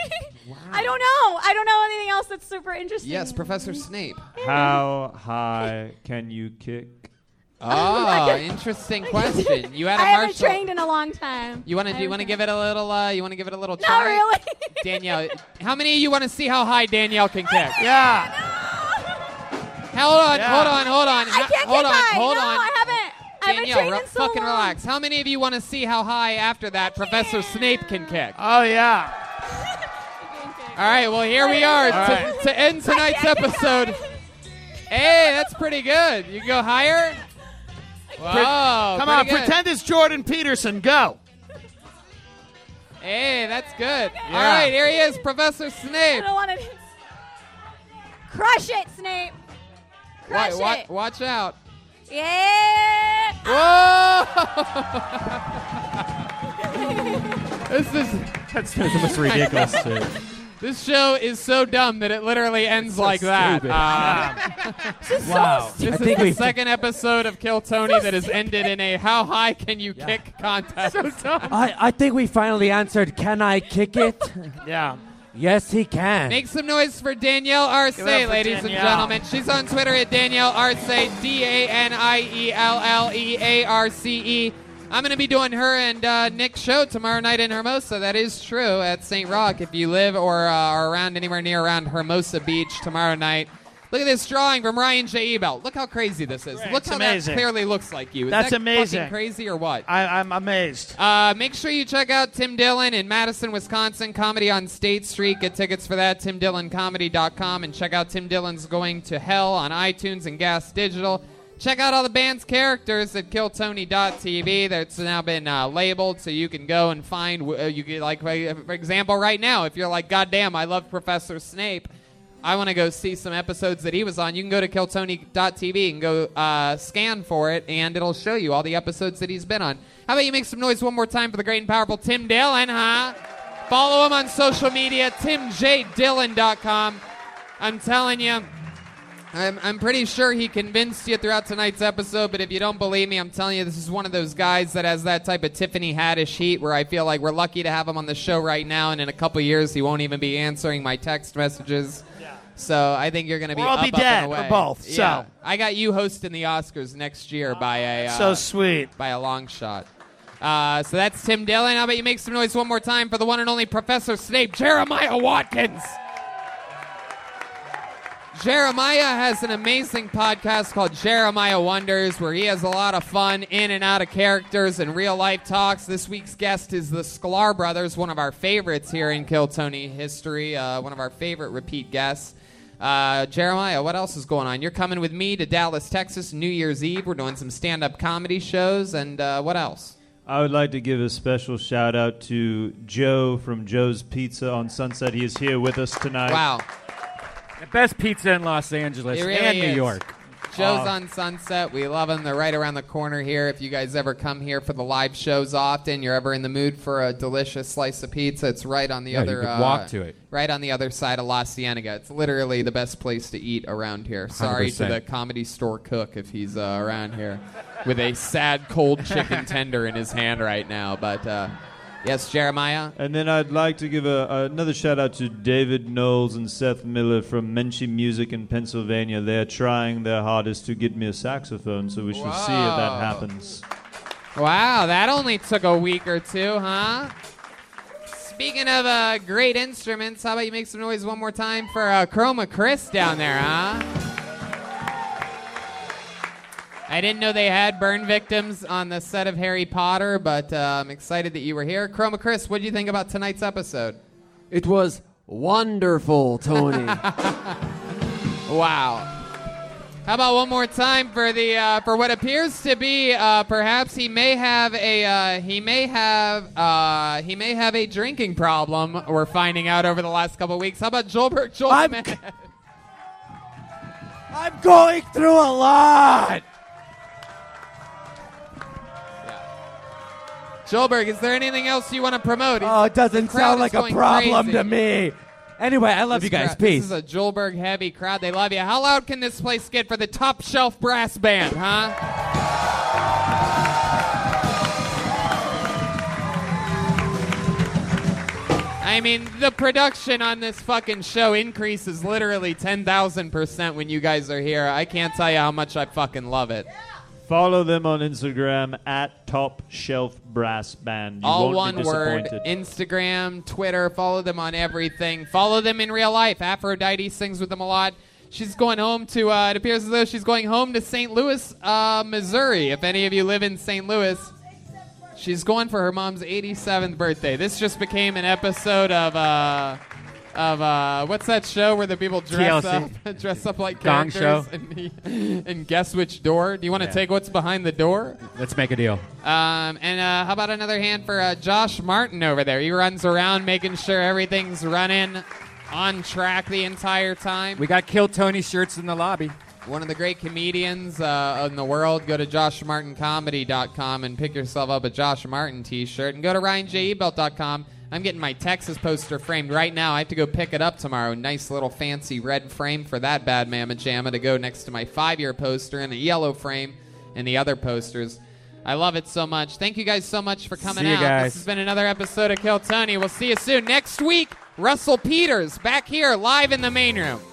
[SPEAKER 18] I don't know. I don't know anything else that's super interesting.
[SPEAKER 1] Yes, Professor Snape.
[SPEAKER 6] How high can you kick?
[SPEAKER 1] Oh, interesting question. You had a
[SPEAKER 18] I haven't
[SPEAKER 1] martial.
[SPEAKER 18] trained in a long time.
[SPEAKER 1] you want to? Do you want to give it a little? Uh, you want to give it a little?
[SPEAKER 18] Not
[SPEAKER 1] try?
[SPEAKER 18] really.
[SPEAKER 1] Danielle, how many of you want to see how high Danielle can kick?
[SPEAKER 5] Yeah.
[SPEAKER 1] Hold on,
[SPEAKER 5] Yeah.
[SPEAKER 1] hold on, hold on.
[SPEAKER 18] I can't
[SPEAKER 1] hold
[SPEAKER 18] get
[SPEAKER 1] on,
[SPEAKER 18] high.
[SPEAKER 1] hold
[SPEAKER 18] no,
[SPEAKER 1] on.
[SPEAKER 18] I haven't. I haven't
[SPEAKER 1] Danielle,
[SPEAKER 18] trained
[SPEAKER 1] re-
[SPEAKER 18] in so
[SPEAKER 1] fucking
[SPEAKER 18] long.
[SPEAKER 1] relax. How many of you want to see how high after that Professor Snape can kick?
[SPEAKER 5] Oh yeah.
[SPEAKER 1] All right, well here we are
[SPEAKER 5] All
[SPEAKER 1] to,
[SPEAKER 5] right.
[SPEAKER 1] to end tonight's episode. Hey, that's pretty good. You go higher.
[SPEAKER 5] Pre-
[SPEAKER 1] Wow,
[SPEAKER 5] Come on,
[SPEAKER 1] pretty good.
[SPEAKER 5] pretend it's Jordan Peterson. Go.
[SPEAKER 1] Hey, that's good.
[SPEAKER 5] Okay.
[SPEAKER 1] All right, here he is, Professor Snape.
[SPEAKER 18] I don't want to. Crush it, Ah, Snape. Crush
[SPEAKER 1] Wa- wa-
[SPEAKER 18] it.
[SPEAKER 1] Watch out.
[SPEAKER 18] Yeah.
[SPEAKER 1] Whoa! this is That's
[SPEAKER 9] the most ridiculous shit.
[SPEAKER 1] This show is so dumb that it literally ends like that.
[SPEAKER 9] stupid.
[SPEAKER 1] Uh,
[SPEAKER 9] This is so
[SPEAKER 1] wow.
[SPEAKER 9] stupid.
[SPEAKER 1] This
[SPEAKER 9] I
[SPEAKER 1] is
[SPEAKER 9] think
[SPEAKER 1] the
[SPEAKER 9] we-
[SPEAKER 1] second episode of Kill Tony that has ended in a how high can you kick contest. So dumb.
[SPEAKER 3] I, I think we finally answered can I kick it?
[SPEAKER 5] yeah.
[SPEAKER 3] Yes, he can.
[SPEAKER 1] Make some noise for Danielle Arce,
[SPEAKER 13] Give it up for
[SPEAKER 1] ladies and
[SPEAKER 13] Danielle.
[SPEAKER 1] gentlemen. She's on Twitter at Danielle Arce, D A N I E L L E A R C E. I'm going to be doing her and uh, Nick's show tomorrow night in Hermosa. That is true at St. Rock. If you live or uh, are around anywhere near around Hermosa Beach tomorrow night, look at this drawing from Ryan J. Ebel. Look how crazy this is. Look
[SPEAKER 5] It's
[SPEAKER 1] how
[SPEAKER 5] amazing.
[SPEAKER 1] that clearly looks like you. Is
[SPEAKER 5] That's
[SPEAKER 1] that fucking
[SPEAKER 5] amazing.
[SPEAKER 1] Crazy or what?
[SPEAKER 5] I, I'm amazed.
[SPEAKER 1] Uh, make sure you check out Tim Dillon in Madison, Wisconsin. Comedy on State Street. Get tickets for that. TimDillonComedy.com and check out Tim Dillon's Going to Hell on iTunes and Gas Digital. Check out all the band's characters at KillTony.tv. That's now been uh, labeled, so you can go and find. Uh, you get like, for for example, right now, if you're like, "God damn, I love Professor Snape." I want to go see some episodes that he was on. You can go to killtony.tv and go uh, scan for it, and it'll show you all the episodes that he's been on. How about you make some noise one more time for the great and powerful Tim Dillon, huh? Follow him on social media, timjdillon.com. I'm telling you, I'm, I'm pretty sure he convinced you throughout tonight's episode, but if you don't believe me, I'm telling you, this is one of those guys that has that type of Tiffany Haddish heat where I feel like we're lucky to have him on the show right now, and in a couple years, he won't even be answering my text messages. So I think you're going to be
[SPEAKER 5] Or I'll
[SPEAKER 1] up,
[SPEAKER 5] be
[SPEAKER 1] up,
[SPEAKER 5] dead,
[SPEAKER 1] and
[SPEAKER 5] or
[SPEAKER 1] away.
[SPEAKER 5] both, so.
[SPEAKER 1] Yeah. I got you hosting the Oscars next year by a uh,
[SPEAKER 5] So sweet
[SPEAKER 1] by a long shot. Uh, so that's Tim Dillon. How about you make some noise one more time for the one and only Professor Snape, Jeremiah Watkins? Jeremiah has an amazing podcast called Jeremiah Wonders, where he has a lot of fun in and out of characters and real life talks. This week's guest is the Sklar brothers, one of our favorites here in Kill Tony history, uh, one of our favorite repeat guests. Uh, Jeremiah, what else is going on? You're coming with me to Dallas, Texas, New Year's Eve. We're doing some stand up comedy shows, and uh, what else?
[SPEAKER 7] I would like to give a special shout out to Joe from Joe's Pizza on Sunset. He is here with us tonight.
[SPEAKER 1] Wow.
[SPEAKER 2] The best pizza in Los Angeles
[SPEAKER 1] It really
[SPEAKER 2] and New
[SPEAKER 1] is.
[SPEAKER 2] York.
[SPEAKER 1] Joe's
[SPEAKER 2] Uh,
[SPEAKER 1] on Sunset. We love them. They're right around the corner here. If you guys ever come here for the live shows often, you're ever in the mood for a delicious slice of pizza, it's right on the
[SPEAKER 2] Yeah, you
[SPEAKER 1] other
[SPEAKER 2] could
[SPEAKER 1] uh,
[SPEAKER 2] walk to it.
[SPEAKER 1] Right on the other side of La Cienega. It's literally the best place to eat around here. Sorry to
[SPEAKER 2] 100%.
[SPEAKER 1] the comedy store cook if he's uh, around here with a sad cold chicken tender in his hand right now, but uh, yes, Jeremiah.
[SPEAKER 7] And then I'd like to give a, another shout out to David Knowles and Seth Miller from Menchie Music in Pennsylvania. They're trying their hardest to get me a saxophone, so we shall see if that
[SPEAKER 1] Wow.
[SPEAKER 7] happens.
[SPEAKER 1] Wow, that only took a week or two, huh? Speaking of uh, great instruments, how about you make some noise one more time for uh, Chroma Chris down there, huh? I didn't know they had burn victims on the set of Harry Potter, but uh, I'm excited that you were here. Chroma Chris, what do you think about tonight's episode?
[SPEAKER 12] It was wonderful, Tony.
[SPEAKER 1] wow. How about one more time for the uh, for what appears to be uh, perhaps he may have a uh, he may have uh, he may have a drinking problem. We're finding out over the last couple of weeks. How about Joelberg Joelman?
[SPEAKER 16] I'm going through a lot.
[SPEAKER 1] Joelberg, is there anything else you want to promote?
[SPEAKER 16] Oh, it doesn't
[SPEAKER 1] The crowd
[SPEAKER 16] sound
[SPEAKER 1] is
[SPEAKER 16] like a
[SPEAKER 1] going
[SPEAKER 16] problem
[SPEAKER 1] crazy.
[SPEAKER 16] to me. Anyway, I love
[SPEAKER 1] This
[SPEAKER 16] you guys.
[SPEAKER 1] crowd-
[SPEAKER 16] Peace.
[SPEAKER 1] This is a Joelberg heavy crowd. They love you. How loud can this place get for the top shelf brass band, huh? I mean, the production on this fucking show increases literally 10,000% when you guys are here. I can't tell you how much I fucking love it.
[SPEAKER 7] Follow them on Instagram at Top Shelf Brass Band. You
[SPEAKER 1] All
[SPEAKER 7] won't
[SPEAKER 1] one
[SPEAKER 7] be
[SPEAKER 1] word.
[SPEAKER 7] disappointed.
[SPEAKER 1] Instagram, Twitter. Follow them on everything. Follow them in real life. Aphrodite sings with them a lot. She's going home to. Uh, it appears as though she's going home to St. Louis, uh, Missouri. If any of you live in St. Louis, she's going for her mom's 87th birthday. This just became an episode of. Uh, of uh, what's that show where the people dress
[SPEAKER 2] TLC.
[SPEAKER 1] up, dress up like
[SPEAKER 2] Gong
[SPEAKER 1] characters
[SPEAKER 2] show.
[SPEAKER 1] And, and guess which door? Do you want to
[SPEAKER 2] Yeah.
[SPEAKER 1] take what's behind the door?
[SPEAKER 2] Let's make a deal.
[SPEAKER 1] Um, and uh, how about another hand for uh, Josh Martin over there? He runs around making sure everything's running on track the entire time.
[SPEAKER 2] We got Kill Tony shirts in the lobby.
[SPEAKER 1] One of the great comedians uh, in the world. Go to joshmartincomedy.com and pick yourself up a Josh Martin t shirt. And go to ryanjebelt.com I'm getting my Texas poster framed right now. I have to go pick it up tomorrow. Nice little fancy red frame for that bad mamma jamma to go next to my five year poster and a yellow frame and the other posters. I love it so much. Thank you guys so much for coming
[SPEAKER 19] See you
[SPEAKER 1] out.
[SPEAKER 19] guys.
[SPEAKER 1] This has been another episode of Kill Tony. We'll see you soon. Next week, Russell Peters back here live in the main room.